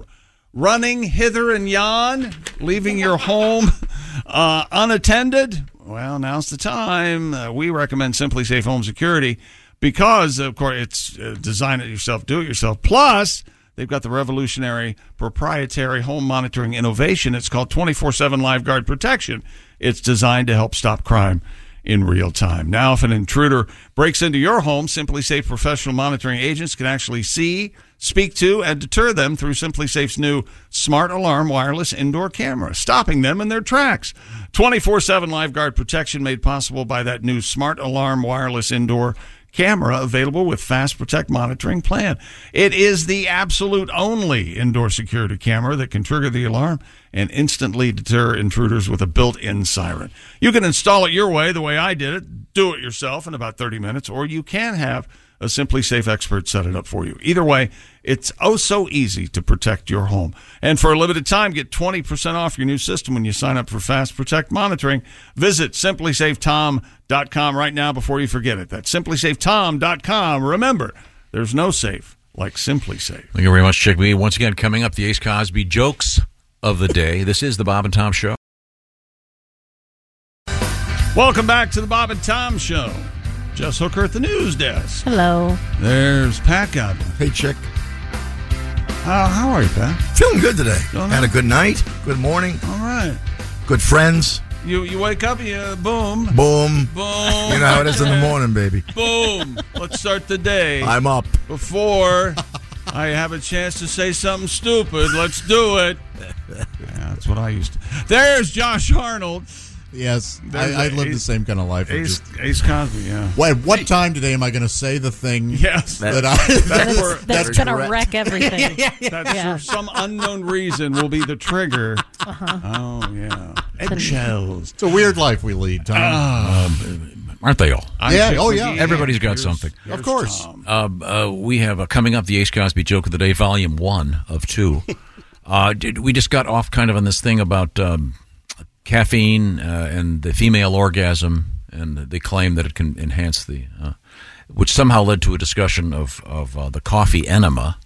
Speaker 10: running hither and yon, leaving your home uh, unattended. Well, now's the time. Uh, we recommend Simply Safe Home Security because, of course, it's uh, design it yourself, do it yourself. Plus, They've got the revolutionary proprietary home monitoring innovation. It's called 24 7 LiveGuard Protection. It's designed to help stop crime in real time. Now, if an intruder breaks into your home, Simply Safe professional monitoring agents can actually see, speak to, and deter them through Simply Safe's new smart alarm wireless indoor camera, stopping them in their tracks. 24 7 LiveGuard Protection made possible by that new smart alarm wireless indoor camera available with Fast Protect monitoring plan. It is the absolute only indoor security camera that can trigger the alarm and instantly deter intruders with a built-in siren. You can install it your way, the way I did it, do it yourself in about 30 minutes, or you can have a Simply Safe expert set it up for you. Either way, it's oh so easy to protect your home. And for a limited time, get 20% off your new system when you sign up for Fast Protect monitoring. Visit simplysafetom.com right now before you forget it. That's simplysafetom.com. Remember, there's no safe like Simply Safe.
Speaker 11: Thank you very much, Chick. We once again coming up the Ace Cosby jokes of the day. This is the Bob and Tom Show.
Speaker 10: Welcome back to the Bob and Tom Show. Jess Hooker at the news desk.
Speaker 13: Hello.
Speaker 10: There's Pat Godwin.
Speaker 7: Hey, Chick.
Speaker 10: Uh, how are you, Pat?
Speaker 7: Feeling good today. Had a good night. Good morning.
Speaker 10: All right.
Speaker 7: Good friends.
Speaker 10: You you wake up, you uh, boom,
Speaker 7: Boom.
Speaker 10: boom.
Speaker 7: You know how it is in the morning, baby.
Speaker 10: Boom. Let's start the day.
Speaker 7: I'm up.
Speaker 10: Before I have a chance to say something stupid, let's do it. Yeah, that's what I used to. There's Josh Arnold.
Speaker 6: Yes, I, I live the same kind of life. of
Speaker 10: Ace,
Speaker 6: just-
Speaker 10: Ace Cosby, yeah.
Speaker 6: Why- at what time today am I going to say the thing?
Speaker 10: Yes,
Speaker 6: that I.
Speaker 10: that's- that's
Speaker 6: that-
Speaker 10: where-
Speaker 13: That's
Speaker 10: That's
Speaker 13: gonna
Speaker 10: correct.
Speaker 13: wreck everything.
Speaker 10: That's for some unknown reason will be the trigger.
Speaker 13: Uh-huh.
Speaker 10: Oh yeah, eggshells. Ah.
Speaker 6: It's a weird life we lead, Tom.
Speaker 11: Um, aren't they all?
Speaker 6: I'm Yeah, Chick oh, McGee. yeah.
Speaker 11: Everybody's got
Speaker 6: Here's-
Speaker 11: something.
Speaker 6: Of here's course.
Speaker 11: Um, uh, we have uh, coming up the Ace Cosby joke of the day, volume one of two. uh, did, we just got off kind of on this thing about um, caffeine uh, and the female orgasm, and the claim that it can enhance the, uh, which somehow led to a discussion of of uh, the coffee enema.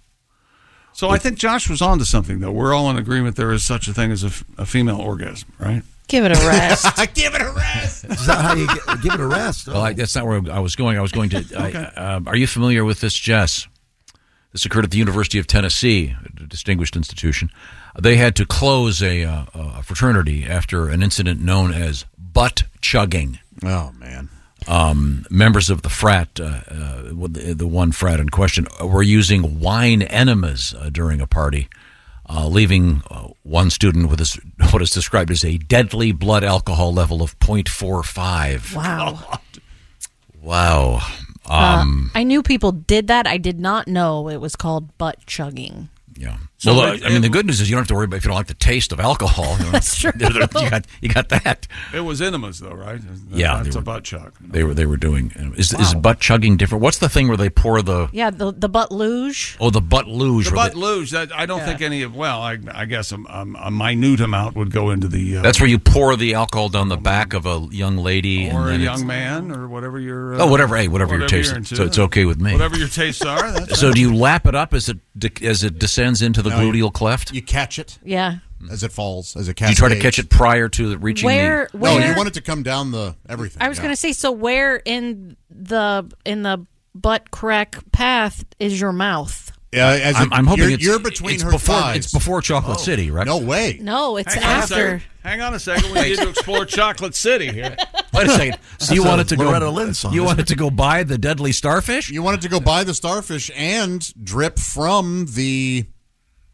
Speaker 10: So I think Josh was onto something though. We're all in agreement there is such a thing as a, f- a female orgasm, right?
Speaker 13: Give it a rest.
Speaker 6: Give it a rest.
Speaker 7: Is that how you get, give it a rest?
Speaker 11: Well, I, that's not where I was going. I was going to.
Speaker 7: Okay.
Speaker 11: I, um, are you familiar with this, Jess? This occurred at the University of Tennessee, a distinguished institution. They had to close a, uh, a fraternity after an incident known as butt chugging.
Speaker 6: Oh man!
Speaker 11: Um, members of the frat, uh, uh, the the one frat in question, uh, were using wine enemas uh, during a party, uh, leaving uh, one student with this, what is described as a deadly blood alcohol level of 0.45.
Speaker 13: Wow.
Speaker 11: Wow.
Speaker 13: Uh,
Speaker 11: Um,
Speaker 13: I knew people did that. I did not know it was called butt chugging.
Speaker 11: yeah.
Speaker 13: So
Speaker 11: well,
Speaker 13: it-
Speaker 11: I mean, the good news is you don't have to worry about if you don't like the taste of alcohol. You know,
Speaker 13: That's true.
Speaker 11: You got, you got that.
Speaker 10: It was enemas though, right?
Speaker 11: Yeah,
Speaker 10: that's a
Speaker 11: they were-
Speaker 10: butt chuck.
Speaker 11: They were they were doing. uh, Is is butt chugging different? What's the thing where they pour the
Speaker 13: Yeah, the the butt luge.
Speaker 11: oh the butt luge?
Speaker 10: The
Speaker 11: where
Speaker 10: butt luge. That I don't
Speaker 13: Yeah.
Speaker 10: think any of. Well, I, I guess a, a, a minute amount would go into the.
Speaker 11: they-
Speaker 10: Uh, Oh.
Speaker 11: that's where you pour the alcohol down the back of a young lady
Speaker 10: or
Speaker 11: and
Speaker 10: a
Speaker 11: then
Speaker 10: young
Speaker 11: it's-
Speaker 10: man or whatever your. uh,
Speaker 11: Oh, whatever, hey, whatever your taste-
Speaker 10: into.
Speaker 11: so it's okay with me.
Speaker 10: Whatever your tastes are. That's
Speaker 11: So do you lap it up as it de- as it descends into the
Speaker 6: No, you-
Speaker 11: gluteal cleft?
Speaker 6: You catch it.
Speaker 13: Yeah.
Speaker 6: As it falls, as it
Speaker 11: Do you
Speaker 6: cascades.
Speaker 11: try to catch it prior to the- reaching
Speaker 13: Where-
Speaker 11: the?
Speaker 13: where-
Speaker 6: No, you want it to come down the everything.
Speaker 13: I was
Speaker 6: yeah.
Speaker 13: going to say so where in the in the butt crack path is your mouth?
Speaker 6: Yeah, as
Speaker 11: I'm,
Speaker 6: it-
Speaker 11: I'm hoping
Speaker 6: you're,
Speaker 11: it's,
Speaker 6: you're between
Speaker 11: it's
Speaker 6: her
Speaker 11: before,
Speaker 6: thighs.
Speaker 11: It's before Chocolate
Speaker 6: Oh.
Speaker 11: City, right?
Speaker 6: No way.
Speaker 13: No, it's
Speaker 10: Hang on a
Speaker 13: after.
Speaker 10: second. Hang on a second. We need to explore Chocolate City here.
Speaker 11: Wait a second. So you
Speaker 6: That's a
Speaker 11: want it to go?
Speaker 6: Loretta Lynn song,
Speaker 11: you
Speaker 6: isn't
Speaker 11: want it to go buy the deadly starfish?
Speaker 6: You wanted to go buy the starfish and drip from the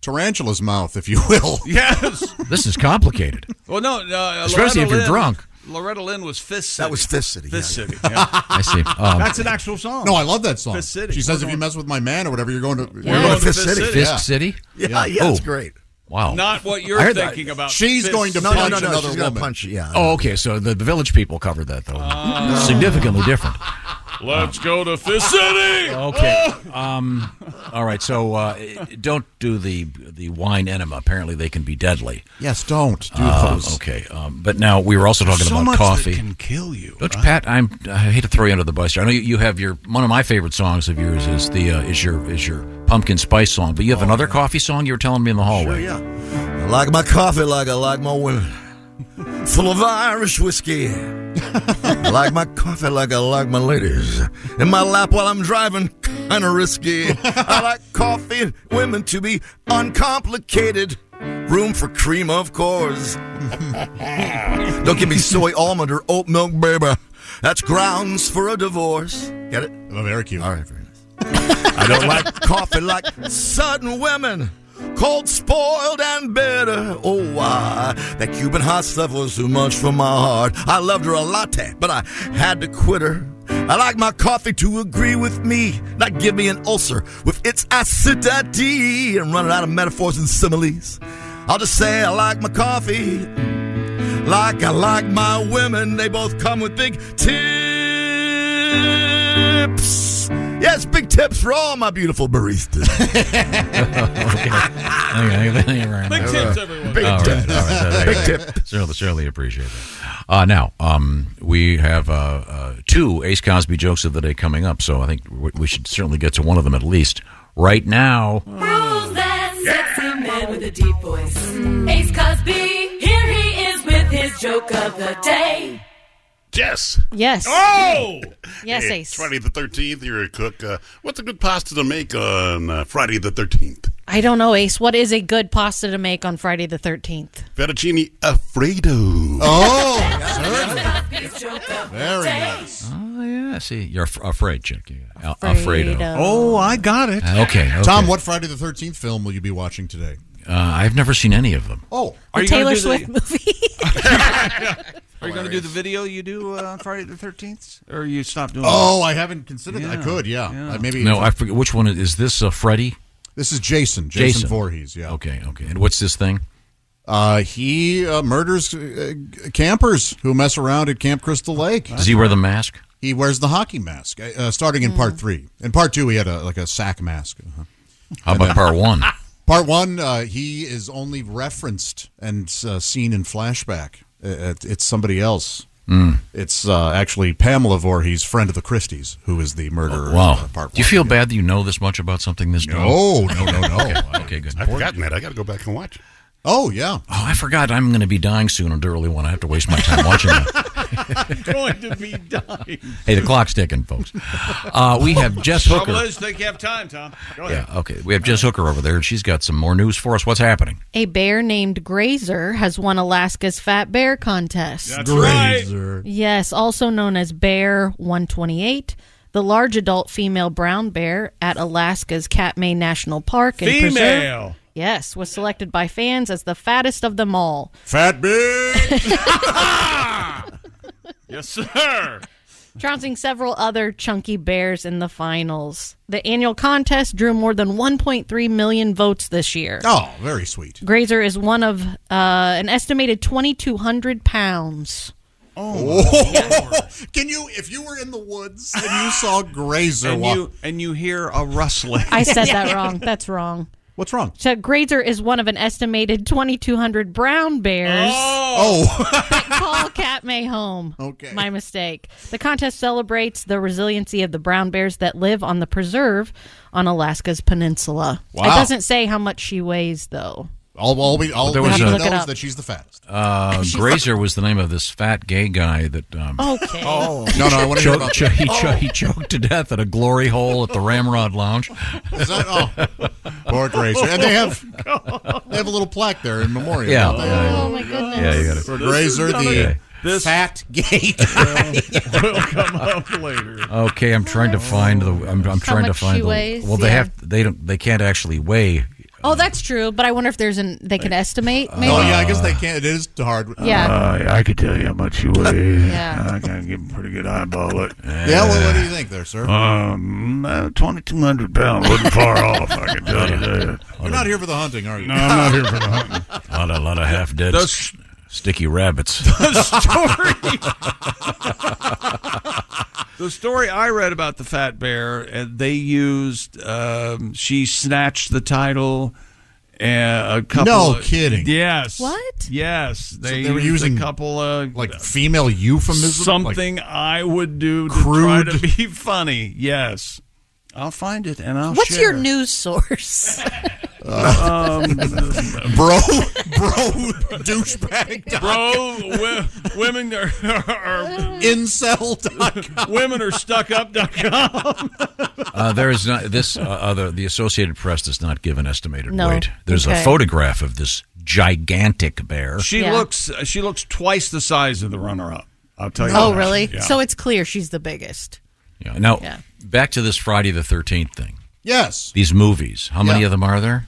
Speaker 6: tarantula's mouth, if you will.
Speaker 10: Yes.
Speaker 11: This is complicated.
Speaker 10: Well, no. Uh,
Speaker 11: Especially if
Speaker 10: Loretta
Speaker 11: you're
Speaker 10: Lynn-
Speaker 11: drunk.
Speaker 10: Loretta Lynn was Fist City.
Speaker 7: That was Fist City,
Speaker 10: Fist
Speaker 7: yeah.
Speaker 10: City. yeah.
Speaker 11: I see. Um,
Speaker 10: That's an actual song.
Speaker 6: No, I love that song.
Speaker 10: Fist City.
Speaker 6: She says,
Speaker 10: We're
Speaker 6: "If you
Speaker 10: going-
Speaker 6: mess with my man or whatever, you're going to you're
Speaker 10: going to Fist City.
Speaker 11: Fisk
Speaker 6: Yeah.
Speaker 11: City?
Speaker 6: Yeah,
Speaker 7: yeah, it's
Speaker 11: Oh.
Speaker 7: great.
Speaker 11: Wow.
Speaker 10: Not what you're
Speaker 11: I heard that.
Speaker 10: thinking about.
Speaker 6: She's
Speaker 10: Fist
Speaker 6: going to
Speaker 10: City.
Speaker 7: No, no, no,
Speaker 6: Punch
Speaker 7: no.
Speaker 6: another
Speaker 7: She's gonna
Speaker 6: woman.
Speaker 7: punch. Yeah.
Speaker 11: Oh, okay. So the, the village people covered that, though.
Speaker 10: Oh.
Speaker 11: Significantly different.
Speaker 10: Let's go to Fist City. Oh.
Speaker 11: Okay. Um, all right. So uh, don't do the the wine enema. Apparently, they can be deadly.
Speaker 6: Yes, don't do
Speaker 11: Uh,
Speaker 6: those.
Speaker 11: okay. Um, but now we were also talking
Speaker 10: so
Speaker 11: about
Speaker 10: much
Speaker 11: coffee.
Speaker 10: That can kill you.
Speaker 11: Don't you, Pat, I'm, I hate to throw you under the bus. here. I know you, you have your one of my favorite songs of yours is the uh, is your is your pumpkin spice song, but you have another coffee song you were telling me in the hallway.
Speaker 7: I like my coffee like I like my women. Full of Irish whiskey. I like my coffee like I like my ladies. In my lap while I'm driving, kinda risky. I like coffee and women to be uncomplicated. Room for cream, of course. Don't give me soy, almond, or oat milk, baby. That's grounds for a divorce. Get it?
Speaker 6: Oh, very cute.
Speaker 7: All right, very nice. I don't like coffee like sudden women. Cold, spoiled, and bitter. Oh, why? That Cuban hot stuff was too much for my heart. I loved her a latte, but I had to quit her. I like my coffee to agree with me, not give me an ulcer with its acidity. I'm running out of metaphors and similes. I'll just say I like my coffee like I like my women. They both come with big tips. Yes, big tips for all my beautiful baristas.
Speaker 11: Big Big tip.
Speaker 7: Big tip.
Speaker 11: Certainly, certainly appreciate that. Uh, now, um, we have uh, uh, two Ace Cosby jokes of the day coming up, so I think we, we should certainly get to one of them at least. Right now,
Speaker 8: Who's that sexy man with a deep voice? Ace Cosby, here he is with his joke of the day.
Speaker 12: Jess.
Speaker 13: Yes.
Speaker 12: Oh!
Speaker 13: Yes,
Speaker 12: Hey,
Speaker 13: Ace.
Speaker 12: Friday the 13th, you're a cook. Uh, what's a good pasta to make on uh, Friday the 13th?
Speaker 13: I don't know, Ace. What is a good pasta to make on Friday the 13th?
Speaker 12: Fettuccine Alfredo.
Speaker 8: Oh,
Speaker 6: Oh.
Speaker 10: Oh,
Speaker 8: His joke of
Speaker 6: Very
Speaker 8: nice.
Speaker 11: Oh, yeah. See, you're af- afraid, chick. Yeah. Al-
Speaker 6: Afraido.
Speaker 11: Alfredo.
Speaker 6: Oh, I got it.
Speaker 11: Uh, okay, okay.
Speaker 6: Tom, what Friday the 13th film will you be watching today?
Speaker 11: Uh, I've never seen any of them.
Speaker 6: Oh,
Speaker 10: Are you gonna do the- Are you going to do
Speaker 6: Hilarious.
Speaker 10: the video you do uh, on Friday the 13th? Or you stop doing
Speaker 6: Oh,
Speaker 10: that?
Speaker 6: I haven't considered that. I could, yeah. I maybe
Speaker 11: No, I forget which one it- is this. Uh, Freddy.
Speaker 6: This is Jason. Jason, Voorhees. Yeah.
Speaker 11: Okay. Okay. And what's this thing?
Speaker 6: Uh, he uh, murders uh, campers who mess around at Camp Crystal Lake.
Speaker 11: Does he wear the mask?
Speaker 6: He wears the hockey mask. uh, Uh, starting in part three. In part two, he had a like a sack mask. Uh-huh.
Speaker 11: How
Speaker 6: And
Speaker 11: about
Speaker 6: then-
Speaker 11: part one?
Speaker 6: Part one, uh, he is only referenced and uh, seen in flashback. Uh, it- it's somebody else.
Speaker 11: Mm.
Speaker 6: It's uh, actually Pamela Voorhees, friend of the Christies, who is the murderer. in,
Speaker 11: Wow.
Speaker 6: uh, part
Speaker 11: Do you
Speaker 6: one.
Speaker 11: feel bad that you know this much about something this
Speaker 6: No,
Speaker 11: drunk?
Speaker 6: Oh, no, no, no.
Speaker 11: okay, okay, good.
Speaker 12: Oh, I've forgotten that. I got to go back and watch.
Speaker 6: Oh, yeah. Oh,
Speaker 11: I forgot. I'm going to be dying soon and early one. I have to waste my time watching that.
Speaker 10: going to be dying.
Speaker 11: Hey, the clock's ticking, folks. Uh, we have Jess
Speaker 10: Trouble
Speaker 11: Hooker.
Speaker 10: is, they have time, Tom. Go ahead.
Speaker 11: Yeah, okay. We have Jess Hooker over there, and she's got some more news for us. What's happening?
Speaker 13: A bear named Grazer has won Alaska's Fat Bear Contest.
Speaker 11: That's right. Grazer.
Speaker 13: Yes, also known as Bear 128, the large adult female brown bear at Alaska's Katmai National Park and Preserve-
Speaker 10: Female.
Speaker 13: Yes, was selected by fans as the fattest of them all.
Speaker 6: Fat bitch.
Speaker 10: yes, sir.
Speaker 13: trouncing several other chunky bears in the finals. The annual contest drew more than 1.3 million votes this year.
Speaker 6: Oh, very sweet.
Speaker 13: Grazer is one of uh, an estimated 2,200 pounds.
Speaker 6: Oh, Can you, if you were in the woods and you saw Grazer
Speaker 10: And
Speaker 6: walk-
Speaker 10: you, and you hear a rustling.
Speaker 13: I said that wrong. That's wrong.
Speaker 6: What's wrong?
Speaker 13: So Grazer is one of an estimated 2,200 brown bears.
Speaker 6: Oh.
Speaker 13: that call Katmai home. Okay. My mistake. The contest celebrates the resiliency of the brown bears that live on the preserve on Alaska's peninsula.
Speaker 6: Wow.
Speaker 13: It doesn't say how much she weighs, though.
Speaker 6: all, all we, all
Speaker 11: There
Speaker 6: we
Speaker 11: was
Speaker 6: know
Speaker 11: a-
Speaker 6: is
Speaker 13: Look it up.
Speaker 6: that she's the fattest.
Speaker 11: Uh, Grazer was the name of this fat gay guy that. Um,
Speaker 13: Okay.
Speaker 6: Oh. No, no, I wanna hear
Speaker 11: choked-
Speaker 6: about
Speaker 11: cho-
Speaker 6: that.
Speaker 11: he, cho-
Speaker 6: Oh.
Speaker 11: he choked to death at a glory hole at the Ramrod Lounge.
Speaker 6: Is that, oh, poor Grazer. And they have they have a little plaque there in memorial.
Speaker 11: Yeah.
Speaker 6: don't they?
Speaker 11: Oh, my goodness. Yeah, you got it.
Speaker 6: For
Speaker 11: This
Speaker 6: Grazer,
Speaker 11: is gonna-
Speaker 6: the
Speaker 10: this
Speaker 6: fat gay
Speaker 10: will come up later.
Speaker 11: Okay, I'm trying to find the. I'm, I'm trying to
Speaker 13: much
Speaker 11: find
Speaker 13: she
Speaker 11: the.
Speaker 13: weighs,
Speaker 11: well, they
Speaker 13: yeah.
Speaker 11: have. They don't. They can't actually weigh.
Speaker 13: Oh, that's true. But I wonder if there's an they can estimate. Maybe.
Speaker 6: Oh yeah, I guess they can't. It is hard.
Speaker 13: Yeah.
Speaker 23: Uh, I could tell you how much you weigh.
Speaker 13: Yeah.
Speaker 23: I can give a pretty good eyeball it.
Speaker 6: Yeah, well, what do you think there, sir?
Speaker 23: Um, uh, 2,200 pounds wasn't far off, I can tell you that.
Speaker 6: You're not here for the hunting, are you?
Speaker 23: No, I'm not here for the hunting.
Speaker 11: A lot of, lot of half dead,
Speaker 6: The
Speaker 11: sticky rabbits.
Speaker 10: The story I read about the fat bear,
Speaker 23: uh,
Speaker 10: and they used um, she snatched the title. Uh, a couple.
Speaker 6: No
Speaker 10: of-
Speaker 6: kidding.
Speaker 10: Yes.
Speaker 13: What?
Speaker 10: Yes.
Speaker 6: So
Speaker 10: They,
Speaker 6: they were
Speaker 10: used
Speaker 6: using
Speaker 10: a couple of
Speaker 6: like female euphemism,
Speaker 10: Something I would do to
Speaker 6: Crude-
Speaker 10: try to be funny. Yes. I'll find it and I'll.
Speaker 13: What's
Speaker 10: share.
Speaker 13: your news source?
Speaker 10: Um,
Speaker 6: bro, bro, douchebag,
Speaker 10: bro, wi- women are, are
Speaker 6: incel.
Speaker 10: Women are stuck up. dot com.
Speaker 11: Uh, there is not this uh, other. The Associated Press does not give an estimated
Speaker 10: No.
Speaker 11: weight. There's
Speaker 10: Okay.
Speaker 11: a photograph of this gigantic bear.
Speaker 10: She looks. She looks twice the size of the runner-up. I'll tell you.
Speaker 13: oh,
Speaker 10: that.
Speaker 13: really?
Speaker 11: Yeah.
Speaker 13: So it's clear she's the biggest.
Speaker 11: Yeah. Now
Speaker 13: Yeah.
Speaker 11: back to this Friday the Thirteenth thing.
Speaker 6: Yes.
Speaker 11: These movies. How many
Speaker 6: Yeah.
Speaker 11: of them are there?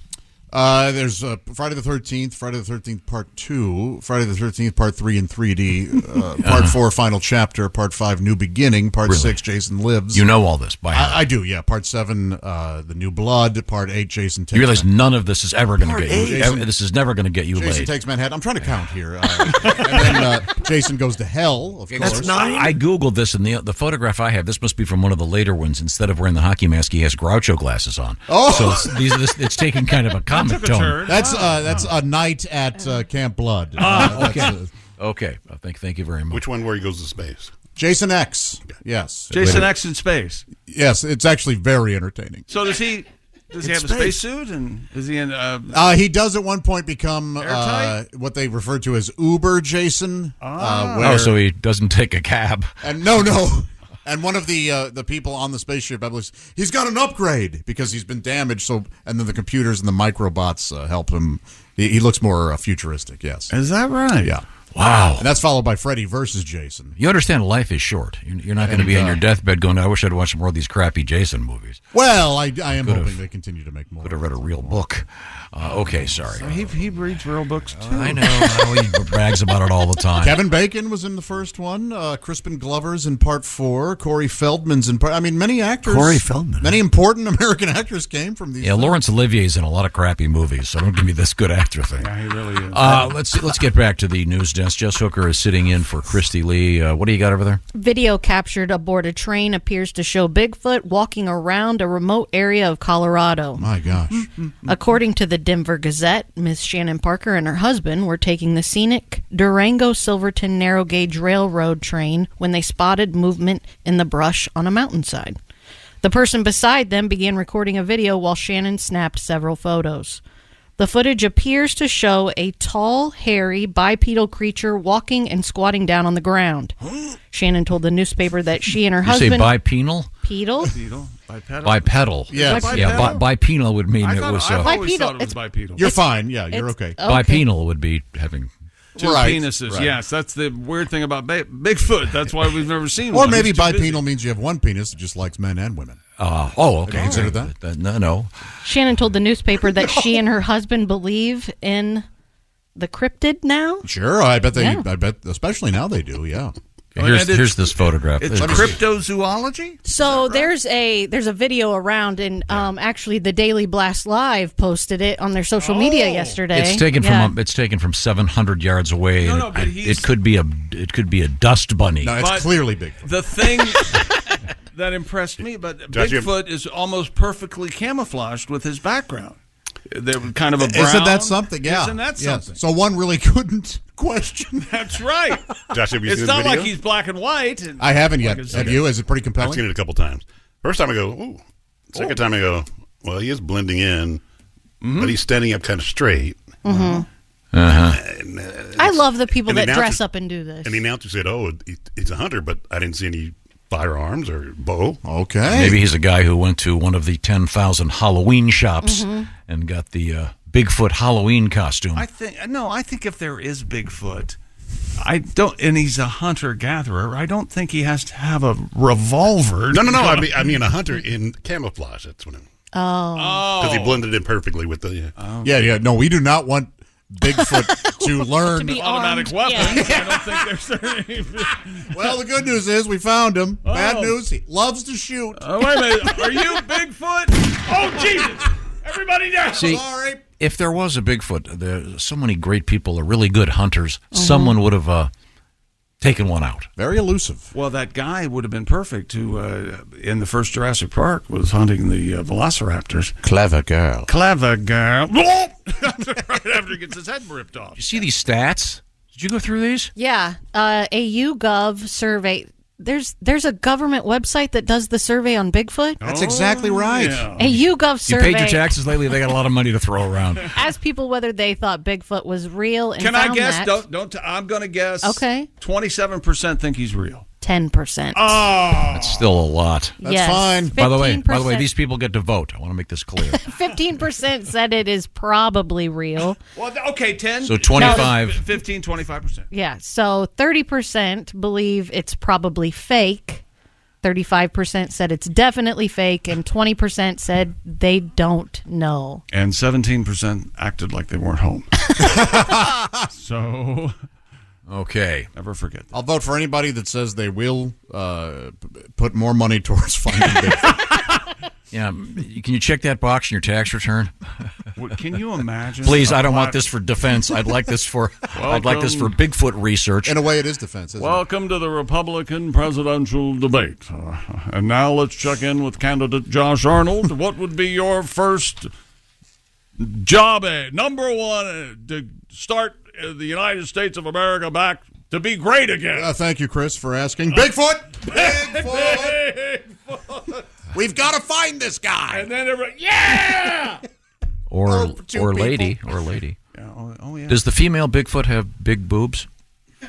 Speaker 6: Uh, there's uh, Friday the Thirteenth, Friday the Thirteenth Part Two, Friday the Thirteenth Part Three in 3D, uh, Part Four Final Chapter, Part Five New Beginning, Part
Speaker 11: Uh-huh. Really?
Speaker 6: Six Jason Lives.
Speaker 11: You know all this by heart.
Speaker 6: I, I do, yeah. Part Seven, uh, The New Blood. Part Eight Jason. Takes
Speaker 11: You realize
Speaker 6: Man-
Speaker 11: none of this is ever going
Speaker 6: Part
Speaker 11: to get you.
Speaker 6: eight.
Speaker 11: ever- this is never going to get you
Speaker 6: Jason
Speaker 11: laid.
Speaker 6: Takes Manhattan. I'm trying to count here. Uh, and then uh, Jason goes to hell. Of course,
Speaker 11: I googled this, and the the photograph I have. This must be from one of the later ones. Instead of wearing the hockey mask, he has Groucho glasses on.
Speaker 6: Oh.
Speaker 11: so it's, these are this, it's taking kind of a comic tone.
Speaker 6: That's uh, that's a night at uh, Camp Blood.
Speaker 11: Ah,
Speaker 6: Uh,
Speaker 11: okay.
Speaker 6: that's, uh,
Speaker 11: Okay, Uh, thank thank you very much.
Speaker 12: Which one where he goes to space?
Speaker 6: Jason X. Yes.
Speaker 10: Jason X in space.
Speaker 6: Yes, it's actually very entertaining.
Speaker 10: So does he? Does he
Speaker 6: In
Speaker 10: have a
Speaker 6: space.
Speaker 10: spacesuit? And is he in? Uh,
Speaker 6: Uh, he does at one point become uh,
Speaker 10: Airtight? Ah.
Speaker 6: what they refer to as Uber Jason.
Speaker 11: Oh,
Speaker 6: Uh, where,
Speaker 11: so he doesn't take a cab.
Speaker 6: and no, no. And one of the uh, the people on the spaceship, I believe, he's got an upgrade because he's been damaged. So, and then the computers and the microbots uh, help him. He, he looks more uh, futuristic. Yes,
Speaker 10: is that right?
Speaker 6: Yeah.
Speaker 11: Wow.
Speaker 6: And that's followed by Freddy versus Jason.
Speaker 11: You understand life is short. You're, you're not going to
Speaker 6: And,
Speaker 11: be on
Speaker 6: uh,
Speaker 11: your deathbed going, I wish I'd watched more of these crappy Jason movies.
Speaker 6: Well, I, I am
Speaker 11: Could've-
Speaker 6: hoping they continue to make more.
Speaker 11: Could have read a real book. Uh, okay, sorry.
Speaker 10: so he he reads real books too.
Speaker 11: I know. I know he brags about it all the time.
Speaker 6: Kevin Bacon was in the first one. Uh, Crispin Glover's in part four. Corey Feldman's in part. I mean, many actors.
Speaker 11: Corey Feldman.
Speaker 6: Many important American actors came from these.
Speaker 11: Yeah, Laurence Olivier's in a lot of crappy movies, so don't give me this good actor thing.
Speaker 10: Yeah, he really is.
Speaker 11: Uh, let's let's get back to the news desk. Jess Hooker is sitting in for Christy Lee. Uh, what do you got over there?
Speaker 13: Video captured aboard a train appears to show Bigfoot walking around a remote area of Colorado.
Speaker 6: My gosh.
Speaker 13: Mm-hmm. According to the Denver Gazette, Miss Shannon Parker and her husband were taking the scenic Durango Silverton narrow gauge railroad train when they spotted movement in the brush on a mountainside. The person beside them began recording a video while Shannon snapped several photos. The footage appears to show a tall, hairy, bipedal creature walking and squatting down on the ground. Shannon told the newspaper that she and her
Speaker 11: you
Speaker 13: husband
Speaker 11: say bipenal?
Speaker 13: pedal
Speaker 10: Bipedal.
Speaker 11: Bipedal.
Speaker 10: Yes. Bipedal?
Speaker 11: Yeah, bi- bipenal would mean it was. Uh,
Speaker 10: I always
Speaker 13: Bipedal,
Speaker 10: thought it was
Speaker 13: it's-
Speaker 10: bipedal.
Speaker 6: You're fine. Yeah, you're
Speaker 13: it's-
Speaker 6: okay.
Speaker 11: Bipenal would be having.
Speaker 10: Two
Speaker 6: Right,
Speaker 10: penises.
Speaker 6: right.
Speaker 10: Yes, that's the weird thing about ba- Bigfoot. That's why we've never seen
Speaker 6: Or
Speaker 10: one.
Speaker 6: maybe
Speaker 10: He's too busy.
Speaker 6: bipenal means you have one penis that just likes men and women.
Speaker 11: Uh, oh,
Speaker 6: Have you
Speaker 11: okay.
Speaker 6: considered that?
Speaker 11: No, no.
Speaker 13: Shannon told the newspaper that she and her husband believe in the cryptid now.
Speaker 6: Sure, I bet they.
Speaker 13: Yeah.
Speaker 6: I bet, especially now they do. Yeah.
Speaker 11: Here's, here's this photograph.
Speaker 10: It's
Speaker 11: Let me see.
Speaker 10: cryptozoology.
Speaker 13: So there's a there's a video around, and um, actually the Daily Blast Live posted it on their social
Speaker 6: Oh.
Speaker 13: media yesterday.
Speaker 11: It's taken
Speaker 13: Yeah.
Speaker 11: from a, it's taken from 700 yards away. and it- it could be a it could be a dust bunny.
Speaker 6: No, it's
Speaker 10: But-
Speaker 6: clearly Bigfoot.
Speaker 10: The thing that impressed me, but
Speaker 6: Does he-
Speaker 10: Bigfoot is almost perfectly camouflaged with his background. They're kind of a brown.
Speaker 6: Isn't that something? Yeah.
Speaker 10: Isn't that
Speaker 6: Yes.
Speaker 10: something?
Speaker 6: So one really couldn't question.
Speaker 10: That's right.
Speaker 12: Josh, have you
Speaker 10: it's
Speaker 12: seen the
Speaker 10: not like
Speaker 12: video?
Speaker 10: he's black and white. and-
Speaker 6: I haven't yet.
Speaker 10: Like a-
Speaker 6: have you? Is it pretty compelling?
Speaker 12: I've seen it a couple times. First time I go, ooh. Second time I go, well, he is blending in,
Speaker 6: Mm-hmm.
Speaker 12: but he's standing up kind of straight.
Speaker 13: Mhm.
Speaker 12: And, uh,
Speaker 13: I love the people
Speaker 12: and the
Speaker 13: that dress
Speaker 12: announcers-
Speaker 13: up and do this.
Speaker 12: And the announcer said, "Oh, it, it's a hunter," but I didn't see any firearms or bow.
Speaker 6: Okay.
Speaker 11: Maybe he's a guy who went to one of the 10,000 Halloween shops
Speaker 10: Mhm.
Speaker 11: and got the uh, Bigfoot Halloween costume.
Speaker 10: I think no. I think if there is Bigfoot, I don't. And he's a hunter gatherer. I don't think he has to have a revolver.
Speaker 12: No, no, no. I mean, I mean a hunter in camouflage. That's what I mean.
Speaker 13: Oh.
Speaker 12: Because he blended in perfectly with the.
Speaker 6: Yeah, yeah. No, we do not want Bigfoot to learn.
Speaker 10: automatic weapons. I don't think there's any.
Speaker 6: well, the good news is we found him. Bad
Speaker 10: Oh.
Speaker 6: news, he loves to shoot.
Speaker 10: Oh, wait a minute. Are you Bigfoot? Oh, Jesus! Everybody down.
Speaker 11: See, if there was a Bigfoot, there so many great people are really good hunters. Someone would have uh, taken one out.
Speaker 6: Very elusive.
Speaker 10: Well, that guy would have been perfect who, uh, in the first Jurassic Park, was hunting the uh, velociraptors.
Speaker 11: Clever girl.
Speaker 10: Clever girl. right after he gets his head ripped off.
Speaker 11: You see these stats? Did you go through these?
Speaker 13: Yeah, uh, a YouGov survey. There's there's a government website that does the survey on Bigfoot.
Speaker 6: That's exactly right.
Speaker 13: A YouGov
Speaker 11: Oh, You
Speaker 13: survey
Speaker 11: paid your taxes lately. They got a lot of money to throw around.
Speaker 13: asked people whether they thought Bigfoot was real. And
Speaker 10: Can I
Speaker 13: found
Speaker 10: guess?
Speaker 13: that.
Speaker 10: Don't don't. T- I'm going to guess.
Speaker 13: Okay.
Speaker 10: Twenty-seven percent think he's real.
Speaker 13: Ten percent.
Speaker 10: Oh,
Speaker 11: That's still a lot.
Speaker 13: That's Yes. fine.
Speaker 11: By the way, by the way,
Speaker 13: 15%.
Speaker 11: these people get to vote. I want to make this clear.
Speaker 13: Fifteen percent said it is probably real.
Speaker 10: Well, th- okay, ten.
Speaker 11: So 25.
Speaker 10: No, f- 15, 25 percent.
Speaker 13: Yeah. So thirty percent believe it's probably fake. 35% said it's definitely fake, and 20% said they don't know.
Speaker 10: and 17% acted like they weren't home. so,
Speaker 11: okay.
Speaker 10: Never forget.
Speaker 6: I'll vote for anybody that says they will uh, p- put more money towards finding Bigfoot.
Speaker 11: Yeah, can you check that box in your tax return?
Speaker 10: What, can you imagine?
Speaker 11: Please,
Speaker 10: I
Speaker 11: I don't want this for defense. I'd like this for I'd like this for
Speaker 10: Welcome.
Speaker 11: Bigfoot research.
Speaker 6: In a way, it is defense. Isn't
Speaker 18: Welcome to the Republican presidential debate. Uh, and now let's check in with candidate Josh Arnold. What would be your first job ad? Number one, uh, to start uh, the United States of America back to be great again.
Speaker 6: it? Uh, thank you, Chris, for asking. Bigfoot.
Speaker 18: Bigfoot!
Speaker 6: We've got to find this guy.
Speaker 18: And then everybody, yeah!
Speaker 11: or
Speaker 6: Oh, two
Speaker 11: or
Speaker 6: people.
Speaker 11: lady or lady.
Speaker 10: oh, oh, yeah.
Speaker 11: Does the female Bigfoot have big boobs?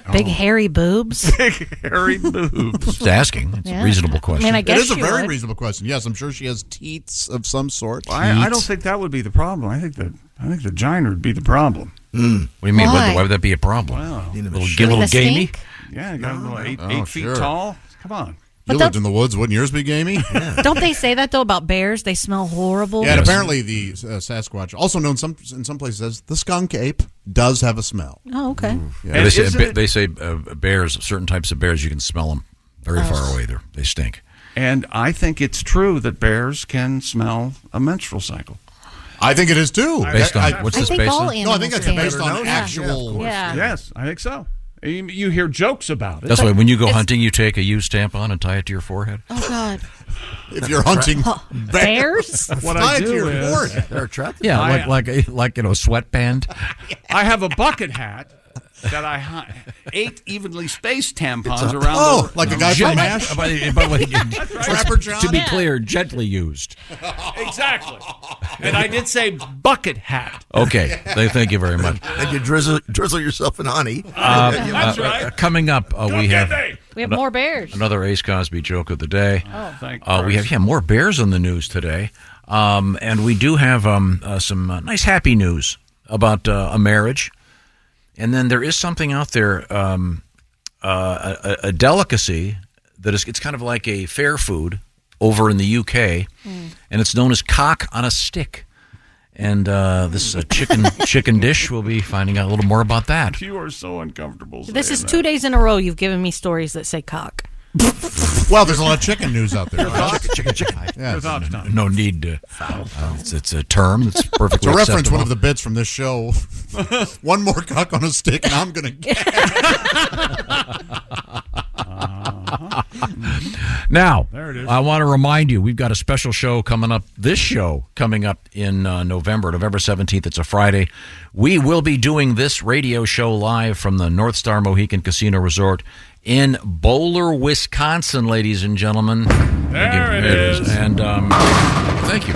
Speaker 6: Oh.
Speaker 13: Big hairy boobs.
Speaker 10: Big hairy boobs.
Speaker 11: Just asking. It's
Speaker 13: Yeah.
Speaker 11: a reasonable question.
Speaker 13: I mean, I guess
Speaker 6: it is a
Speaker 13: she
Speaker 6: very
Speaker 13: would.
Speaker 6: reasonable question. Yes, I'm sure she has teats of some sort.
Speaker 10: I, I don't think that would be the problem. I think that I think the giant would be the problem.
Speaker 11: Hmm. What do you mean? Why?
Speaker 10: Why?
Speaker 11: why would that be a problem?
Speaker 10: Wow.
Speaker 11: Little,
Speaker 10: machine.
Speaker 11: little
Speaker 10: With a
Speaker 11: gamey.
Speaker 10: stink? Yeah, you got a little eight,
Speaker 6: Oh,
Speaker 10: eight feet
Speaker 6: sure.
Speaker 10: tall. Come on.
Speaker 13: But
Speaker 6: you lived in the woods, wouldn't yours be gamey? Yeah.
Speaker 13: Don't they say that, though, about bears? They smell horrible.
Speaker 6: and apparently the uh, Sasquatch, also known some in some places as the skunk ape, does have a smell.
Speaker 13: Oh, okay.
Speaker 6: Yeah.
Speaker 11: They say,
Speaker 6: Isn't
Speaker 11: ba-
Speaker 6: it-
Speaker 11: they say uh, bears, certain types of bears, you can smell them
Speaker 13: Oh.
Speaker 11: very far away. They're, they stink.
Speaker 10: And I think it's true that bears can smell a menstrual cycle.
Speaker 6: I think it is too.
Speaker 11: Based on- what's I this think based all on?
Speaker 6: No, I think
Speaker 11: animals
Speaker 6: that's
Speaker 11: can.
Speaker 6: based
Speaker 11: Yeah,
Speaker 6: on
Speaker 11: of
Speaker 6: actual.
Speaker 11: course. Yeah.
Speaker 10: Yes, I think so. You, you hear jokes about it.
Speaker 11: That's why when you go
Speaker 10: It's-
Speaker 11: hunting, you take a used tampon and tie it to your forehead.
Speaker 13: Oh, God.
Speaker 6: If you're hunting
Speaker 13: Huh. bears?
Speaker 10: What I do is
Speaker 11: They're attractive. Yeah, like like a, like you know, sweatband.
Speaker 10: I have a bucket hat that I hunt eight evenly spaced tampons
Speaker 11: a-
Speaker 10: around.
Speaker 11: Oh,
Speaker 10: the,
Speaker 11: like a guy from
Speaker 10: Gen-
Speaker 11: MASH?
Speaker 10: By the- by the way,
Speaker 11: That's
Speaker 10: right.
Speaker 11: Trapper John? To be clear, gently used.
Speaker 10: exactly. And I did say bucket hat.
Speaker 11: Okay, They- thank you very much.
Speaker 7: And you drizzle, drizzle yourself in honey.
Speaker 11: Uh,
Speaker 7: That's
Speaker 11: uh,
Speaker 7: right.
Speaker 11: uh, coming up, uh, we have
Speaker 13: We have more bears.
Speaker 11: another Ace Cosby joke of the day.
Speaker 13: Oh.
Speaker 10: Thank
Speaker 11: Uh, we have yeah more bears on the news today, um, and we do have um, uh, some uh, nice happy news about uh, a marriage, and then there is something out there, um, uh, a- a, a delicacy that is it's kind of like a fair food over in the UK, and it's known as cock on a stick. And uh, this uh, chicken chicken dish. We'll be finding out a little more about that.
Speaker 10: You are so uncomfortable.
Speaker 13: This
Speaker 10: saying
Speaker 13: is
Speaker 10: that.
Speaker 13: two days in a row you've given me stories that say cock.
Speaker 6: Well, there's a lot of chicken news out there. right?
Speaker 11: Chicken, chicken.
Speaker 6: Yeah.
Speaker 11: No need to. uh, it's, it's a term that's
Speaker 6: To
Speaker 11: perfectly
Speaker 6: reference
Speaker 11: acceptable.
Speaker 6: one of the bits from this show, one more cock on a stick, and I'm gonna get.
Speaker 10: Uh-huh.
Speaker 11: Now,
Speaker 6: There it is.
Speaker 11: I want to remind you, we've got a special show coming up. This show coming up in uh, November, November 17th. It's a Friday. We will be doing this radio show live from the North Star Mohican Casino Resort in Bowler, Wisconsin, ladies and gentlemen.
Speaker 10: There
Speaker 11: Thank you.
Speaker 10: it is.
Speaker 11: And um, thank you.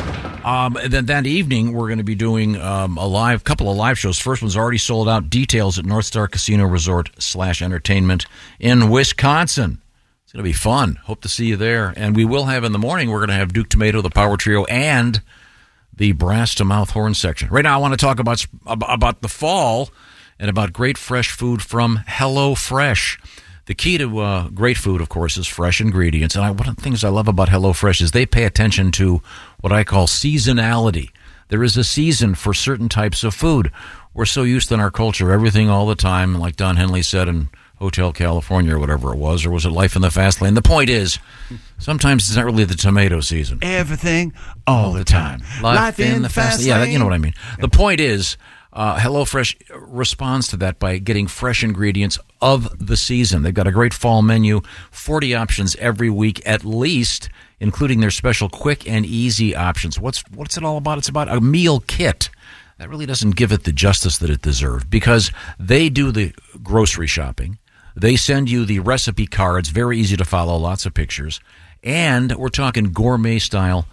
Speaker 11: Um, and then that evening, we're going to be doing um, a live couple of live shows. First one's already sold out. Details at North Star Casino Resort slash Entertainment in Wisconsin. It's going to be fun. Hope to see you there. And we will have in the morning, we're going to have Duke Tomato, the Power Trio, and the Brass to Mouth Horn section. Right now, I want to talk about ab- about the fall and about great fresh food from Hello Fresh. The key to uh, great food, of course, is fresh ingredients. And I, one of the things I love about Hello Fresh is they pay attention to what I call seasonality. There is a season for certain types of food. We're so used in our culture, everything all the time, like Don Henley said in Hotel California or whatever it was, or was it Life in the Fast Lane? The point is, sometimes it's not really the tomato season.
Speaker 10: everything all the time.
Speaker 11: Yeah, that- you know what I mean. The point is, uh, HelloFresh responds to that by getting fresh ingredients of the season. They've got a great fall menu, 40 options every week at least, including their special quick and easy options. What's what's it all about? It's about a meal kit. That really doesn't give it the justice that it deserved because they do the grocery shopping. They send you the recipe cards, very easy to follow, lots of pictures. And we're talking gourmet style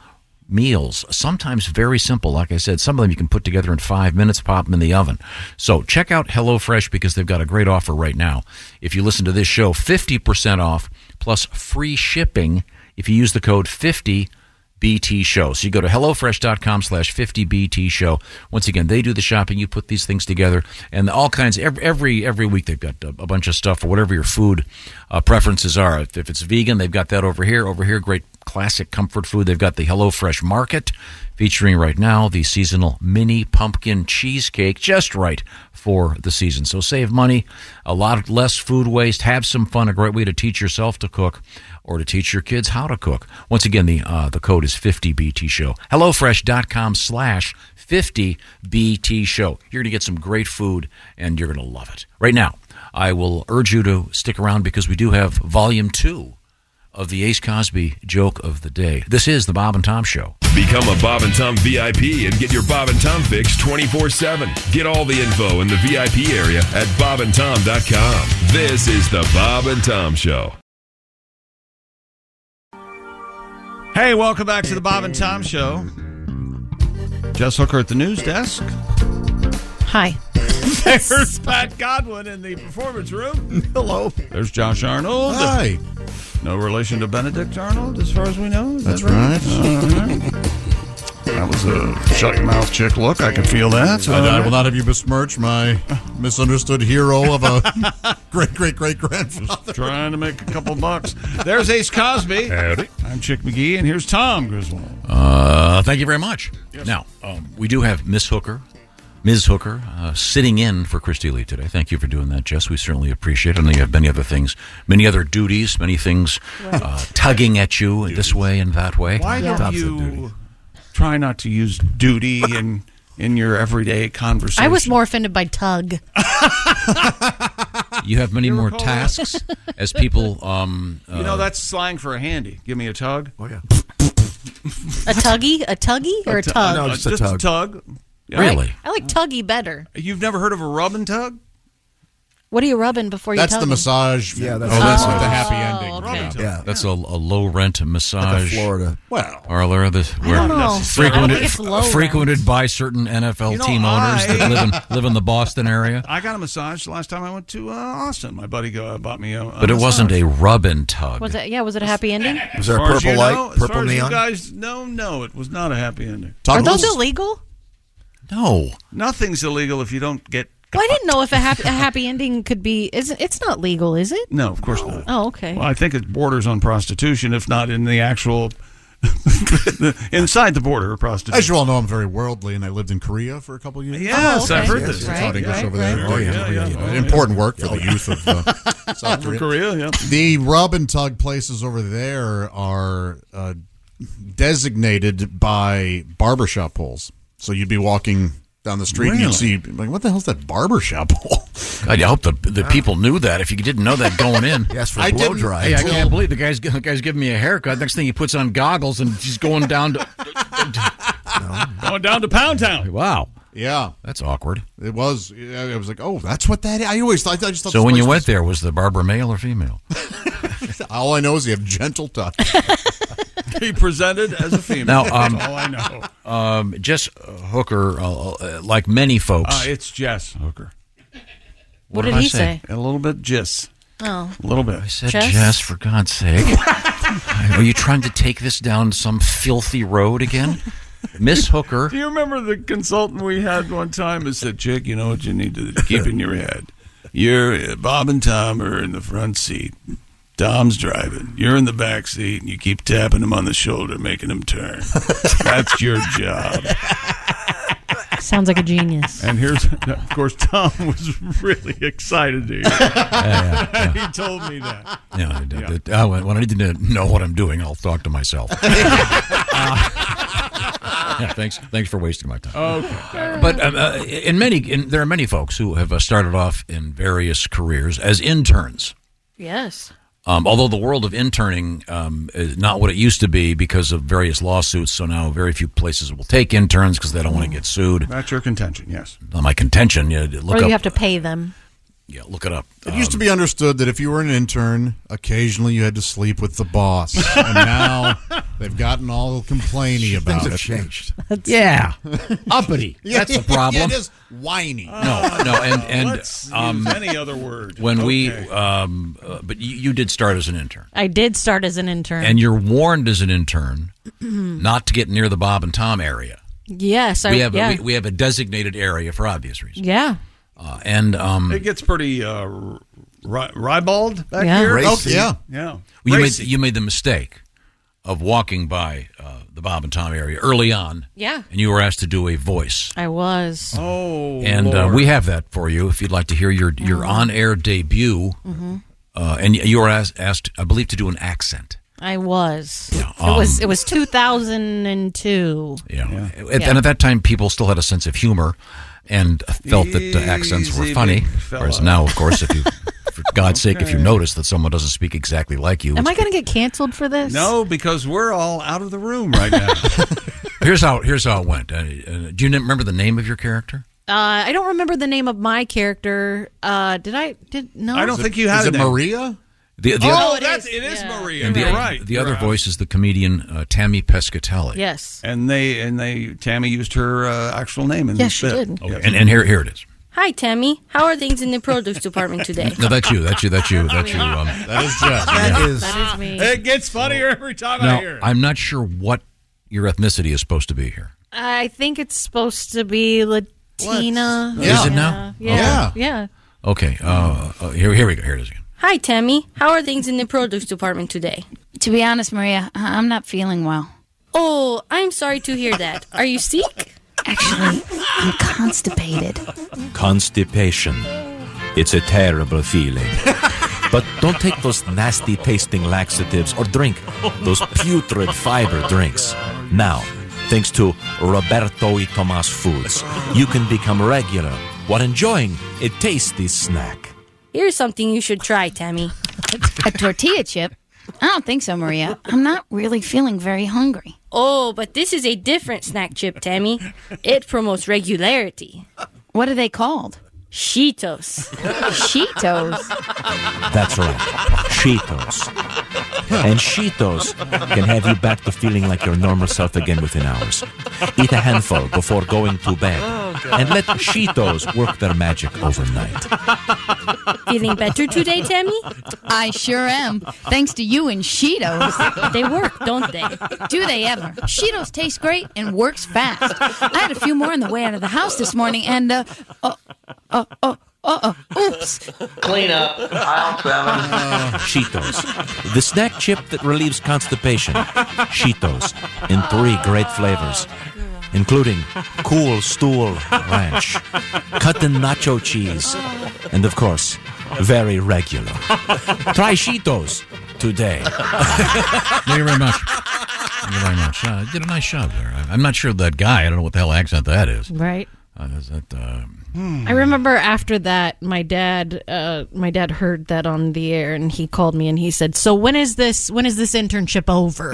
Speaker 11: meals, sometimes very simple. Like I said, some of them you can put together in five minutes, pop them in the oven. So check out HelloFresh because they've got a great offer right now. If you listen to this show, 50% off plus free shipping if you use the code 50 BT show. So you go to HelloFresh.com slash 50BT show. Once again, they do the shopping. You put these things together and all kinds, every, every, every week they've got a, a bunch of stuff for whatever your food uh, preferences are. If, if it's vegan, they've got that over here. Over here, great classic comfort food. They've got the HelloFresh Market featuring right now the seasonal mini pumpkin cheesecake, just right for the season. So save money, a lot less food waste, have some fun, a great way to teach yourself to cook or to teach your kids how to cook. Once again, the uh, the code is 50BT show. HelloFresh.com slash 50BT show. You're going to get some great food and you're going to love it. Right now, I will urge you to stick around because we do have volume two of the Ace Cosby joke of the day. This is the Bob and Tom Show.
Speaker 14: Become a Bob and Tom VIP and get your Bob and Tom fix 24 7. Get all the info in the VIP area at bobandtom.com. This is the Bob and Tom Show.
Speaker 10: Hey, welcome back to the Bob and Tom Show. Jess Hooker at the news desk.
Speaker 13: Hi.
Speaker 11: uh,
Speaker 10: There's Pat Godwin in the performance room. Hello. There's Josh Arnold.
Speaker 6: Hi.
Speaker 10: No relation to Benedict Arnold, as far as we know. Is
Speaker 6: That's
Speaker 10: that
Speaker 6: right.
Speaker 10: That was a shut your mouth chick look. I can feel that.
Speaker 6: Mm-hmm. I, I will not have you besmirch my misunderstood hero of a great, great, great grandfather.
Speaker 10: Trying to make a couple bucks. There's Ace Cosby. I'm Chick McGee, and here's Tom Griswold.
Speaker 11: Uh, thank you very much. Now, um, we do have Miss Hooker, Ms. Hooker, uh, sitting in for Christy Lee today. Thank you for doing that, Jess. We certainly appreciate it. I know you have many other things, many other duties, many things uh, tugging at you this way and that way.
Speaker 10: Why
Speaker 11: That's
Speaker 10: don't
Speaker 11: the duty.
Speaker 10: you try not to use duty in in your everyday conversation?
Speaker 13: I was more offended by Tug.
Speaker 11: You have many more
Speaker 10: recall
Speaker 11: tasks as people. Um,
Speaker 10: You
Speaker 11: uh,
Speaker 10: know that's slang for a handy. Give me a tug. Oh yeah.
Speaker 13: A tuggy? A tuggy or a,
Speaker 10: tu-
Speaker 13: tug?
Speaker 10: no, just a Just a tug. tug. Yeah.
Speaker 11: Really?
Speaker 13: I like tuggy better.
Speaker 10: You've never heard of a rub and tug?
Speaker 13: What are you rubbing before you
Speaker 6: That's
Speaker 13: tug
Speaker 6: the
Speaker 13: 'em?
Speaker 6: massage.
Speaker 11: Yeah,
Speaker 6: that's,
Speaker 11: that's- Oh, that's
Speaker 6: with the
Speaker 11: what-
Speaker 6: happy
Speaker 13: Oh,
Speaker 6: ending.
Speaker 13: okay.
Speaker 11: Yeah, that's a, a low rent massage.
Speaker 7: Florida.
Speaker 6: Well,
Speaker 11: parlor that
Speaker 6: I
Speaker 11: where
Speaker 6: don't know. I
Speaker 11: frequented
Speaker 6: think it's low rent.
Speaker 11: frequented by certain NFL
Speaker 10: You know,
Speaker 11: team owners
Speaker 10: I-
Speaker 11: that live in live in the Boston area.
Speaker 10: I got a massage the last time I went to uh, Austin. My buddy go, uh, bought me a, a
Speaker 11: But it
Speaker 10: massage.
Speaker 11: wasn't a rub and tug.
Speaker 13: Was it? Yeah, was it a happy ending?
Speaker 11: Was there a
Speaker 10: As far as
Speaker 11: purple
Speaker 10: you
Speaker 11: light,
Speaker 10: know, as
Speaker 11: purple
Speaker 10: far as
Speaker 11: neon?
Speaker 10: You guys, no, no, it was not a happy ending.
Speaker 13: Are those illegal?
Speaker 11: No,
Speaker 10: nothing's illegal if you don't get.
Speaker 13: Well, I didn't know if a happy, a happy ending could be. Is It's not legal, is it?
Speaker 10: No, of course not.
Speaker 13: Oh, okay.
Speaker 10: Well, I think it borders on prostitution, if not in the actual inside the border of prostitution.
Speaker 6: As you all know, I'm very worldly, and I lived in Korea for a couple years.
Speaker 10: Oh, Yes, I've heard this.
Speaker 6: I taught
Speaker 10: Right,
Speaker 6: English
Speaker 10: right,
Speaker 6: over there.
Speaker 10: right. Oh, yeah, yeah, yeah.
Speaker 6: Important work for the youth of uh, South
Speaker 10: For
Speaker 6: Korea.
Speaker 10: Korea, yeah.
Speaker 6: The rub and tug places over there are uh, designated by barbershop poles. So you'd be walking down the street and you'd see,
Speaker 11: Really?
Speaker 6: like, what the hell's that barbershop pole?
Speaker 11: God, I hope the the people knew that. If you didn't know that going in,
Speaker 6: Yes, for I blow didn't- dry.
Speaker 11: Hey, I
Speaker 6: Well-
Speaker 11: can't believe the guy's the guy's giving me a haircut. Next thing he puts on goggles and he's going down to
Speaker 10: going down to Pound Town.
Speaker 11: Wow,
Speaker 6: Yeah,
Speaker 11: that's awkward.
Speaker 6: it was. I was like, oh, that's what that. Is. I always thought. I just thought
Speaker 11: So
Speaker 6: this
Speaker 11: when
Speaker 6: place
Speaker 11: you went there, was the barber male or female?
Speaker 6: was- all I know is you have gentle touch.
Speaker 10: He presented as a female.
Speaker 11: Now, um,
Speaker 10: That's all I know.
Speaker 11: Um, Jess Hooker, uh, uh, like many folks,
Speaker 10: Uh, it's Jess Hooker.
Speaker 11: What What did did I he say?
Speaker 10: A little bit Jess.
Speaker 13: Oh.
Speaker 10: A little bit. I
Speaker 11: said Jess, for God's sake. Are you trying to take this down some filthy road again? Miss Hooker.
Speaker 10: Do you remember the consultant we had one time who said, Chick, you know what you need to keep in your head? You're uh, Bob and Tom are in the front seat. Tom's driving. You're in the back seat, and you keep tapping him on the shoulder, making him turn. That's your job.
Speaker 13: Sounds like a genius.
Speaker 10: And here's, of course, Tom was really excited to hear.
Speaker 11: yeah, yeah.
Speaker 10: he told me that.
Speaker 11: Yeah, I- I- I- when when I need to know what I'm doing, I'll talk to myself. Uh, yeah, thanks. Thanks for wasting my time.
Speaker 10: Okay.
Speaker 11: But um, uh, in many, in, there are many folks who have uh, started off in various careers as interns.
Speaker 13: Yes.
Speaker 11: Um, although the world of interning um, is not what it used to be because of various lawsuits, so now very few places will take interns because they don't want to get sued.
Speaker 10: That's your contention, yes.
Speaker 11: Not my contention. You look
Speaker 13: or you
Speaker 11: up
Speaker 13: have to pay them.
Speaker 11: Yeah, look it up.
Speaker 6: It used to be understood that if you were an intern, occasionally you had to sleep with the boss. and now they've gotten all complainy about
Speaker 11: have
Speaker 6: it.
Speaker 11: changed. Yeah. Uppity. That's the problem.
Speaker 6: it is whiny.
Speaker 11: No, no, and and
Speaker 6: Oh, Let's
Speaker 11: um,
Speaker 6: use any other word.
Speaker 11: when we
Speaker 6: Okay.
Speaker 11: um, uh, but you, you did start as an intern,
Speaker 13: I did start as an intern.
Speaker 11: and you're warned as an intern not to get near the Bob and Tom area.
Speaker 13: Yes, I
Speaker 11: we have
Speaker 13: yeah.
Speaker 11: a, we, we have a designated area for obvious reasons,
Speaker 13: yeah.
Speaker 11: uh, and um,
Speaker 10: It gets pretty uh, ri- ribald back
Speaker 11: Yeah.
Speaker 10: here.
Speaker 11: Racy.
Speaker 10: yeah, yeah.
Speaker 11: Well, you, made,
Speaker 10: Racy.
Speaker 11: you made the mistake of walking by uh, the Bob and Tom area early on.
Speaker 13: Yeah.
Speaker 11: And you were asked to do a voice.
Speaker 13: I was.
Speaker 10: Oh.
Speaker 11: and uh, we have that for you if you'd like to hear your, your
Speaker 13: Mm-hmm.
Speaker 11: on air debut.
Speaker 13: Mhm.
Speaker 11: Uh, and you were asked, asked, I believe, to do an accent.
Speaker 13: I was.
Speaker 11: um,
Speaker 13: it was. It was 2002.
Speaker 11: Yeah. And,
Speaker 13: Yeah.
Speaker 11: at that time, people still had a sense of humor and felt that uh, accents were
Speaker 10: Easy,
Speaker 11: funny.
Speaker 10: big
Speaker 11: Whereas
Speaker 10: fella.
Speaker 11: now, of course, if you, for God's sake, if you notice that someone doesn't speak exactly like you,
Speaker 13: Am I going to get canceled for this?
Speaker 10: No, because we're all out of the room right now.
Speaker 11: here's how here's how it went. Uh, uh, do you n- remember the name of your character?
Speaker 13: Uh, I don't remember the name of my character. Uh, did I? Did no?
Speaker 11: The, the
Speaker 13: oh,
Speaker 11: other,
Speaker 13: that's it is
Speaker 10: Maria.
Speaker 11: and the,
Speaker 10: You're right.
Speaker 11: The other voice is the comedian uh, Tammy Pescatelli.
Speaker 13: Yes.
Speaker 10: And they and they Tammy used her uh, actual name. In
Speaker 2: Yes,
Speaker 10: this
Speaker 2: she
Speaker 10: bit.
Speaker 2: did.
Speaker 10: Yes.
Speaker 11: Oh, And, and here here it is.
Speaker 2: Hi, Tammy. How are things in the produce department today?
Speaker 11: No, that's you. That's you. That's you. That's you. Um,
Speaker 6: that is
Speaker 11: Jeff.
Speaker 2: that is me.
Speaker 10: It gets funnier every time I hear.
Speaker 11: Now
Speaker 10: it.
Speaker 11: I'm not sure what your ethnicity is supposed to be here.
Speaker 13: I think it's supposed to be Latina.
Speaker 11: Is it now?
Speaker 13: Yeah.
Speaker 11: Yeah.
Speaker 13: Yeah.
Speaker 11: Okay. Uh, uh, here here we go. Here it is again.
Speaker 2: Hi, Tammy. How are things in the produce department today?
Speaker 24: To be honest, Maria, I- I'm not feeling well.
Speaker 2: Oh, I'm sorry to hear that. Are you sick?
Speaker 24: Actually, I'm constipated.
Speaker 16: Constipation. It's a terrible feeling. but don't take those nasty tasting laxatives or drink those putrid fiber drinks. Now, thanks to Roberto y Tomas Foods, you can become regular while enjoying a tasty snack.
Speaker 2: Here's something you should try, Tammy.
Speaker 24: A tortilla chip? I don't think so, Maria. I'm not really feeling very hungry.
Speaker 2: Oh, but this is a different snack chip, Tammy. It promotes regularity.
Speaker 24: What are they called?
Speaker 2: Cheetos.
Speaker 24: Cheetos.
Speaker 16: That's right, Cheetos. And Cheetos can have you back to feeling like your normal self again within hours. Eat a handful before going to bed and let Cheetos work their magic overnight.
Speaker 2: Feeling better today, Tammy?
Speaker 24: I sure am. Thanks to you and Cheetos.
Speaker 2: They work, don't they?
Speaker 24: Do they ever? Cheetos taste great and works fast. I had a few more on the way out of the house this morning, and uh, oh, oh, oh, oh, oh, oops.
Speaker 8: Clean up aisle seven.
Speaker 16: Cheetos, the snack chip that relieves constipation. Cheetos in three great flavors, including Cool Stool Ranch, Cut and Nacho Cheese, and of course, very regular. Try Cheetos today.
Speaker 11: Thank you very much. Thank you very much. Uh, did a nice job there. I, I'm not sure that guy. I don't know what the hell accent that is.
Speaker 13: Right.
Speaker 11: Uh, is that, uh,
Speaker 10: Hmm.
Speaker 13: I remember after that, my dad, uh, my dad heard that on the air, and he called me and he said, "So when is this? When is this internship over?"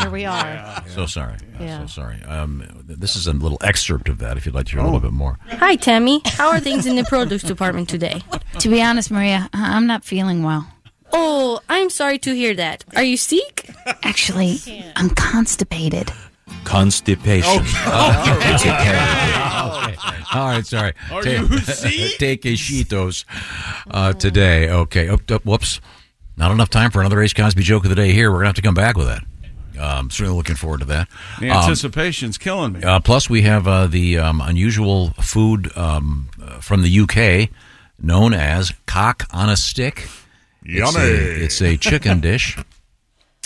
Speaker 13: Here we are.
Speaker 11: So sorry. Uh,
Speaker 2: Yeah.
Speaker 11: So sorry. Um, th- this is a little excerpt of that. If you'd like to hear a little bit more.
Speaker 2: Hi, Tammy. How are things in the produce department today?
Speaker 24: To be honest, Maria, I- I'm not feeling well.
Speaker 2: Oh, I'm sorry to hear that. Are you sick?
Speaker 24: Actually, I'm constipated.
Speaker 16: Constipation.
Speaker 11: Oh,
Speaker 16: Uh, it's a
Speaker 11: terrible- All right, sorry.
Speaker 16: Are
Speaker 11: take,
Speaker 16: you sick?
Speaker 11: take a Cheetos uh, today. Okay. Oh, oh, whoops. Not enough time for another Ace Cosby joke of the day here. We're going to have to come back with that. Um, certainly looking forward to that.
Speaker 10: The
Speaker 11: Um,
Speaker 10: anticipation's killing me.
Speaker 11: Uh, plus, we have uh, the um, unusual food um, uh, from the UK known as cock on a stick. It's
Speaker 6: Yummy.
Speaker 11: a, it's a chicken dish.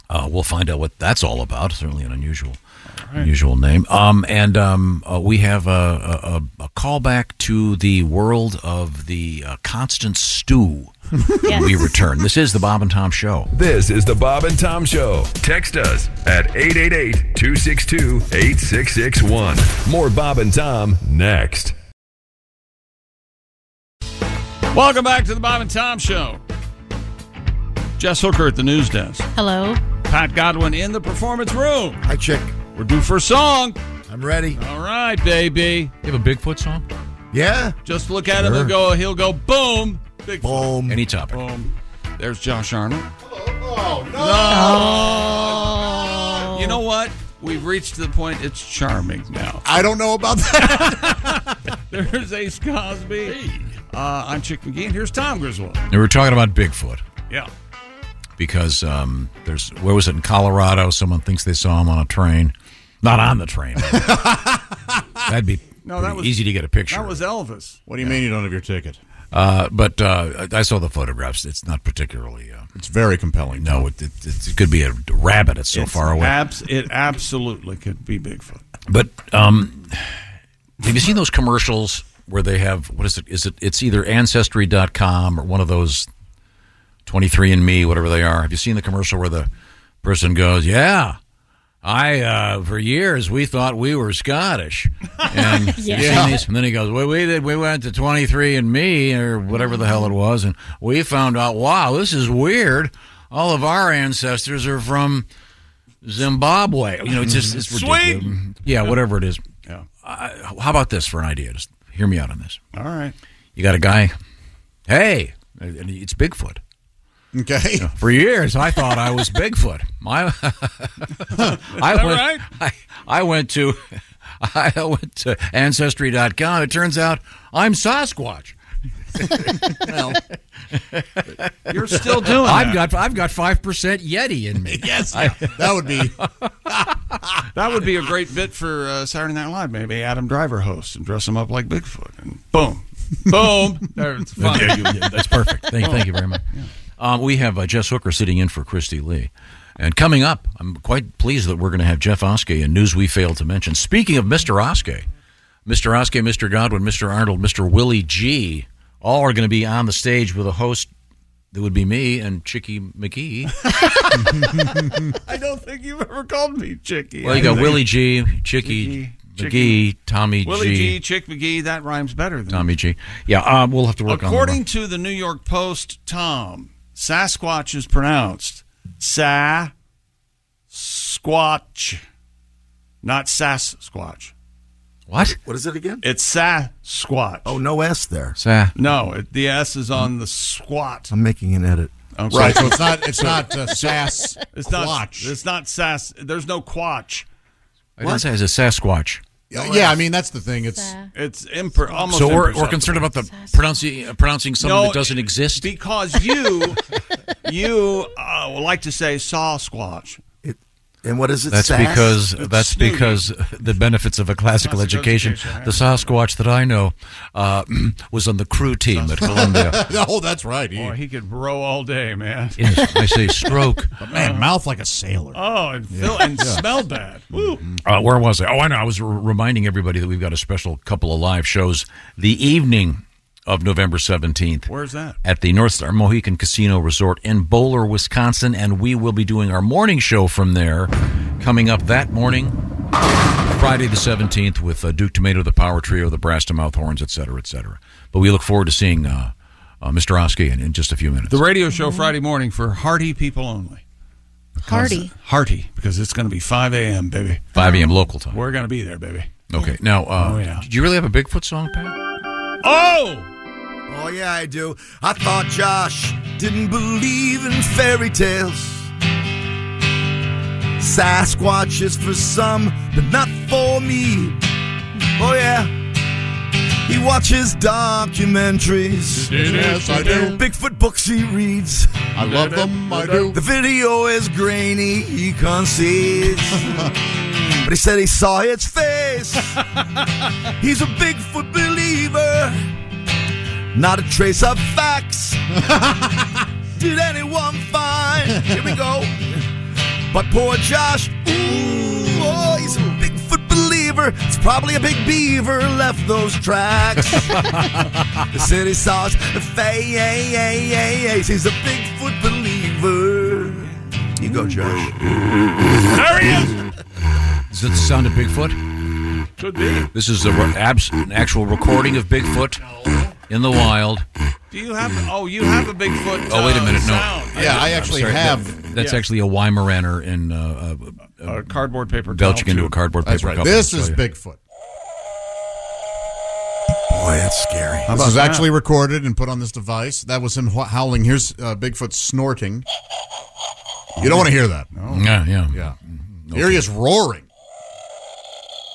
Speaker 11: Uh, we'll find out what that's all about. Certainly an unusual, unusual name. Um, and um, uh, we have a, a, a- a callback to the world of the uh, constant stew. when We return. This is the Bob and Tom Show.
Speaker 14: This is the Bob and Tom Show. Text us at 888 262 8661. More Bob and Tom next.
Speaker 10: Welcome back to the Bob and Tom Show. Jess Hooker at the news desk.
Speaker 13: Hello.
Speaker 10: Pat Godwin in the performance room.
Speaker 25: Hi, chick.
Speaker 10: We're due for a song.
Speaker 25: I'm ready.
Speaker 10: All right, baby.
Speaker 11: You have a Bigfoot song?
Speaker 7: Yeah.
Speaker 10: Just look at him and go. He'll go boom. Big
Speaker 7: boom.
Speaker 10: Any topic. Boom. There's Josh Arnold.
Speaker 8: No.
Speaker 10: You know what? We've reached the point. It's charming now.
Speaker 6: I don't know about
Speaker 10: that. There's Ace Cosby. Uh, I'm Chick McGee, and here's Tom Griswold.
Speaker 11: And we were talking about Bigfoot
Speaker 10: Yeah.
Speaker 11: because um, there's where was it in Colorado? Someone thinks they saw him on a train, not on the train. That'd be
Speaker 10: No, that
Speaker 11: pretty
Speaker 10: was
Speaker 11: easy to get a picture.
Speaker 10: That was Elvis.
Speaker 6: What do you mean you don't have your ticket?
Speaker 11: Uh, but uh, I I saw the photographs. It's not particularly. Uh,
Speaker 6: it's very compelling.
Speaker 11: No, it, it, it could be a rabbit. It's so
Speaker 10: It's
Speaker 11: far away.
Speaker 10: abs- it absolutely could be Bigfoot.
Speaker 11: But um, have you seen those commercials where they have what is it? Is it it's either ancestry.com or one of those 23andme whatever they are. Have you seen the commercial where the person goes, "Yeah, I uh, for years we thought we were Scottish." And you've seen
Speaker 8: Yeah.
Speaker 11: these? and then he goes, "Well, we did we went to 23andme or whatever the hell it was and we found out, wow, this is weird. All of our ancestors are from Zimbabwe. You know, it's just it's
Speaker 6: Mm-hmm.
Speaker 11: ridiculous.
Speaker 10: Sweden.
Speaker 11: Yeah, whatever it is.
Speaker 10: Yeah.
Speaker 11: Uh, how about this for an idea? Just hear me out on this.
Speaker 10: All right.
Speaker 11: You got a guy. Hey, and it's Bigfoot.
Speaker 6: Okay.
Speaker 11: for years, I thought I was Bigfoot. My, I
Speaker 8: that
Speaker 11: went.
Speaker 8: right?
Speaker 11: I, I went to. I went to ancestry.com. It turns out I'm Sasquatch.
Speaker 8: Well,
Speaker 10: you're still doing
Speaker 11: I've
Speaker 10: that.
Speaker 11: got I've got five percent Yeti in me.
Speaker 6: yes,
Speaker 10: that would be that would be a great bit for uh, Saturday Night Live. Maybe Adam Driver hosts and dress him up like Bigfoot, and boom,
Speaker 18: Oh.
Speaker 10: boom. There's fun.
Speaker 11: Yeah, you- yeah, that's perfect. Thank, thank you very much. Um, we have uh, Jess Hooker sitting in for Christy Lee. And coming up, I'm quite pleased that we're going to have Jeff Oskey and news we failed to mention. Speaking of Mr. Oskey, Mr. Oskey, Mr. Godwin, Mr. Arnold, Mr. Willie G, all are going to be on the stage with a host that would be me and Chicky McGee.
Speaker 10: I don't think you've ever called me Chicky.
Speaker 11: well, you got Willie G, Chicky,
Speaker 10: Chicky.
Speaker 11: McGee, Tommy
Speaker 10: Willie
Speaker 11: G,
Speaker 10: G, Chick McGee. That rhymes better than
Speaker 11: Tommy G. Yeah, um, we'll have to work on.
Speaker 10: According to the New York Post, Tom, Sasquatch is pronounced Sa Squatch, not Sass Squatch.
Speaker 11: What?
Speaker 7: What is it again?
Speaker 10: It's Sasquatch.
Speaker 7: Oh, no S there.
Speaker 11: Sa.
Speaker 10: No, it, the S is on the squat.
Speaker 7: I'm making an edit.
Speaker 10: I'm sorry.
Speaker 6: Right, so it's not- it's not, uh, Sass
Speaker 10: It's not
Speaker 6: Quatch.
Speaker 10: It's not Sass. There's no Quatch.
Speaker 11: the, I didn't say it's a Sasquatch.
Speaker 6: Yeah, yeah, I mean that's the thing. It's
Speaker 10: It's uh, imper- almost.
Speaker 11: so we're, we're
Speaker 10: imperceptible.
Speaker 11: concerned about the pronouncing uh, pronouncing something
Speaker 10: No,
Speaker 11: that doesn't exist.
Speaker 10: because you you uh, like to say Sasquatch.
Speaker 7: And what is it?
Speaker 11: That's
Speaker 7: Sass?
Speaker 11: because that's because the benefits of a classical
Speaker 10: Classical
Speaker 11: education.
Speaker 10: education,
Speaker 11: The Sasquatch that I know uh, was on the crew team at Columbia.
Speaker 6: oh, that's right.
Speaker 10: Boy, he could row all day, man.
Speaker 11: Yes, I say stroke. But
Speaker 6: man, mouth like a sailor.
Speaker 10: Oh, and, feel,
Speaker 6: Yeah. Mm-hmm.
Speaker 10: and
Speaker 6: Yeah.
Speaker 10: smell bad. Woo.
Speaker 11: Uh, where was I? Oh, I know. I was r- reminding everybody that we've got a special couple of live shows the evening of November 17th.
Speaker 10: Where's that?
Speaker 11: At the North Star Mohican Casino Resort in Bowler, Wisconsin. And we will be doing our morning show from there coming up that morning, Friday the 17th, with uh, Duke Tomato, the Power Trio, the Brass to Mouth Horns, et cetera, et cetera. But we look forward to seeing uh, uh, Mr. Oskey in, in just a few minutes.
Speaker 10: The radio
Speaker 6: Mm-hmm.
Speaker 10: show Friday morning for hearty people only.
Speaker 11: Hearty.
Speaker 10: Hearty, because it's going to be 5 a.m., baby.
Speaker 11: 5 a.m. local time.
Speaker 10: We're going to be there, baby.
Speaker 11: Okay. Now, uh,
Speaker 10: Oh, yeah.
Speaker 11: do you really have a Bigfoot song, Pat?
Speaker 10: Oh!
Speaker 7: Oh, yeah, I do. I thought Josh didn't believe in fairy tales. Sasquatch is for some, but not for me. Oh, yeah. He watches documentaries.
Speaker 6: Yes, I do.
Speaker 7: Bigfoot books he reads.
Speaker 6: I love them, I do.
Speaker 7: The video is grainy, he concedes. but he said he saw its face. He's a Bigfoot believer. Not a trace of facts. Did anyone find? Here we go. But poor Josh, ooh, oh, he's a Bigfoot believer. It's probably a big beaver left those tracks. the city saws face. He's a Bigfoot believer. You go, Josh.
Speaker 10: There he is.
Speaker 11: Does that sound of Bigfoot?
Speaker 10: Could be.
Speaker 11: This is a re- abs- an actual recording of Bigfoot in the wild.
Speaker 10: Do you have.
Speaker 6: Mm.
Speaker 10: Oh, you have a Bigfoot.
Speaker 11: Oh, wait a
Speaker 10: uh,
Speaker 11: minute. No.
Speaker 10: sound.
Speaker 11: I'm sorry, that- that's
Speaker 10: Yeah.
Speaker 11: actually a Weimaraner in uh, uh, uh,
Speaker 10: A cardboard paper towel,
Speaker 11: belching into
Speaker 10: too.
Speaker 11: a cardboard
Speaker 6: That's
Speaker 11: paper
Speaker 6: right.
Speaker 11: cup.
Speaker 6: This
Speaker 11: So,
Speaker 6: is
Speaker 11: yeah.
Speaker 6: Bigfoot. Boy, that's scary.
Speaker 10: How
Speaker 6: this
Speaker 10: about
Speaker 6: was
Speaker 10: that?
Speaker 6: actually recorded and put on this device. That was him ho- howling. Here's uh, Bigfoot snorting. You don't want to hear that.
Speaker 11: No. Yeah, yeah.
Speaker 6: Yeah. Here he is roaring.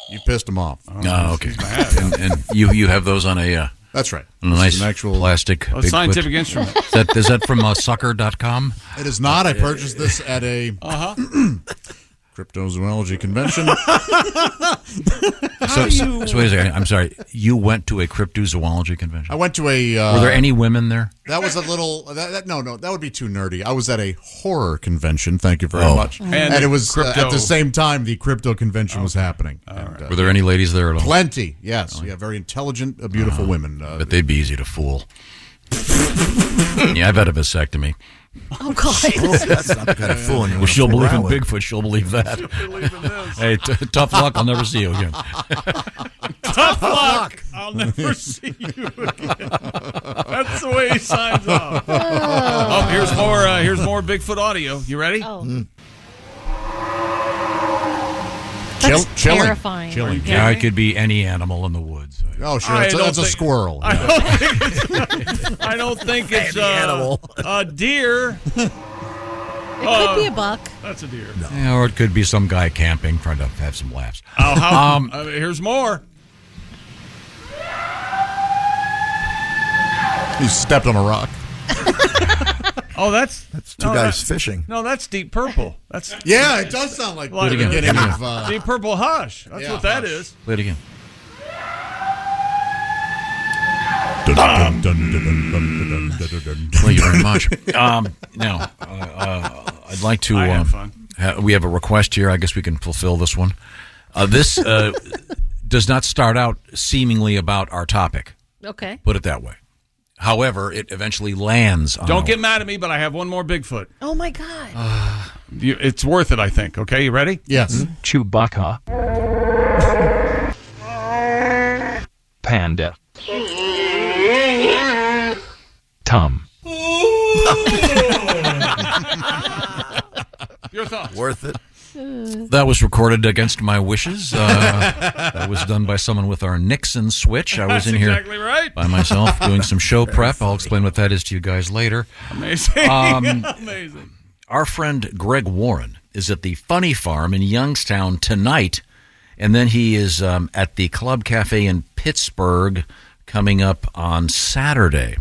Speaker 6: You pissed him off.
Speaker 10: Oh,
Speaker 11: Ah, okay. and, and you you have those on a. Uh,
Speaker 6: That's right.
Speaker 11: on a
Speaker 6: This
Speaker 11: nice
Speaker 6: is an actual-
Speaker 11: plastic
Speaker 6: A
Speaker 11: Bigfoot.
Speaker 6: scientific instrument.
Speaker 11: Is that, is that from uh, sucker.com?
Speaker 6: It is not. I purchased this at a
Speaker 10: Uh-huh.
Speaker 6: cryptozoology convention.
Speaker 11: So, so, so wait a second. I'm sorry. You went to a cryptozoology convention.
Speaker 6: I went to a. Uh,
Speaker 11: Were there any women there?
Speaker 6: That was a little. That, that, no, no, that would be too nerdy. I was at a horror convention. Thank you very
Speaker 11: Oh.
Speaker 6: much.
Speaker 11: And
Speaker 6: And, it was uh,
Speaker 11: crypto-
Speaker 6: at the same time the crypto convention was happening. And, uh,
Speaker 11: Were there any ladies there at all?
Speaker 6: Plenty. Yes. Yeah. Very intelligent, uh, beautiful
Speaker 11: Oh.
Speaker 6: women. Uh,
Speaker 11: But they'd be easy to fool. yeah, I've had a vasectomy.
Speaker 8: Oh, God. That's not the kind of fooling you
Speaker 11: Well,
Speaker 8: wanna
Speaker 11: she'll
Speaker 8: fool
Speaker 11: believe in
Speaker 8: around with.
Speaker 11: Bigfoot. She'll believe that. hey, t- tough luck. I'll never see you again.
Speaker 8: Tough luck.
Speaker 18: I'll never see you again. That's the way he signs off. oh, here's more. Uh, here's more Bigfoot audio. You ready?
Speaker 6: Hmm.
Speaker 13: That's Chill- terrifying. chilling. Chilling.
Speaker 11: Yeah, it could be any animal in the woods.
Speaker 6: Oh,
Speaker 18: sure, I that's a- don't that's a think-
Speaker 6: squirrel.
Speaker 18: I don't think it's, I don't think it's uh,
Speaker 11: animal.
Speaker 18: a deer. It
Speaker 13: could be a buck.
Speaker 18: That's a deer.
Speaker 11: Yeah, or it could be some guy camping trying to have some laughs.
Speaker 18: Oh, how,
Speaker 11: Um,
Speaker 18: uh, here's more.
Speaker 6: you stepped on a rock.
Speaker 18: Oh, that's that's
Speaker 6: two guys fishing.
Speaker 18: No, that's Deep Purple. That's
Speaker 6: Yeah, it does sound like
Speaker 18: Like
Speaker 6: the
Speaker 18: the
Speaker 6: beginning
Speaker 18: beginning.
Speaker 6: of, uh,
Speaker 18: Deep Purple Hush. That's
Speaker 6: Yeah,
Speaker 18: what that
Speaker 6: Hush.
Speaker 18: is.
Speaker 11: Play it again. Thank you very much. Um, now, uh, uh, I'd like to.
Speaker 18: I had
Speaker 11: um,
Speaker 18: fun.
Speaker 11: ha- we have a request here. I guess we can fulfill this one. Uh, this uh, does not start out seemingly about our topic.
Speaker 13: Okay.
Speaker 11: Put it that way. However, it eventually lands on.
Speaker 18: Don't get mad at me, but I have one more Bigfoot.
Speaker 13: Oh my God.
Speaker 18: You, it's worth it, I think. Okay, you ready?
Speaker 6: Yes.
Speaker 2: Chewbacca. Panda. Tom.
Speaker 18: Your thoughts.
Speaker 7: Worth it.
Speaker 11: That was recorded against my wishes. Uh, that was done by someone with our Nixon switch. I was
Speaker 18: That's
Speaker 11: in here
Speaker 18: exactly right.
Speaker 11: by myself doing some show prep. I'll explain what that is to you guys later.
Speaker 18: Amazing.
Speaker 11: Um,
Speaker 18: Amazing.
Speaker 11: our friend Greg Warren is at the Funny Farm in Youngstown tonight, and then he is um, at the Club Cafe in Pittsburgh coming up on Saturday.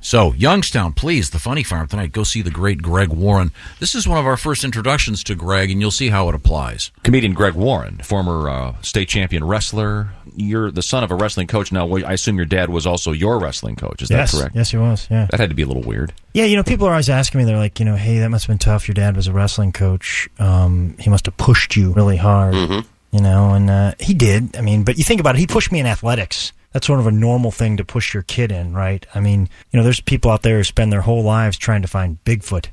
Speaker 11: So, Youngstown, please, the Funny Farm tonight. Go see the great Greg Warren. This is one of our first introductions to Greg, and you'll see how it applies.
Speaker 26: Comedian Greg Warren, former uh, state champion wrestler. You're the son of a wrestling coach. Now, I assume your dad was also your wrestling coach. Is
Speaker 17: yes.
Speaker 26: that correct?
Speaker 17: Yes, he was. Yeah.
Speaker 26: That had to be a little weird.
Speaker 17: Yeah, you know, people are always asking me, they're like, you know, hey, that must have been tough. Your dad was a wrestling coach. Um, he must have pushed you really hard,
Speaker 26: Mm-hmm.
Speaker 17: you know, and uh, he did. I mean, but you think about it, he pushed me in athletics. That's sort of a normal thing to push your kid in, right? I mean, you know, there's people out there who spend their whole lives trying to find Bigfoot.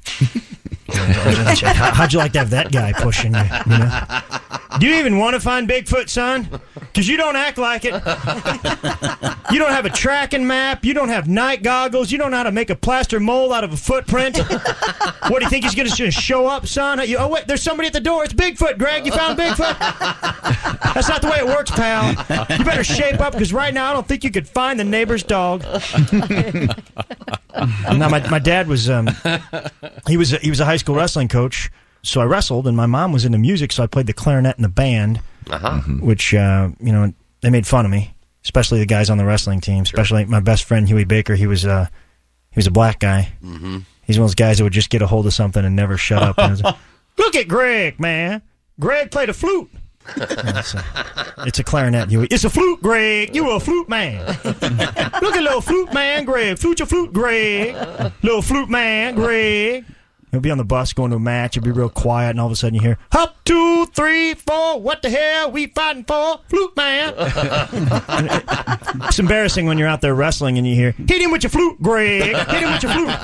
Speaker 17: How- How'd you like to have that guy pushing you? you know? Do you even want to find Bigfoot, son? Because you don't act like it. You don't have a tracking map. You don't have night goggles. You don't know how to make a plaster mold out of a footprint. what do you think he's going to show up, son? You- oh wait, there's somebody at the door. It's Bigfoot, Greg. You found Bigfoot. That's not the way it works, pal. You better shape up because right now I don't think you could find the neighbor's dog. no, my, my dad was um, he was a, he was a high school wrestling coach. So I wrestled, and my mom was into music, so I played the clarinet in the band, which uh, you know they made fun of me, especially the guys on the wrestling team. Especially my best friend Huey Baker. He was uh, he was a black guy.
Speaker 8: Mhm.
Speaker 17: He's one of those guys that would just get a hold of something and never shut up. And it was like, Look at Greg, man. Greg played a flute. And it's, a, it's a clarinet, Huey. It's a flute, Greg. You a flute man. Look at little flute man, Greg. Flute your flute, Greg. Little flute man, Greg. He'll be on the bus going to a match. It'll be real quiet, and all of a sudden you hear, "Hop, two, three, four. What the hell we fighting for, flute man?" And it- it's embarrassing when you're out there wrestling and you hear, "Hit him with your flute, Greg. Hit him with your flute."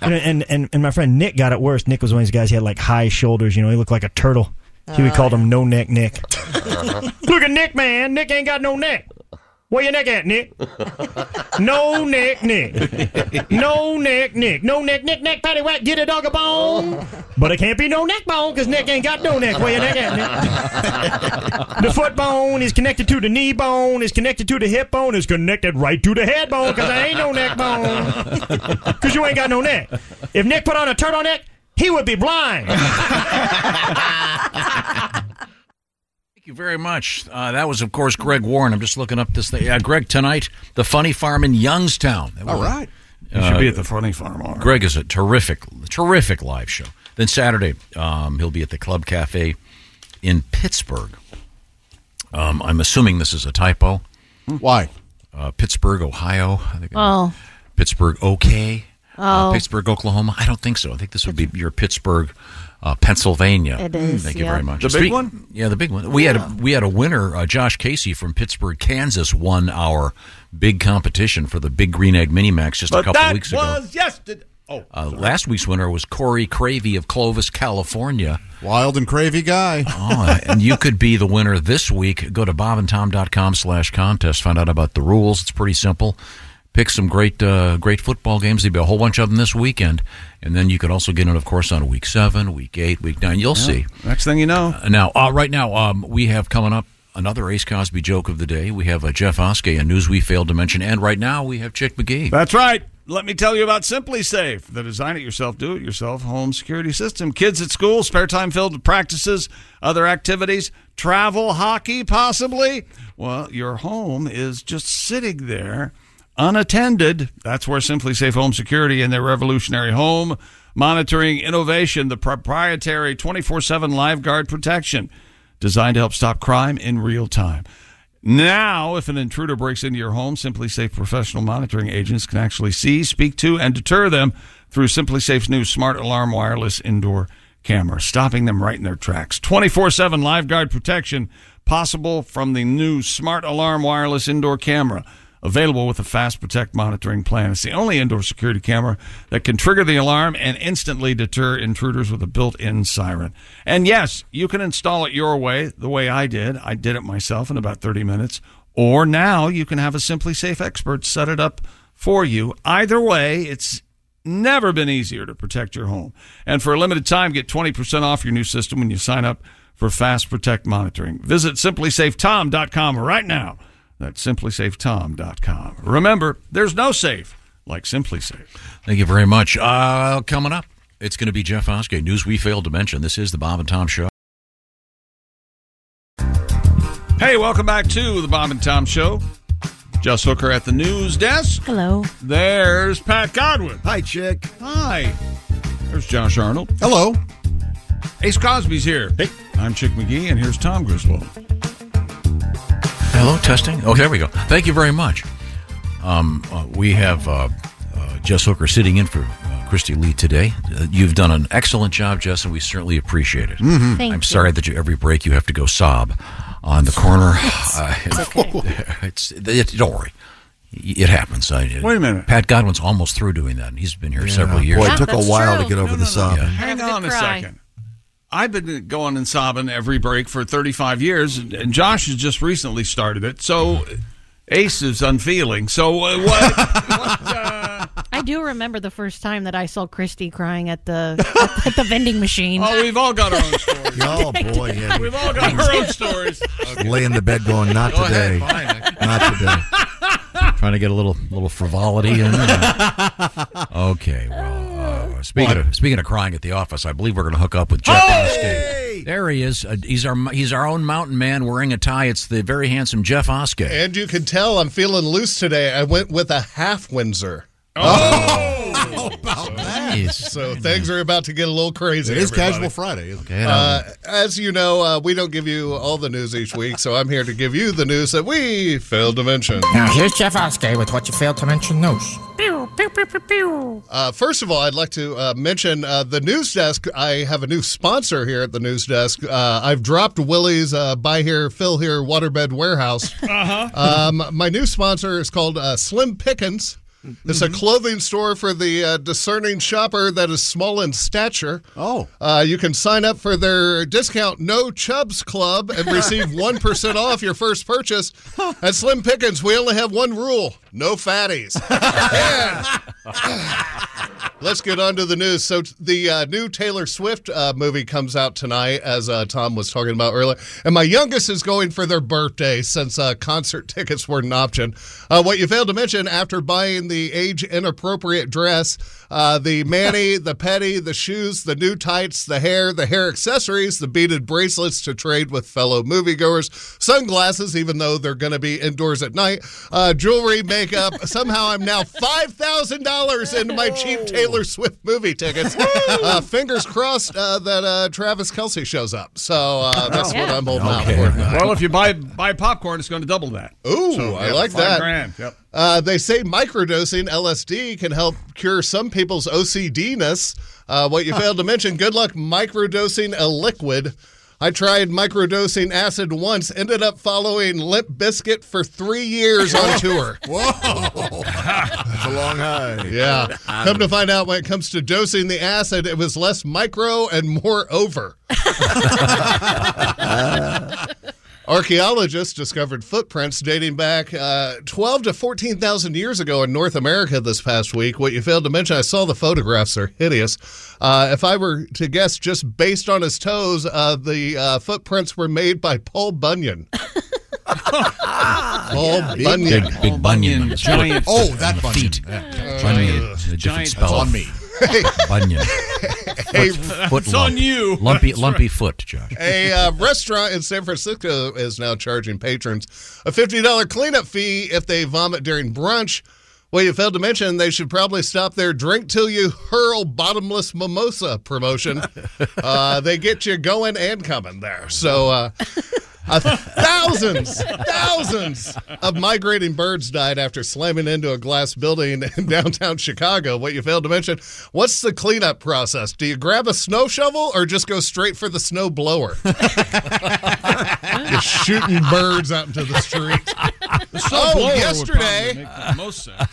Speaker 17: and, and and and my friend Nick got it worse. Nick was one of these guys. He had like high shoulders. You know, he looked like a turtle. Huey Oh, called him No Neck Nick. Look at Nick, man. Nick ain't got no neck.
Speaker 27: Where your neck at, Nick? No neck, Nick. No neck, Nick. No neck, Nick, neck, patty whack, get a dog a bone. But it can't be no neck bone, because Nick ain't got no neck. Where your neck at, Nick? the foot bone is connected to the knee bone, is connected to the hip bone, is connected right to the head bone, because I ain't no neck bone. Because you ain't got no neck. If Nick put on a turtleneck, he would be blind.
Speaker 11: Thank you very much. Uh, that was, of course, Greg Warren. I'm just looking up this thing. Yeah, Greg, tonight, the Funny Farm in Youngstown. That
Speaker 10: All
Speaker 11: was- uh,
Speaker 10: right. You should be at the Funny Farm. all right.
Speaker 11: Greg is a terrific, terrific live show. Then Saturday, um, he'll be at the Club Cafe in Pittsburgh. Um, I'm assuming this is a typo.
Speaker 6: Why?
Speaker 11: Uh, Pittsburgh, Ohio. I think
Speaker 13: Oh.
Speaker 11: Pittsburgh, okay.
Speaker 13: Oh.
Speaker 11: Uh, Pittsburgh, Oklahoma. I don't think so. I think this would be your Pittsburgh, uh, Pennsylvania.
Speaker 13: It is,
Speaker 11: Thank you
Speaker 13: yeah.
Speaker 11: very much.
Speaker 13: The big
Speaker 11: Speak-
Speaker 13: one?
Speaker 11: Yeah, the big one. We had a, we had a winner, uh, Josh Casey from Pittsburgh, Kansas, won our big competition for the Big Green Egg Mini Max just a
Speaker 10: But
Speaker 11: couple
Speaker 10: that
Speaker 11: weeks ago.
Speaker 10: was yesterday. Oh,
Speaker 11: Uh, last week's winner was Corey Cravey of Clovis, California. Wild and cravey guy. oh, and you could be the winner this week. Go to bobandtom.com slash contest. Find out about the rules. It's pretty simple. Pick some great uh, great football games. There'll be a whole bunch of them this weekend. And then you could also get in, of course, on week seven, week eight, week nine. You'll
Speaker 10: Yeah.
Speaker 11: see.
Speaker 10: Next thing you know.
Speaker 11: Uh, now, uh, right now, um, we have coming up another Ace Cosby joke of the day. We have uh, Jeff Oskey, a news we failed to mention. And right now, we have Chick McGee.
Speaker 10: That's right. Let me tell you about Simply Safe, the design it yourself, do it yourself home security system. Kids at school, spare time filled with practices, other activities, travel, hockey, possibly. Well, your home is just sitting there unattended. That's where Simply Safe Home Security and their revolutionary home monitoring innovation, the proprietary 24 7 live guard protection designed to help stop crime in real time. Now, if an intruder breaks into your home, Simply Safe professional monitoring agents can actually see, speak to, and deter them through Simply Safe's new smart alarm wireless indoor camera, stopping them right in their tracks. 24 7 live guard protection possible from the new smart alarm wireless indoor camera. Available with a fast protect monitoring plan. It's the only indoor security camera that can trigger the alarm and instantly deter intruders with a built in siren. And yes, you can install it your way, the way I did. I did it myself in about 30 minutes. Or now you can have a Simply Safe expert set it up for you. Either way, it's never been easier to protect your home. And for a limited time, get 20% off your new system when you sign up for Fast Protect monitoring. Visit simplysafetom.com right now. That's simplysafetom.com. Remember, there's no safe like Simply Safe.
Speaker 11: Thank you very much. Uh, coming up, it's going to be Jeff Oskey, news we failed to mention. This is the Bob and Tom Show.
Speaker 10: Hey, welcome back to the Bob and Tom Show. Jess Hooker at the news desk.
Speaker 13: Hello.
Speaker 10: There's Pat Godwin.
Speaker 7: Hi, chick.
Speaker 10: Hi. There's Josh Arnold.
Speaker 7: Hello.
Speaker 10: Ace Cosby's here. Hey. I'm Chick McGee, and here's Tom Griswold.
Speaker 11: Hello, testing. Oh, there we go. Thank you very much. Um, uh, we have uh, uh, Jess Hooker sitting in for uh, Christy Lee today. Uh, you've done an excellent job, Jess, and we certainly appreciate it.
Speaker 7: Mm-hmm.
Speaker 8: Mhm. Thank
Speaker 11: I'm
Speaker 8: you.
Speaker 11: sorry that you, every break you have to go sob on the corner. Uh,
Speaker 8: it's okay.
Speaker 11: it's, it, don't worry. It happens. I,
Speaker 10: Wait a minute.
Speaker 11: Pat Godwin's almost through doing that, and he's been here
Speaker 7: Yeah,
Speaker 11: several years.
Speaker 7: boy, it took a That's while to true. get over the sobbing.
Speaker 10: Hang
Speaker 7: Have a good
Speaker 10: on a
Speaker 7: cry.
Speaker 10: second. I've been going and sobbing every break for 35 years, and Josh has just recently started it. So Ace is unfeeling. So uh, what?
Speaker 13: I do remember the first time that I saw Christy crying at the at, the vending machine.
Speaker 10: Oh, we've all got our own stories.
Speaker 7: Oh, boy, yeah.
Speaker 10: We've all got our own stories.
Speaker 7: Lay in the bed going, not
Speaker 10: Go
Speaker 7: today.
Speaker 10: ahead, fine.
Speaker 7: Not today.
Speaker 11: Trying to get a little little frivolity in. okay. Well, uh, speaking of, speaking of crying at the office, I believe we're going to hook up with Jeff. Oskey. There he is. Uh, he's our he's our own mountain man wearing a tie. It's the very handsome Jeff Oskey.
Speaker 28: And you can tell I'm feeling loose today. I went with a half Windsor.
Speaker 7: How about that?
Speaker 28: So things are about to get a little crazy.
Speaker 7: Mm. It is
Speaker 28: everybody.
Speaker 7: Casual Friday, isn't it?
Speaker 28: Uh,
Speaker 6: um,
Speaker 28: as you know, uh, we don't give you all the news each week, so I'm here to give you the news that we failed to mention.
Speaker 19: Now here's Jeff Oskey with what you failed to mention news.
Speaker 28: Uh, first of all, I'd like to uh, mention uh, the news desk. I have a new sponsor here at the news desk. Uh, I've dropped Willie's uh, Buy Here, Fill Here Waterbed Warehouse.
Speaker 10: Uh-huh.
Speaker 8: Uh huh.
Speaker 28: Um, my new sponsor is called uh, Slim Pickens. It's a clothing store for the uh, discerning shopper that is small in stature.
Speaker 6: Oh.
Speaker 28: Uh, you can sign up for their discount No Chubs Club and receive 1% off your first purchase. At Slim Pickens, we only have one rule no fatties. Let's get on to the news. So t- the uh, new Taylor Swift uh, movie comes out tonight, as uh, Tom was talking about earlier. And my youngest is going for their birthday since uh, concert tickets were an option. Uh, what you failed to mention, after buying the age inappropriate dress, uh, the mani, the petty, the shoes, the new tights, the hair, the hair accessories, the beaded bracelets to trade with fellow moviegoers, sunglasses, even though they're going to be indoors at night, uh, jewelry, makeup. Somehow I'm now $5,000 into my cheap Taylor Swift movie tickets. Uh, fingers crossed uh, that uh, Travis Kelsey shows up. So uh, that's what I'm holding out for.
Speaker 18: Well, if you buy buy popcorn, it's going to double that.
Speaker 28: Ooh,
Speaker 18: So,
Speaker 28: I
Speaker 18: yeah,
Speaker 28: like
Speaker 18: five
Speaker 28: that.
Speaker 18: grand, Yep.
Speaker 28: Uh, they say microdosing LSD can help cure some people's OCD-ness. Uh, what you failed to mention, good luck microdosing a liquid. I tried microdosing acid once, ended up following Lip Biscuit for three years on tour.
Speaker 6: Whoa. That's a long high.
Speaker 28: Yeah. Come to find out, when it comes to dosing the acid, it was less micro and more over. Archaeologists discovered footprints dating back uh, 12 to 14,000 years ago in North America this past week. What you failed to mention, I saw the photographs, they're hideous. Uh, if I were to guess just based on his toes, uh, the uh, footprints were made by Paul Bunyan. Paul
Speaker 11: Big,
Speaker 28: Bunyan.
Speaker 11: big bunion. on his foot.
Speaker 6: Giant. Oh, that
Speaker 11: On the
Speaker 6: bunion.
Speaker 11: Feet.
Speaker 6: Yeah.
Speaker 11: Bunion.
Speaker 6: Giant.
Speaker 11: The different
Speaker 6: Giant.
Speaker 11: spell.
Speaker 6: That's on me.
Speaker 11: bunion.
Speaker 28: Hey,
Speaker 11: foot,
Speaker 28: that's
Speaker 11: lump.
Speaker 28: on you.
Speaker 11: Lumpy,
Speaker 28: That's
Speaker 11: lumpy
Speaker 28: right.
Speaker 11: foot, Josh.
Speaker 28: a uh, restaurant in San Francisco is now charging patrons a $50 cleanup fee if they vomit during brunch. Well, you failed to mention they should probably stop their drink till you hurl bottomless mimosa promotion. uh, they get you going and coming there. So, uh, uh, thousands, thousands of migrating birds died after slamming into a glass building in downtown Chicago. What you failed to mention, what's the cleanup process? Do you grab a snow shovel or just go straight for the snow blower? You're shooting birds out into the street. oh, yesterday.
Speaker 18: most sense. I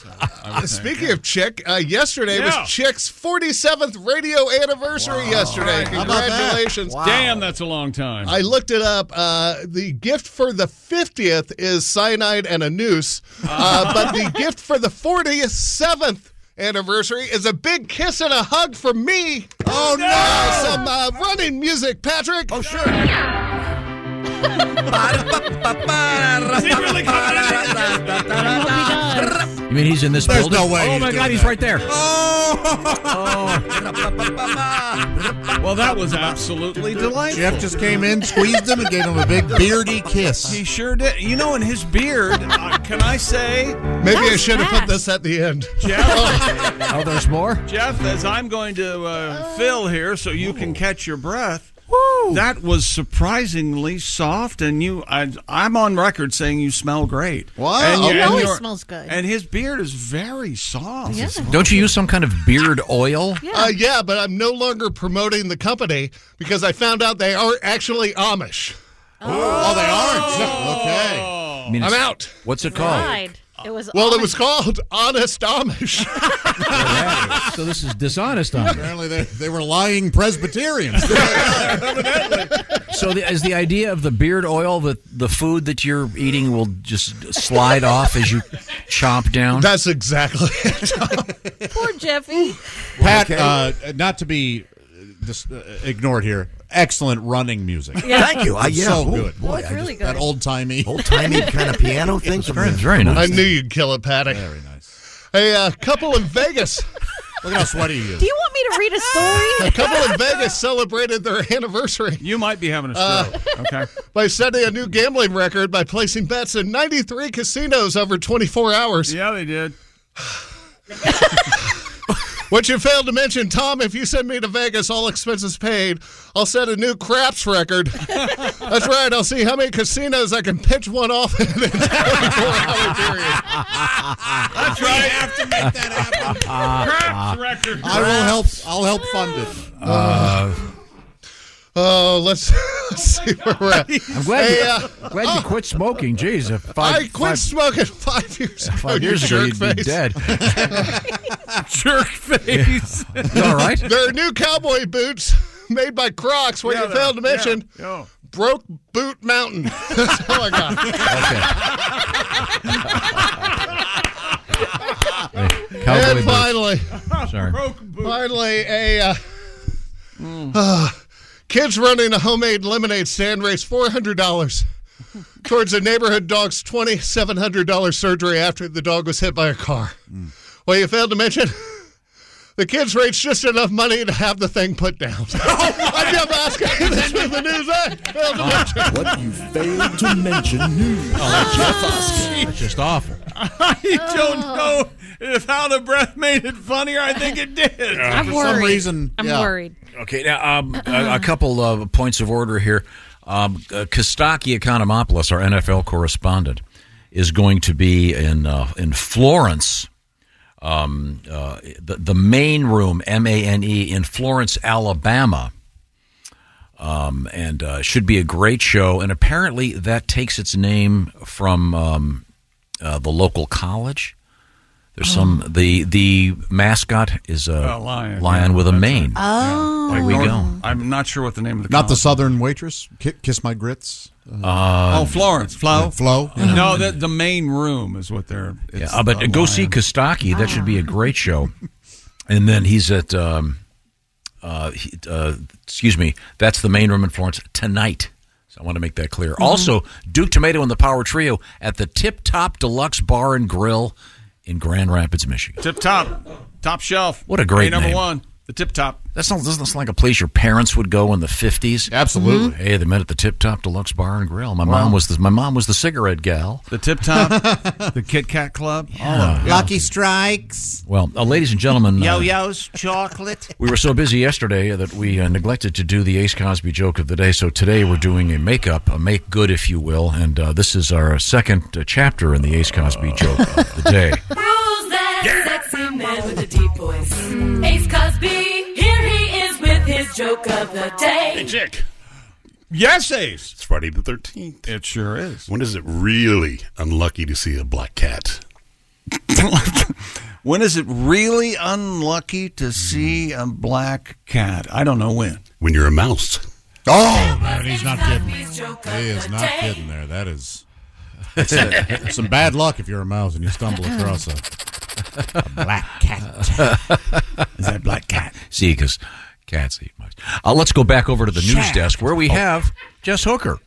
Speaker 18: would think.
Speaker 28: Speaking of Chick, uh, yesterday
Speaker 18: Yeah.
Speaker 28: was Chick's 47th radio anniversary. Yesterday,
Speaker 18: How about that?
Speaker 28: congratulations!
Speaker 18: Damn, that's a long time.
Speaker 28: I looked it up. Uh, the gift for the 50th is cyanide and a noose, uh, but the gift for the 47th anniversary is a big kiss and a hug from me. Oh, no! Some uh, running music, Patrick. Oh, sure.
Speaker 8: Is he really coming in?
Speaker 11: You mean he's in this
Speaker 8: There's
Speaker 6: Uh,
Speaker 11: building?
Speaker 8: no way
Speaker 11: Oh
Speaker 8: he's
Speaker 11: my God,
Speaker 8: doing
Speaker 11: he's
Speaker 8: that.
Speaker 11: right there.
Speaker 18: Oh. well, that was absolutely delightful.
Speaker 6: Jeff just came in, squeezed him, and gave him a big beardy kiss.
Speaker 18: He sure did. You know, in his beard, uh, can I say?
Speaker 28: Maybe I should have put this at the end.
Speaker 11: Oh, there's more?
Speaker 18: Jeff, as I'm going to uh, fill here so you can catch your breath, that was surprisingly soft, and you, I, I'm on record saying you smell great. Wow, and
Speaker 13: It always
Speaker 18: your-
Speaker 13: smells good.
Speaker 18: And his beard is very soft.
Speaker 13: Yeah.
Speaker 11: Don't you use some kind of beard oil?
Speaker 28: Uh, yeah, but I'm no longer promoting the company because I found out they are actually Amish.
Speaker 6: Oh, they aren't. Okay.
Speaker 11: I mean,
Speaker 28: I'm
Speaker 11: it's-
Speaker 28: out.
Speaker 11: What's it called?
Speaker 13: Pride. It was
Speaker 28: Well, it
Speaker 13: almond-
Speaker 28: was called Honest Amish.
Speaker 11: So this is dishonest on it.
Speaker 6: Apparently, they, they were lying Presbyterians.
Speaker 11: So the, is the idea of the beard oil that the food that you're eating will just slide off as you chomp down?
Speaker 28: That's exactly
Speaker 13: Poor Jeffy.
Speaker 6: Pat, uh, not to be uh, dis- uh, ignored here. Excellent running music.
Speaker 13: Yeah. Thank
Speaker 7: you. I-
Speaker 6: It's
Speaker 7: yeah.
Speaker 6: so
Speaker 7: Ooh,
Speaker 6: good.
Speaker 7: boy,
Speaker 6: Boy,
Speaker 7: it's
Speaker 6: I
Speaker 7: really
Speaker 6: just- That
Speaker 7: good.
Speaker 6: old timey,
Speaker 7: old timey kind of piano thing. Very,
Speaker 11: very
Speaker 28: I knew you'd kill it, Patty.
Speaker 6: Very nice.
Speaker 28: A uh, couple in Vegas.
Speaker 6: Look at how sweaty he is.
Speaker 13: Do you want me to read a story?
Speaker 28: A couple in Vegas celebrated their anniversary
Speaker 18: You might be having a
Speaker 28: Uh,
Speaker 18: stroke. okay.
Speaker 28: by setting a new gambling record by placing bets in 93 casinos over 24 hours.
Speaker 18: Yeah, they did.
Speaker 28: What you failed to mention, Tom, if you send me to Vegas, all expenses paid, I'll set a new craps record. That's right. I'll see how many casinos I can pitch one off in a 24 hour period.
Speaker 18: That's right.
Speaker 6: have to make that happen.
Speaker 18: Craps record.
Speaker 6: I will help. I'll help fund it.
Speaker 11: Uh,
Speaker 28: Oh, Uh, let's see where we're at.
Speaker 16: I'm glad,
Speaker 28: Hey,
Speaker 16: you,
Speaker 28: uh,
Speaker 16: glad you quit smoking. Jeez, if five,
Speaker 28: I quit smoking five years ago.
Speaker 16: five, five
Speaker 28: you
Speaker 16: years ago, you'd
Speaker 28: jerk
Speaker 16: be
Speaker 28: face.
Speaker 16: dead.
Speaker 28: jerk
Speaker 16: face. Yeah. You all right?
Speaker 28: There are new cowboy boots made by Crocs. What
Speaker 16: Yeah,
Speaker 28: you failed to
Speaker 16: they're-
Speaker 28: mention, broke boot mountain. That's all I got.
Speaker 8: cowboy
Speaker 28: and
Speaker 8: boots.
Speaker 28: finally,
Speaker 8: Sorry.
Speaker 28: finally a. Uh, uh, kids running a homemade lemonade stand raised four hundred dollars towards a neighborhood dog's twenty seven hundred dollar surgery after the dog was hit by a car. Well, you failed to mention the kids raised just enough money to have the thing put down. I'm Jeff Oskar. This was the news I failed to mention.
Speaker 8: What you failed to mention news.
Speaker 11: That's just awful.
Speaker 8: I
Speaker 18: don't know if out of breath made it funnier. I think it did.
Speaker 11: I'm
Speaker 6: for some worried. reason-
Speaker 13: I'm worried.
Speaker 11: Okay, now um,
Speaker 10: Uh-uh.
Speaker 11: a, a couple of points of order here. Um, uh, Kostaki Economopoulos, our NFL correspondent, is going to be in uh, in Florence, um, uh, the, the main room, M A N E, in Florence, Alabama. Um, and uh, should be a great show. And apparently, that takes its name from um, uh, the local college. There's some the the mascot is a
Speaker 10: A Oh, lion.
Speaker 11: lion
Speaker 10: Oh. Yeah,
Speaker 11: with a
Speaker 10: that's
Speaker 11: mane.
Speaker 10: Oh.
Speaker 11: there we
Speaker 10: North-
Speaker 11: go.
Speaker 10: I'm not sure what the name of the
Speaker 6: Not the
Speaker 10: college-
Speaker 6: Southern waitress. Ki- Kiss my grits. Uh,
Speaker 11: Uh,
Speaker 10: oh Florence Flo
Speaker 6: Yeah, Flo, yeah.
Speaker 10: No, the, the main room is what they're.
Speaker 11: Yeah,
Speaker 10: it's
Speaker 11: uh, but
Speaker 10: the
Speaker 11: go
Speaker 10: lion.
Speaker 11: see Kostaki. That should be a great show. and then he's at, um, uh, he, uh, excuse me, that's the main room in Florence tonight. So I want to make that
Speaker 10: Mm-hmm.
Speaker 11: clear. Also, Duke Tomato and the Power Trio at the Tip Top Deluxe Bar and Grill in Grand Rapids, Michigan.
Speaker 10: Tip top, top shelf.
Speaker 11: What a great
Speaker 10: Hey, number
Speaker 11: name.
Speaker 10: one, the tip top.
Speaker 11: That's not, doesn't sound like a place your parents would go in the fifties. Mm-hmm.
Speaker 10: Absolutely.
Speaker 11: Hey, they met at the Tip Top Deluxe Bar and Grill. My
Speaker 10: Wow.
Speaker 11: mom was the my mom was the cigarette gal.
Speaker 10: The tip top, the Kit Kat Club. All of it.
Speaker 16: Lucky strikes.
Speaker 11: Well, uh, ladies and gentlemen, uh,
Speaker 16: Yo-yos, chocolate.
Speaker 11: We were so busy yesterday that we uh, neglected to do the Ace Cosby joke of the day. So today we're doing a makeup, a make good, if you will. And uh, this is our second uh, chapter in the Ace Cosby joke of the day.
Speaker 8: Who's that sexy man with a deep voice? Ace Cosby, here he is with his joke of the day.
Speaker 12: Hey, Chick.
Speaker 18: Yes, Ace.
Speaker 12: It's Friday the 13th.
Speaker 18: It sure is.
Speaker 12: When is it really unlucky to see a black cat?
Speaker 10: When is it really unlucky to see a black cat? I don't know when.
Speaker 12: When you're a mouse.
Speaker 6: Oh, man, he's not kidding. He is not kidding there. That is that's it. some bad luck if you're a mouse and you stumble across a, a black cat.
Speaker 11: Is that black cat? See, because cats eat mice. Uh, let's go back over to the news
Speaker 13: Shaft.
Speaker 11: desk where we
Speaker 13: Oh.
Speaker 11: have Jess Hooker.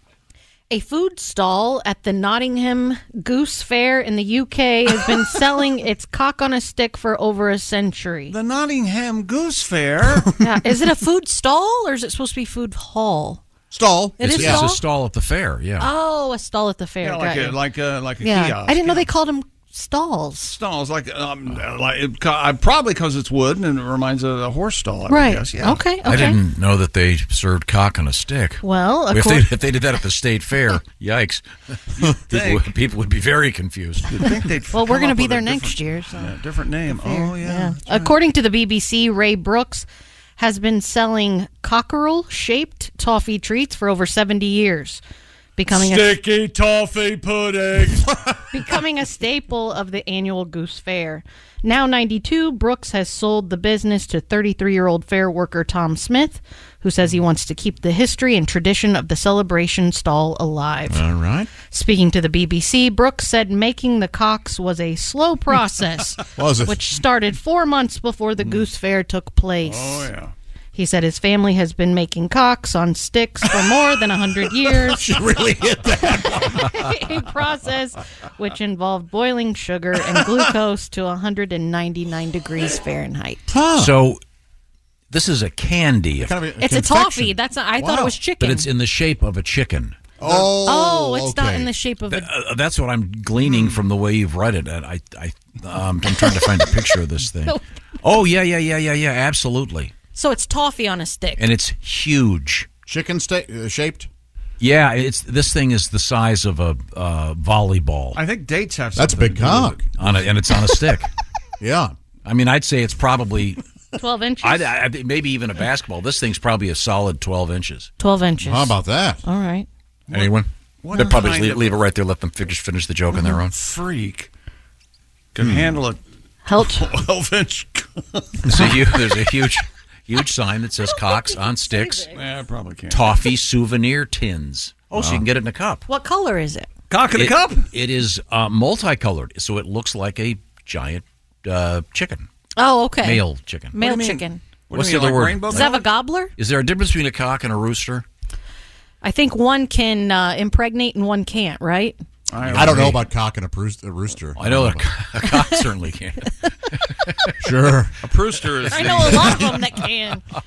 Speaker 13: A food stall at the Nottingham Goose Fair in the UK has been selling its cock on a stick for over a century.
Speaker 10: The Nottingham Goose Fair?
Speaker 13: yeah. Is it a food stall or is it supposed to be food hall?
Speaker 6: Stall.
Speaker 13: It
Speaker 11: it's,
Speaker 13: is
Speaker 11: it's
Speaker 13: stall?
Speaker 11: a stall at the fair. Yeah.
Speaker 13: Oh, a stall at the fair.
Speaker 10: Yeah, like
Speaker 13: Got
Speaker 10: a
Speaker 13: you.
Speaker 10: like a like a
Speaker 13: yeah.
Speaker 10: kiosk.
Speaker 13: I didn't know they called them stalls.
Speaker 10: stalls like um like it, co- uh, probably because it's wood and it reminds of a horse stall. I would
Speaker 13: Right.
Speaker 10: guess, yeah.
Speaker 13: Okay.
Speaker 11: I didn't know that they served cock on a stick.
Speaker 13: Well,
Speaker 11: if they,
Speaker 13: according-
Speaker 11: if they did that at the state fair, yikes! People would, people would be very confused.
Speaker 13: Well, we're
Speaker 10: come
Speaker 13: going to
Speaker 10: up
Speaker 13: be
Speaker 10: with
Speaker 13: there
Speaker 10: a
Speaker 13: next year. So.
Speaker 10: Yeah, different name.
Speaker 13: fair.
Speaker 10: Oh yeah.
Speaker 13: According to the BBC, Ray Brooks has been selling cockerel shaped toffee treats for over 70 years, becoming a,
Speaker 18: Sticky toffee pudding.
Speaker 13: becoming a staple of the annual Goose Fair. Now 92, Brooks has sold the business to 33 year old fair worker Tom Smith, who says he wants to keep the history and tradition of the celebration stall alive.
Speaker 16: All right.
Speaker 13: Speaking to the BBC, Brooks said making the cocks was a slow process,
Speaker 16: Was it? Hmm.
Speaker 13: which started four months before the Goose Fair took place.
Speaker 16: Oh, yeah.
Speaker 13: He said his family has been making cocks on sticks for more than 100 years.
Speaker 8: She really
Speaker 13: hit that. a process which involved boiling sugar and glucose to 199 degrees Fahrenheit.
Speaker 11: So this is a candy.
Speaker 13: Kind of a- a It's a confection. toffee. That's not- I thought it was chicken.
Speaker 11: But it's in the shape of a chicken.
Speaker 13: Oh, it's not in the shape of a. Hmm.
Speaker 11: Uh, that's what I'm gleaning from the way you've read it. And I, I, um, I'm trying to find a picture of this thing. Oh yeah, yeah, yeah, yeah, yeah. Absolutely.
Speaker 13: So it's toffee on a stick.
Speaker 11: and it's huge.
Speaker 6: Chicken sta- uh, shaped.
Speaker 11: Yeah, it's this thing is the size of a uh, volleyball.
Speaker 10: I think dates have
Speaker 6: That's a
Speaker 10: something
Speaker 6: big
Speaker 10: to do with
Speaker 6: cock.
Speaker 11: on a, and it's on a stick.
Speaker 6: yeah,
Speaker 11: I mean, I'd say it's probably
Speaker 13: Twelve inches.
Speaker 11: I, I, I- maybe even a basketball. This thing's probably a solid 12 inches.
Speaker 13: 12 inches. How about
Speaker 6: that?
Speaker 13: All right.
Speaker 11: Anyone?
Speaker 10: what
Speaker 11: They'll probably
Speaker 10: kind
Speaker 11: leave,
Speaker 10: of-
Speaker 11: leave it right there. Let them finish, finish the joke on their own. Hmm.
Speaker 10: Freak can handle a
Speaker 13: Help.
Speaker 10: twelve inch.
Speaker 11: There's a huge, there's a huge, huge sign that says Cox on sticks.
Speaker 10: Yeah, I probably can't.
Speaker 11: Toffee souvenir tins. Oh, so you can get it in a cup.
Speaker 13: What color is it?
Speaker 11: Cock It- It is uh, multicolored, so it looks like a giant uh, chicken.
Speaker 13: Oh, okay.
Speaker 11: Male chicken.
Speaker 13: Male chicken.
Speaker 11: What's the other word?
Speaker 13: Does that have a gobbler?
Speaker 11: Is there a difference between a cock and a rooster?
Speaker 13: I think one can uh, impregnate and one can't, right?
Speaker 6: I don't know about cock and a, proos- a rooster.
Speaker 11: I know a, a cock certainly can.
Speaker 6: Sure.
Speaker 11: A prooster
Speaker 13: I know a lot of them that can. Uh,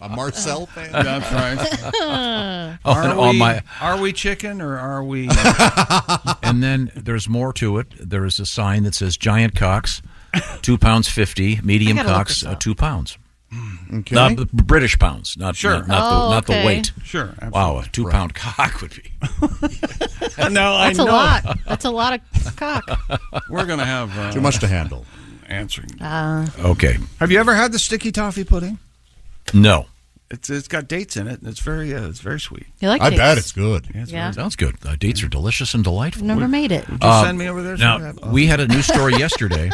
Speaker 6: A Marcel fan?
Speaker 10: That's right.
Speaker 11: Oh,
Speaker 10: are,
Speaker 11: and
Speaker 10: we,
Speaker 11: all my-
Speaker 10: are we chicken or are we?
Speaker 11: and then there's more to it. There is a sign that says giant cocks, two pounds fifty. Medium
Speaker 10: I gotta look
Speaker 11: cocks,
Speaker 10: this
Speaker 11: uh,
Speaker 10: up.
Speaker 11: two pounds.
Speaker 10: Hmm, Okay.
Speaker 11: Not the British pounds, not
Speaker 10: Sure.
Speaker 11: not, not
Speaker 10: Oh,
Speaker 11: the not
Speaker 10: okay.
Speaker 11: the weight.
Speaker 10: Sure,
Speaker 11: Wow,
Speaker 10: absolutely.
Speaker 11: a two pound cock would be.
Speaker 10: no,
Speaker 13: That's a lot. That's a lot of cock.
Speaker 10: We're gonna have uh,
Speaker 6: Too much to handle.
Speaker 10: Answering.
Speaker 13: Uh,
Speaker 11: Okay.
Speaker 10: Have you ever had the sticky toffee pudding?
Speaker 11: No.
Speaker 10: It's it's got dates in it, and it's very uh, it's very sweet.
Speaker 13: You like I dates? bet it's good.
Speaker 10: Yeah, it's very-
Speaker 13: Yeah.
Speaker 11: Sounds good. Uh, dates are delicious and delightful.
Speaker 13: I've never made it.
Speaker 11: Would
Speaker 10: you send me over there
Speaker 11: Now,
Speaker 10: sometime?
Speaker 11: we had a news story yesterday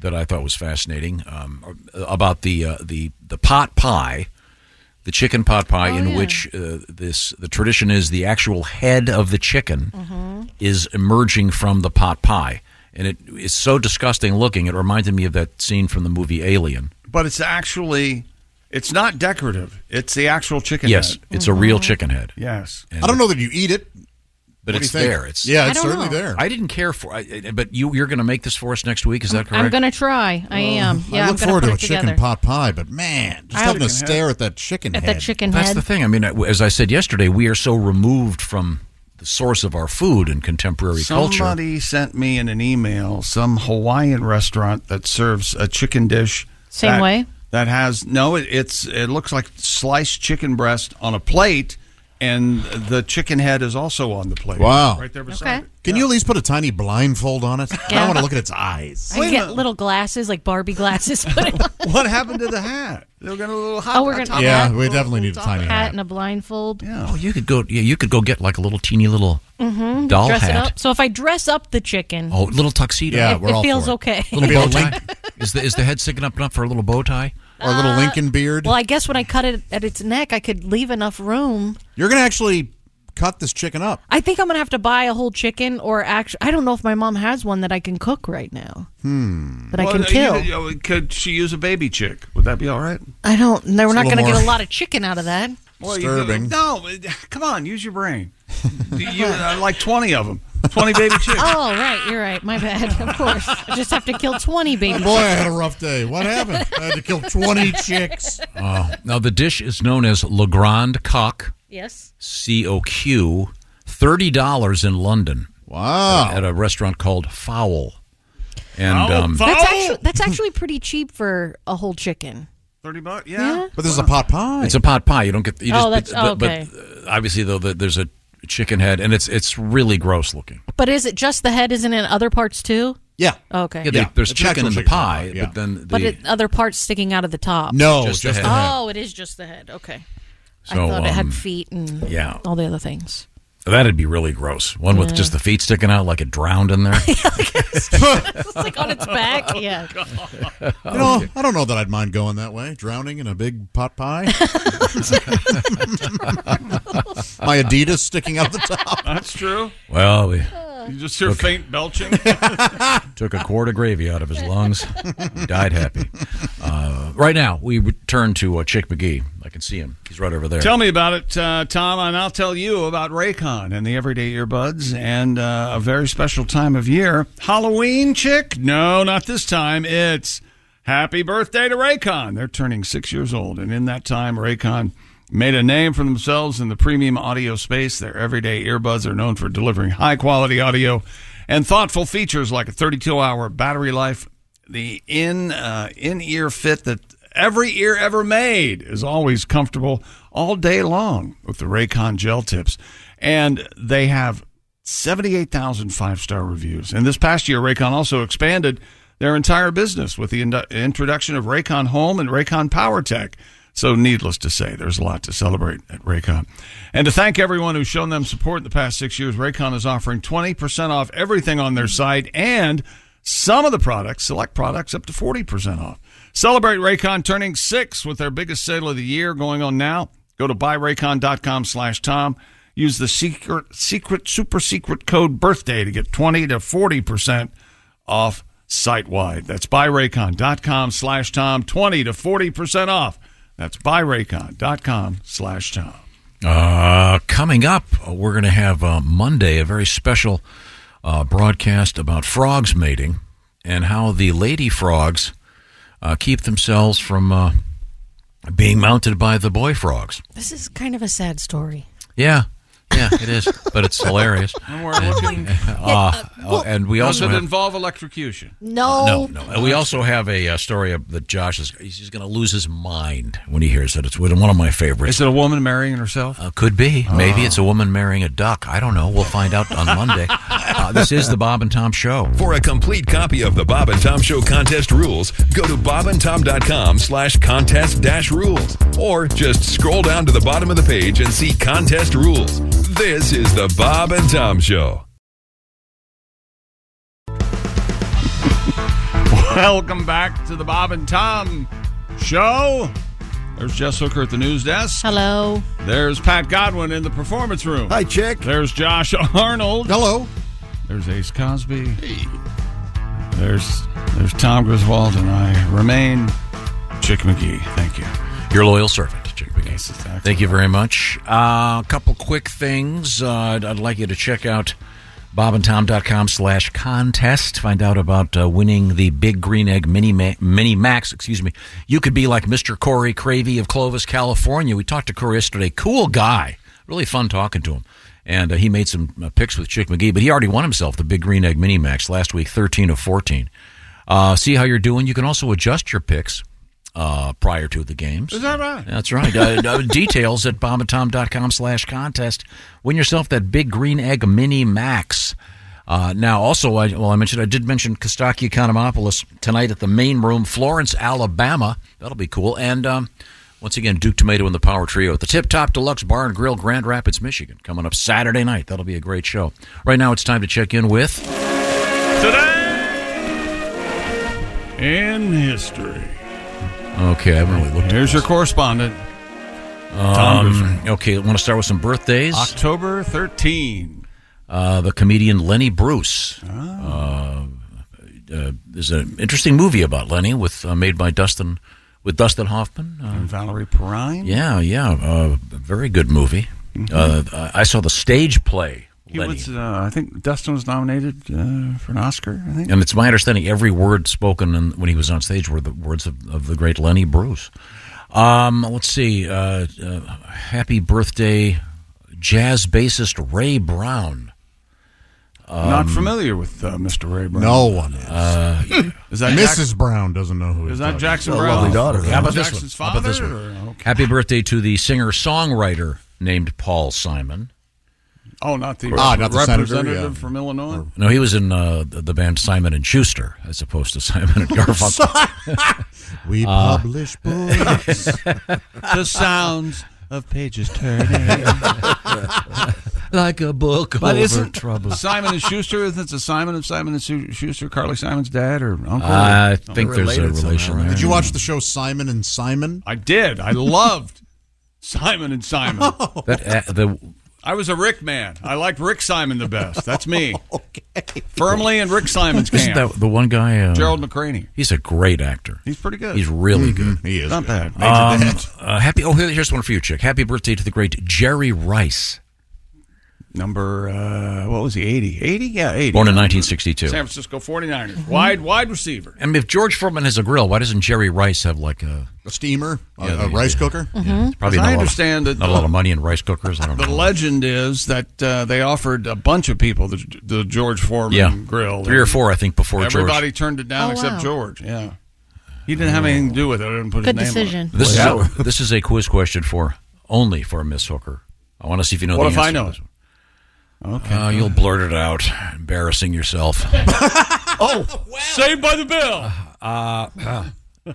Speaker 11: that I thought was fascinating um, about the uh, the the pot pie, the chicken pot pie,
Speaker 13: Oh,
Speaker 11: in which uh, this the tradition is the actual head of the chicken
Speaker 13: Mm-hmm.
Speaker 11: is emerging from the pot pie, and it is so disgusting looking. It reminded me of that scene from the movie Alien.
Speaker 10: But it's actually it's not decorative. It's the actual chicken.
Speaker 11: yes,
Speaker 10: head.
Speaker 11: it's a
Speaker 13: Mm-hmm.
Speaker 11: real chicken head.
Speaker 10: Yes.
Speaker 11: And-
Speaker 6: I don't know that you eat it.
Speaker 11: But
Speaker 6: What do
Speaker 11: it's
Speaker 6: you think?
Speaker 11: there. It's
Speaker 6: Yeah, it's I don't certainly know. there.
Speaker 11: I didn't care for. I, I- but you, you're going to make this for us next week. Is that correct?
Speaker 13: I'm gonna try. I am. Yeah,
Speaker 6: I
Speaker 13: I'm
Speaker 6: look
Speaker 13: gonna
Speaker 6: forward
Speaker 13: put
Speaker 6: to a
Speaker 13: it together.
Speaker 6: chicken pot pie, but man, just
Speaker 13: I-
Speaker 6: having to
Speaker 13: Chicken head.
Speaker 6: stare at that chicken
Speaker 13: At
Speaker 6: head.
Speaker 13: that chicken
Speaker 11: That's
Speaker 13: head.
Speaker 11: the thing. I mean, I- as I said yesterday, we are so removed from the source of our food and contemporary culture.
Speaker 10: Somebody sent me in an email some Hawaiian restaurant that serves a chicken dish.
Speaker 13: Same
Speaker 10: that-
Speaker 13: way?
Speaker 10: That has no. It, it's it looks like sliced chicken breast on a plate, and the chicken head is also on the plate.
Speaker 6: Wow.
Speaker 10: Right there beside.
Speaker 13: Okay.
Speaker 10: It.
Speaker 6: Can you at least put a tiny blindfold on it? I
Speaker 13: Yeah.
Speaker 6: want to look at its eyes.
Speaker 13: I get little glasses, like Barbie glasses. Put it on.
Speaker 10: What happened to the hat? They're gonna little hot.
Speaker 13: Oh, we're gonna
Speaker 6: Yeah,
Speaker 13: hat,
Speaker 6: we definitely need a tiny
Speaker 13: hat
Speaker 6: hat.
Speaker 13: and a blindfold.
Speaker 11: Oh, you could go. Yeah, you could go get like a little teeny little
Speaker 13: Mm-hmm.
Speaker 11: Doll
Speaker 13: dress it
Speaker 11: hat.
Speaker 13: up. So if I dress up the chicken,
Speaker 11: oh little tuxedo.
Speaker 13: Yeah, It- we're it all feels for it. okay.
Speaker 11: Little
Speaker 13: Maybe
Speaker 11: bow
Speaker 13: a
Speaker 11: tie. is the is the head sticking up enough for a little bow tie
Speaker 13: Or a little Uh, Lincoln
Speaker 6: beard?
Speaker 13: well, I guess when I cut it at its neck, I could leave enough room.
Speaker 6: You're going to actually cut this chicken up.
Speaker 13: I think I'm gonna have to buy a whole chicken, or actually, I don't know if my mom has one that I can cook right now.
Speaker 6: Hmm.
Speaker 13: That I can
Speaker 10: you-
Speaker 13: kill.
Speaker 10: You, could she use a baby chick? Would that be all right?
Speaker 13: I don't. No, we're
Speaker 10: It's a
Speaker 13: not
Speaker 10: little
Speaker 13: gonna get
Speaker 10: more-
Speaker 13: a lot of chicken out of that.
Speaker 10: Well, you do- no, it- come on, use your brain. you, uh, like twenty of them, twenty baby chicks.
Speaker 13: Oh right, you're right. My bad. Of course, I just have to kill twenty baby.
Speaker 6: Boy, I had a
Speaker 13: chicks.
Speaker 6: rough day. What happened? I had to kill 20 chicks.
Speaker 11: Oh, now the dish is known as Le Grand Coq.
Speaker 13: Yes.
Speaker 11: C O Q. Thirty dollars in London.
Speaker 6: Wow.
Speaker 11: At, at a restaurant called Fowl. And
Speaker 6: Fowl?
Speaker 11: um,
Speaker 13: That's actually that's actually pretty cheap for a whole chicken.
Speaker 10: Thirty bucks.
Speaker 13: Yeah.
Speaker 6: But this is a pot pie.
Speaker 11: It's a pot pie. You don't get. You
Speaker 13: Oh,
Speaker 11: just,
Speaker 13: that's-
Speaker 11: but, but-
Speaker 13: okay.
Speaker 11: but, uh, obviously, though, the, there's a chicken head, and it's it's really gross looking.
Speaker 13: But is it just the head? Isn't it other parts too? Oh,
Speaker 6: Yeah.
Speaker 13: Okay.
Speaker 11: Yeah, they- there's
Speaker 6: It's an
Speaker 11: chicken
Speaker 6: actual
Speaker 11: in the
Speaker 6: chicken
Speaker 11: pie,
Speaker 6: pie, yeah.
Speaker 11: but then the,
Speaker 13: But it, other parts sticking out of the top.
Speaker 11: No, Just the just the head. head.
Speaker 13: Oh, it is just the head. Okay.
Speaker 11: So,
Speaker 13: I thought it
Speaker 11: um,
Speaker 13: had feet and
Speaker 11: yeah.
Speaker 13: all the other things.
Speaker 11: that'd be really gross. One with
Speaker 13: Yeah.
Speaker 11: just the feet sticking out, like it drowned in there.
Speaker 13: it's like on its back. Yeah.
Speaker 6: You know, I don't know that I'd mind going that way. Drowning in a big pot pie. My Adidas sticking out the top.
Speaker 10: That's true.
Speaker 11: well, we
Speaker 10: You just hear
Speaker 11: Look.
Speaker 10: faint belching.
Speaker 11: took a quart of gravy out of his lungs. He died happy. Uh, right now, we return to uh, Chick McGee. I can see him. He's right over there.
Speaker 10: Tell me about it, uh, Tom, and I'll tell you about Raycon and the everyday earbuds and uh, a very special time of year. Halloween, chick? No, not this time. It's happy birthday to Raycon. They're turning six years old, and in that time, Raycon made a name for themselves in the premium audio space. Their everyday earbuds are known for delivering high quality audio and thoughtful features like a 32 hour battery life the in uh, in ear fit that every ear ever made is always comfortable all day long with the Raycon gel tips, and they have 78,000 five star reviews. And this past year, Raycon also expanded their entire business with the indu- introduction of Raycon Home and Raycon PowerTech. So, needless to say, there's a lot to celebrate at Raycon. And to thank everyone who's shown them support in the past six years, Raycon is offering 20% off everything on their site and some of the products, select products, up to 40% off. Celebrate Raycon turning six with their biggest sale of the year going on now. Go to buyraycon.com slash Tom. Use the secret, secret, super secret code birthday to get 20 to 40% off site wide. That's buyraycon.com slash Tom. 20 to 40% off. That's buyraycon.com slash Tom.
Speaker 11: Uh, coming up, uh, we're going to have uh, Monday a very special uh, broadcast about frogs mating and how the lady frogs uh, keep themselves from uh, being mounted by the boy frogs.
Speaker 13: This is kind of a sad story.
Speaker 11: Yeah. Yeah, it is, but it's hilarious.
Speaker 10: And we're
Speaker 11: And-
Speaker 10: looking- Ah,
Speaker 11: uh, oh, and we also
Speaker 10: Does it
Speaker 11: have,
Speaker 10: involve electrocution?
Speaker 11: no, no. And we also have a, uh story of- that Josh is he's just going to lose his mind when he hears it. It's one of my favorites.
Speaker 10: Is it Oh. a woman marrying herself?
Speaker 11: Uh, could be. Maybe it's a woman marrying a duck. I don't know. We'll find out on Monday. Uh, this is the Bob and Tom Show.
Speaker 14: For a complete copy of the Bob and Tom Show contest rules, go to bobandtom.com slash contest dash rules. Or just scroll down to the bottom of the page and see contest rules. This is the Bob and Tom Show.
Speaker 10: Welcome back to the Bob and Tom Show. There's Jess Hooker at the news desk.
Speaker 13: Hello.
Speaker 10: There's Pat Godwin in the performance room.
Speaker 7: Hi, chick.
Speaker 10: There's Josh Arnold. Hello. There's Ace Cosby. There's there's Tom Griswold, and I remain Chick McGee. Thank you.
Speaker 11: Your loyal servant, Chick McGee. Thank you very much. Uh, a couple quick things. Uh, I'd, I'd like you to check out bobandtom.com slash contest. Find out about uh, winning the Big Green Egg Mini, Ma- Mini Max. Excuse me. You could be like Mr. Corey Cravey of Clovis, California. We talked to Corey yesterday. Cool guy. Really fun talking to him. And uh, he made some uh, picks with Chick McGee, but he already won himself the Big Green Egg Mini Max last week, 13 of 14. Uh, see how you're doing. You can also adjust your picks uh, prior to the games.
Speaker 10: Is that right?
Speaker 11: That's right. Uh, uh, details at bombatom.com slash contest. Win yourself that big green egg mini max. Uh, now, also, I, well, I mentioned I did mention Kostaki Economopoulos tonight at the main room, Florence, Alabama. That'll be cool. And um, once again, Duke Tomato and the Power Trio at the Tip Top Deluxe Bar and Grill, Grand Rapids, Michigan, coming up Saturday night. That'll be a great show. Right now, it's time to check in with
Speaker 10: In history.
Speaker 11: Okay, I haven't really looked.
Speaker 10: Here's your correspondent. Tom
Speaker 11: Um, okay, want to start with some birthdays.
Speaker 10: October 13.
Speaker 11: Uh, the comedian Lenny Bruce.
Speaker 10: Ah.
Speaker 11: Uh, uh, there's an interesting movie about Lenny with uh, made by Dustin with Dustin Hoffman.
Speaker 10: and Valerie Perrine.
Speaker 11: Uh, Yeah, yeah, uh, very good movie.
Speaker 10: Mm-hmm.
Speaker 11: Uh, I saw the stage play
Speaker 10: He was, uh, I think Dustin was nominated uh, for an Oscar. I think.
Speaker 11: And it's my understanding every word spoken in, when he was on stage were the words of, of the great Lenny Bruce. Um, let's see. Uh, uh, happy birthday, jazz bassist Ray Brown. um,
Speaker 10: Not familiar with uh, Mr. Ray Brown.
Speaker 6: No one is.
Speaker 11: Uh,
Speaker 10: Is that
Speaker 6: Mrs.
Speaker 10: Jack-
Speaker 6: Brown doesn't know who
Speaker 10: Is
Speaker 6: he's
Speaker 10: that
Speaker 6: talking
Speaker 10: Jackson
Speaker 6: about.
Speaker 10: Brown?
Speaker 11: How about this one?
Speaker 10: Jackson's
Speaker 11: How about this one?
Speaker 10: father, or- okay.
Speaker 11: Happy birthday to the singer songwriter named Paul Simon.
Speaker 10: Oh, not the
Speaker 11: Ah, not the
Speaker 10: representative
Speaker 11: senator, yeah.
Speaker 10: from Illinois.
Speaker 11: No, he was in uh, the the band Simon and Schuster, as opposed to Simon
Speaker 10: Oh,
Speaker 11: and Garfunkel.
Speaker 6: We
Speaker 11: Uh,
Speaker 6: publish books.
Speaker 10: the sounds of pages turning
Speaker 11: like a book
Speaker 10: but
Speaker 11: over
Speaker 10: isn't
Speaker 11: trouble.
Speaker 10: Simon and Schuster, isn't it a Simon of Simon and Su- Schuster, Carly Simon's dad or uncle?
Speaker 11: I think They're there's a related somehow, relation right? there.
Speaker 6: Did you watch the show Simon and Simon?
Speaker 10: I did. I loved Simon and Simon.
Speaker 11: That, uh, the
Speaker 10: I was a Rick man. I liked Rick Simon the best. That's me. Firmly in Rick Simon's
Speaker 11: isn't
Speaker 10: camp.
Speaker 11: that the one guy? Uh,
Speaker 10: Gerald McCraney.
Speaker 11: He's a great actor.
Speaker 10: He's pretty good.
Speaker 11: He's really
Speaker 6: Mm-hmm.
Speaker 10: Mhm.
Speaker 11: good.
Speaker 10: He is Not good. bad.
Speaker 11: Um,
Speaker 10: Major dad.
Speaker 11: uh, happy. Oh, here- here's one for you, chick. Happy birthday to the great Jerry Rice.
Speaker 10: Number uh, what was he? Eighty. Eighty. Yeah, eighty.
Speaker 11: Born in 1962.
Speaker 10: San Francisco 49ers. Wide, wide receiver.
Speaker 11: I mean, if George Foreman has a grill, why doesn't Jerry Rice have like a
Speaker 6: A steamer? A-
Speaker 11: Yeah,
Speaker 6: a,
Speaker 11: yeah,
Speaker 6: rice
Speaker 11: yeah.
Speaker 6: cooker?
Speaker 11: Yeah, it's probably
Speaker 10: As
Speaker 11: not
Speaker 10: I
Speaker 11: a lot of-
Speaker 10: understand that
Speaker 11: not a
Speaker 10: the-
Speaker 11: lot of money in rice cookers. I don't
Speaker 10: The
Speaker 11: know.
Speaker 10: legend is that uh, they offered a bunch of people the, the George Foreman
Speaker 11: Yeah.
Speaker 10: grill.
Speaker 11: Three or four, I think, before George.
Speaker 10: Everybody turned it down
Speaker 13: Oh,
Speaker 10: except
Speaker 13: wow.
Speaker 10: George. Yeah. He didn't
Speaker 11: Oh.
Speaker 10: have anything to do with it. I didn't put
Speaker 13: Good
Speaker 10: his name
Speaker 13: decision.
Speaker 10: on it.
Speaker 11: This is a, this is a quiz question for only for Miss Hooker. I want to see if you know
Speaker 10: What
Speaker 11: the
Speaker 10: if
Speaker 11: answer.
Speaker 10: I know it? Okay.
Speaker 11: Uh, you'll blurt it out, embarrassing yourself. Oh,
Speaker 18: saved by the bell.
Speaker 11: Uh, uh,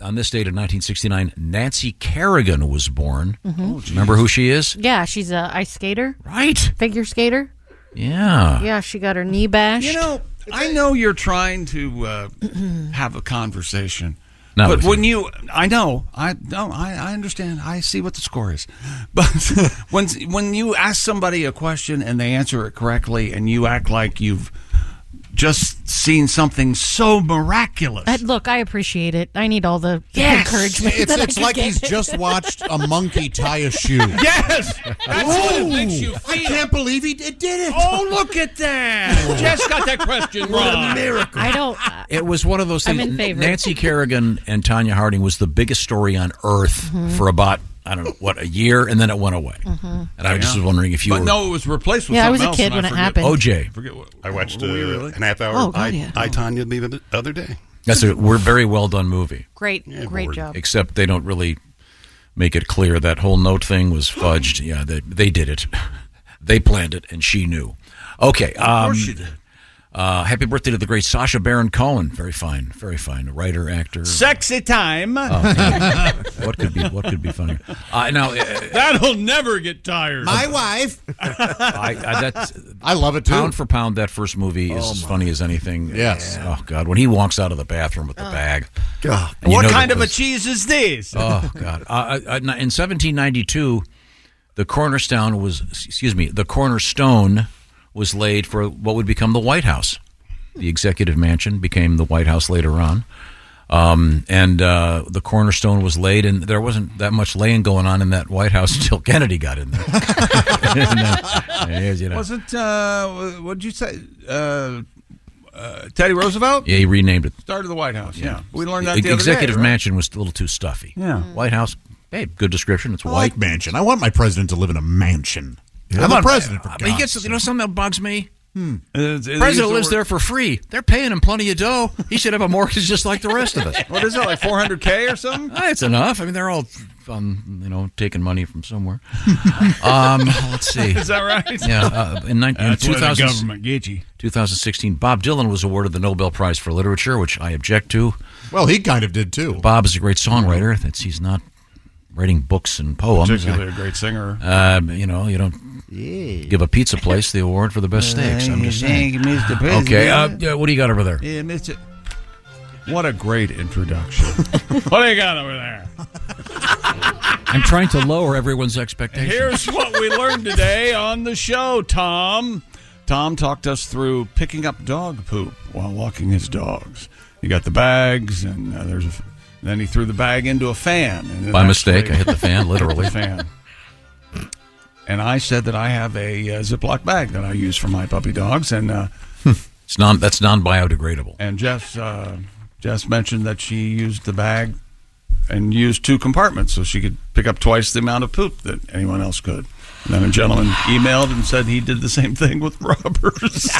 Speaker 11: on this date in 1969, Nancy Kerrigan was born.
Speaker 13: Mhm. Oh, geez.
Speaker 11: Remember who she is?
Speaker 13: Yeah, she's a ice skater.
Speaker 11: Right.
Speaker 13: Figure skater.
Speaker 6: Uh.
Speaker 11: Yeah.
Speaker 13: Yeah, she got her knee bashed.
Speaker 10: You know, I know you're trying to uh, have a conversation.
Speaker 11: Not
Speaker 10: but
Speaker 11: with
Speaker 10: when you. I know, I no, I, I understand. I see what the score is, but when when you ask somebody a question and they answer it correctly, and you act like you've just seen something so miraculous,
Speaker 13: Uh, look, I appreciate it. I need all the
Speaker 10: Yes!
Speaker 13: encouragement.
Speaker 10: It's-
Speaker 13: that I
Speaker 6: it's
Speaker 13: can
Speaker 6: like
Speaker 13: get.
Speaker 6: he's just watched a monkey tie a shoe.
Speaker 10: Yes,
Speaker 6: That's what it makes you
Speaker 10: I
Speaker 6: can't believe he did it.
Speaker 10: Oh, look at that! Jess got that question
Speaker 11: What a
Speaker 10: wrong.
Speaker 11: miracle.
Speaker 13: I don't. uh,
Speaker 11: It was one of those
Speaker 13: I'm
Speaker 11: things.
Speaker 13: in favor.
Speaker 11: Nancy Kerrigan and Tanya Harding was the biggest story on earth
Speaker 13: Mm-hmm.
Speaker 10: Mhm.
Speaker 11: for about I don't know what a year, and then it went away.
Speaker 13: Mhm.
Speaker 11: And I was just wondering if you
Speaker 10: But
Speaker 11: were
Speaker 10: no, it was replaced with
Speaker 13: Yeah, I was
Speaker 10: something
Speaker 13: a
Speaker 10: else,
Speaker 13: kid
Speaker 10: and
Speaker 13: when it
Speaker 10: forget-
Speaker 13: happened.
Speaker 11: OJ.
Speaker 10: forget what-
Speaker 12: I watched uh,
Speaker 10: Were we really?
Speaker 12: an half hour
Speaker 13: Oh, God,
Speaker 12: I,
Speaker 13: yeah.
Speaker 12: I Tanya the other- other day.
Speaker 11: That's a we're very well done movie.
Speaker 13: Great, great job.
Speaker 11: Except they don't really make it clear that whole note thing was fudged. yeah, they they did it. they planned it, and she knew. Okay.
Speaker 10: Of
Speaker 11: Um,
Speaker 10: course she did.
Speaker 11: Uh, happy birthday to the great Sasha Baron Cohen. Very fine, very fine. Writer, actor.
Speaker 10: Sexy time.
Speaker 11: Oh, yeah. what could be what could be funnier? Uh, now uh,
Speaker 18: That'll never get tired.
Speaker 6: My wife.
Speaker 11: I, I, that's,
Speaker 6: I love it too.
Speaker 11: Pound for pound, that first movie is
Speaker 6: Oh,
Speaker 11: as funny as anything.
Speaker 6: Yes.
Speaker 11: Oh God, when he walks out of the bathroom with the bag. And you
Speaker 10: Oh. what
Speaker 11: know
Speaker 10: kind
Speaker 11: that
Speaker 10: of a
Speaker 11: was-
Speaker 10: cheese is this?
Speaker 11: Oh God! Uh, uh, in 1792, the cornerstone was excuse me, the cornerstone was laid for what would become the White House. The executive mansion became the White House later on, um, and uh, the cornerstone was laid, and there wasn't that much laying going on in that White House until Kennedy got in there. And, uh, and, you know,
Speaker 10: Wasn't uh, what did you say? Uh, uh, Teddy Roosevelt?
Speaker 11: Yeah, he renamed it.
Speaker 10: Started the White House. Yeah, we learned that
Speaker 11: The
Speaker 10: the other
Speaker 11: executive
Speaker 10: day, right?
Speaker 11: mansion was a little too stuffy.
Speaker 10: Yeah.
Speaker 11: White House. Hey, good description. It's
Speaker 6: I
Speaker 11: white.
Speaker 13: Oh.
Speaker 6: like mansion. I want my president to live in a mansion. I'm
Speaker 11: Come
Speaker 6: a
Speaker 11: on,
Speaker 6: president for
Speaker 11: but
Speaker 6: God's
Speaker 11: he gets. You know something that bugs me. Hmm.
Speaker 10: It's- it used
Speaker 11: President
Speaker 10: to
Speaker 11: lives
Speaker 10: work-
Speaker 11: there for free. They're paying him plenty of dough. He should have a mortgage just like the rest of us.
Speaker 10: What is it like, 400k or something?
Speaker 11: That's enough. I mean, they're all, um, you know, taking money from somewhere. Um, let's see.
Speaker 10: Is that right?
Speaker 11: Yeah. Uh, in, nine, in
Speaker 18: That's where the
Speaker 11: 2000
Speaker 18: government gets you.
Speaker 11: 2016, Bob Dylan was awarded the Nobel Prize for Literature, which I object to. Well, he kind of did too. Bob is a great songwriter. That's he's not writing books and poems.
Speaker 10: Particularly a great singer.
Speaker 11: Um, you know, you don't give a pizza place the award for the best steaks. I'm just saying.
Speaker 10: Thank you, Mr.
Speaker 11: Okay, uh,
Speaker 10: President.
Speaker 11: yeah, what do you got over there?
Speaker 10: Yeah, Mr. What a great introduction.
Speaker 18: What do you got over there?
Speaker 11: I'm trying to lower everyone's expectations.
Speaker 18: Here's what we learned today on the show, Tom.
Speaker 10: Tom talked us through picking up dog poop while walking his dogs. He got the bags, and uh, there's a, f- then he threw the bag into a fan. And then
Speaker 11: By mistake,
Speaker 10: actually-
Speaker 11: I hit the fan, literally.
Speaker 10: Hit the fan. And I said that I have a uh, Ziploc bag that I use for my puppy dogs, and uh,
Speaker 11: It's non that's non biodegradable.
Speaker 10: and Jess uh, Jess mentioned that she used the bag and used two compartments so she could pick up twice the amount of poop that anyone else could. And then a gentleman emailed and said he did the same thing with rubbers.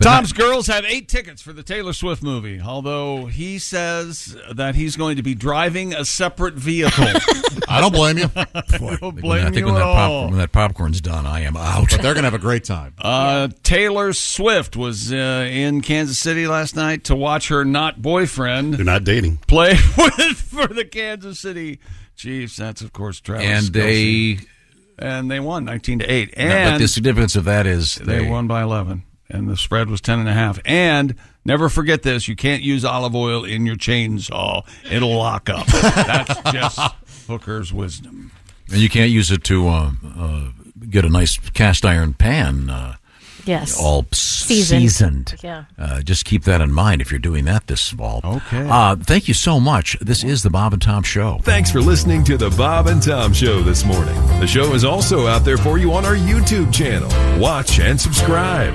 Speaker 10: Tom's girls have eight tickets for the Taylor Swift movie, although he says that he's going to be driving a separate vehicle.
Speaker 6: I don't blame you.
Speaker 10: I don't blame
Speaker 11: I think
Speaker 10: you
Speaker 11: when
Speaker 10: at
Speaker 11: that,
Speaker 10: all.
Speaker 11: popcorn, when that popcorn's done, I am out.
Speaker 10: But they're gonna
Speaker 6: have a great time.
Speaker 10: Uh, Taylor Swift was uh, in Kansas City last night to watch her not boyfriend. They're
Speaker 12: not dating.
Speaker 10: Play with for the Kansas City Chiefs. That's of course Travis.
Speaker 11: And
Speaker 10: Kelce.
Speaker 11: they-
Speaker 10: and they won nineteen to eight.
Speaker 11: but
Speaker 10: And
Speaker 11: the significance of that is
Speaker 10: they, won by eleven, and the spread was ten and a half. And never forget this: you can't use olive oil in your chainsaw; it'll lock up. That's just Hooker's wisdom.
Speaker 11: And you can't use it to uh, uh, get a nice cast iron pan. Uh,
Speaker 13: Yes.
Speaker 11: All s-
Speaker 13: Seasoned.
Speaker 11: seasoned.
Speaker 13: Yeah.
Speaker 11: Uh, just keep that in mind if you're doing that this fall. Okay. Uh, thank you so much. This is the Bob and Tom Show.
Speaker 14: Thanks for listening to the Bob and Tom Show this morning. The show is also out there for you on our YouTube channel. Watch and subscribe.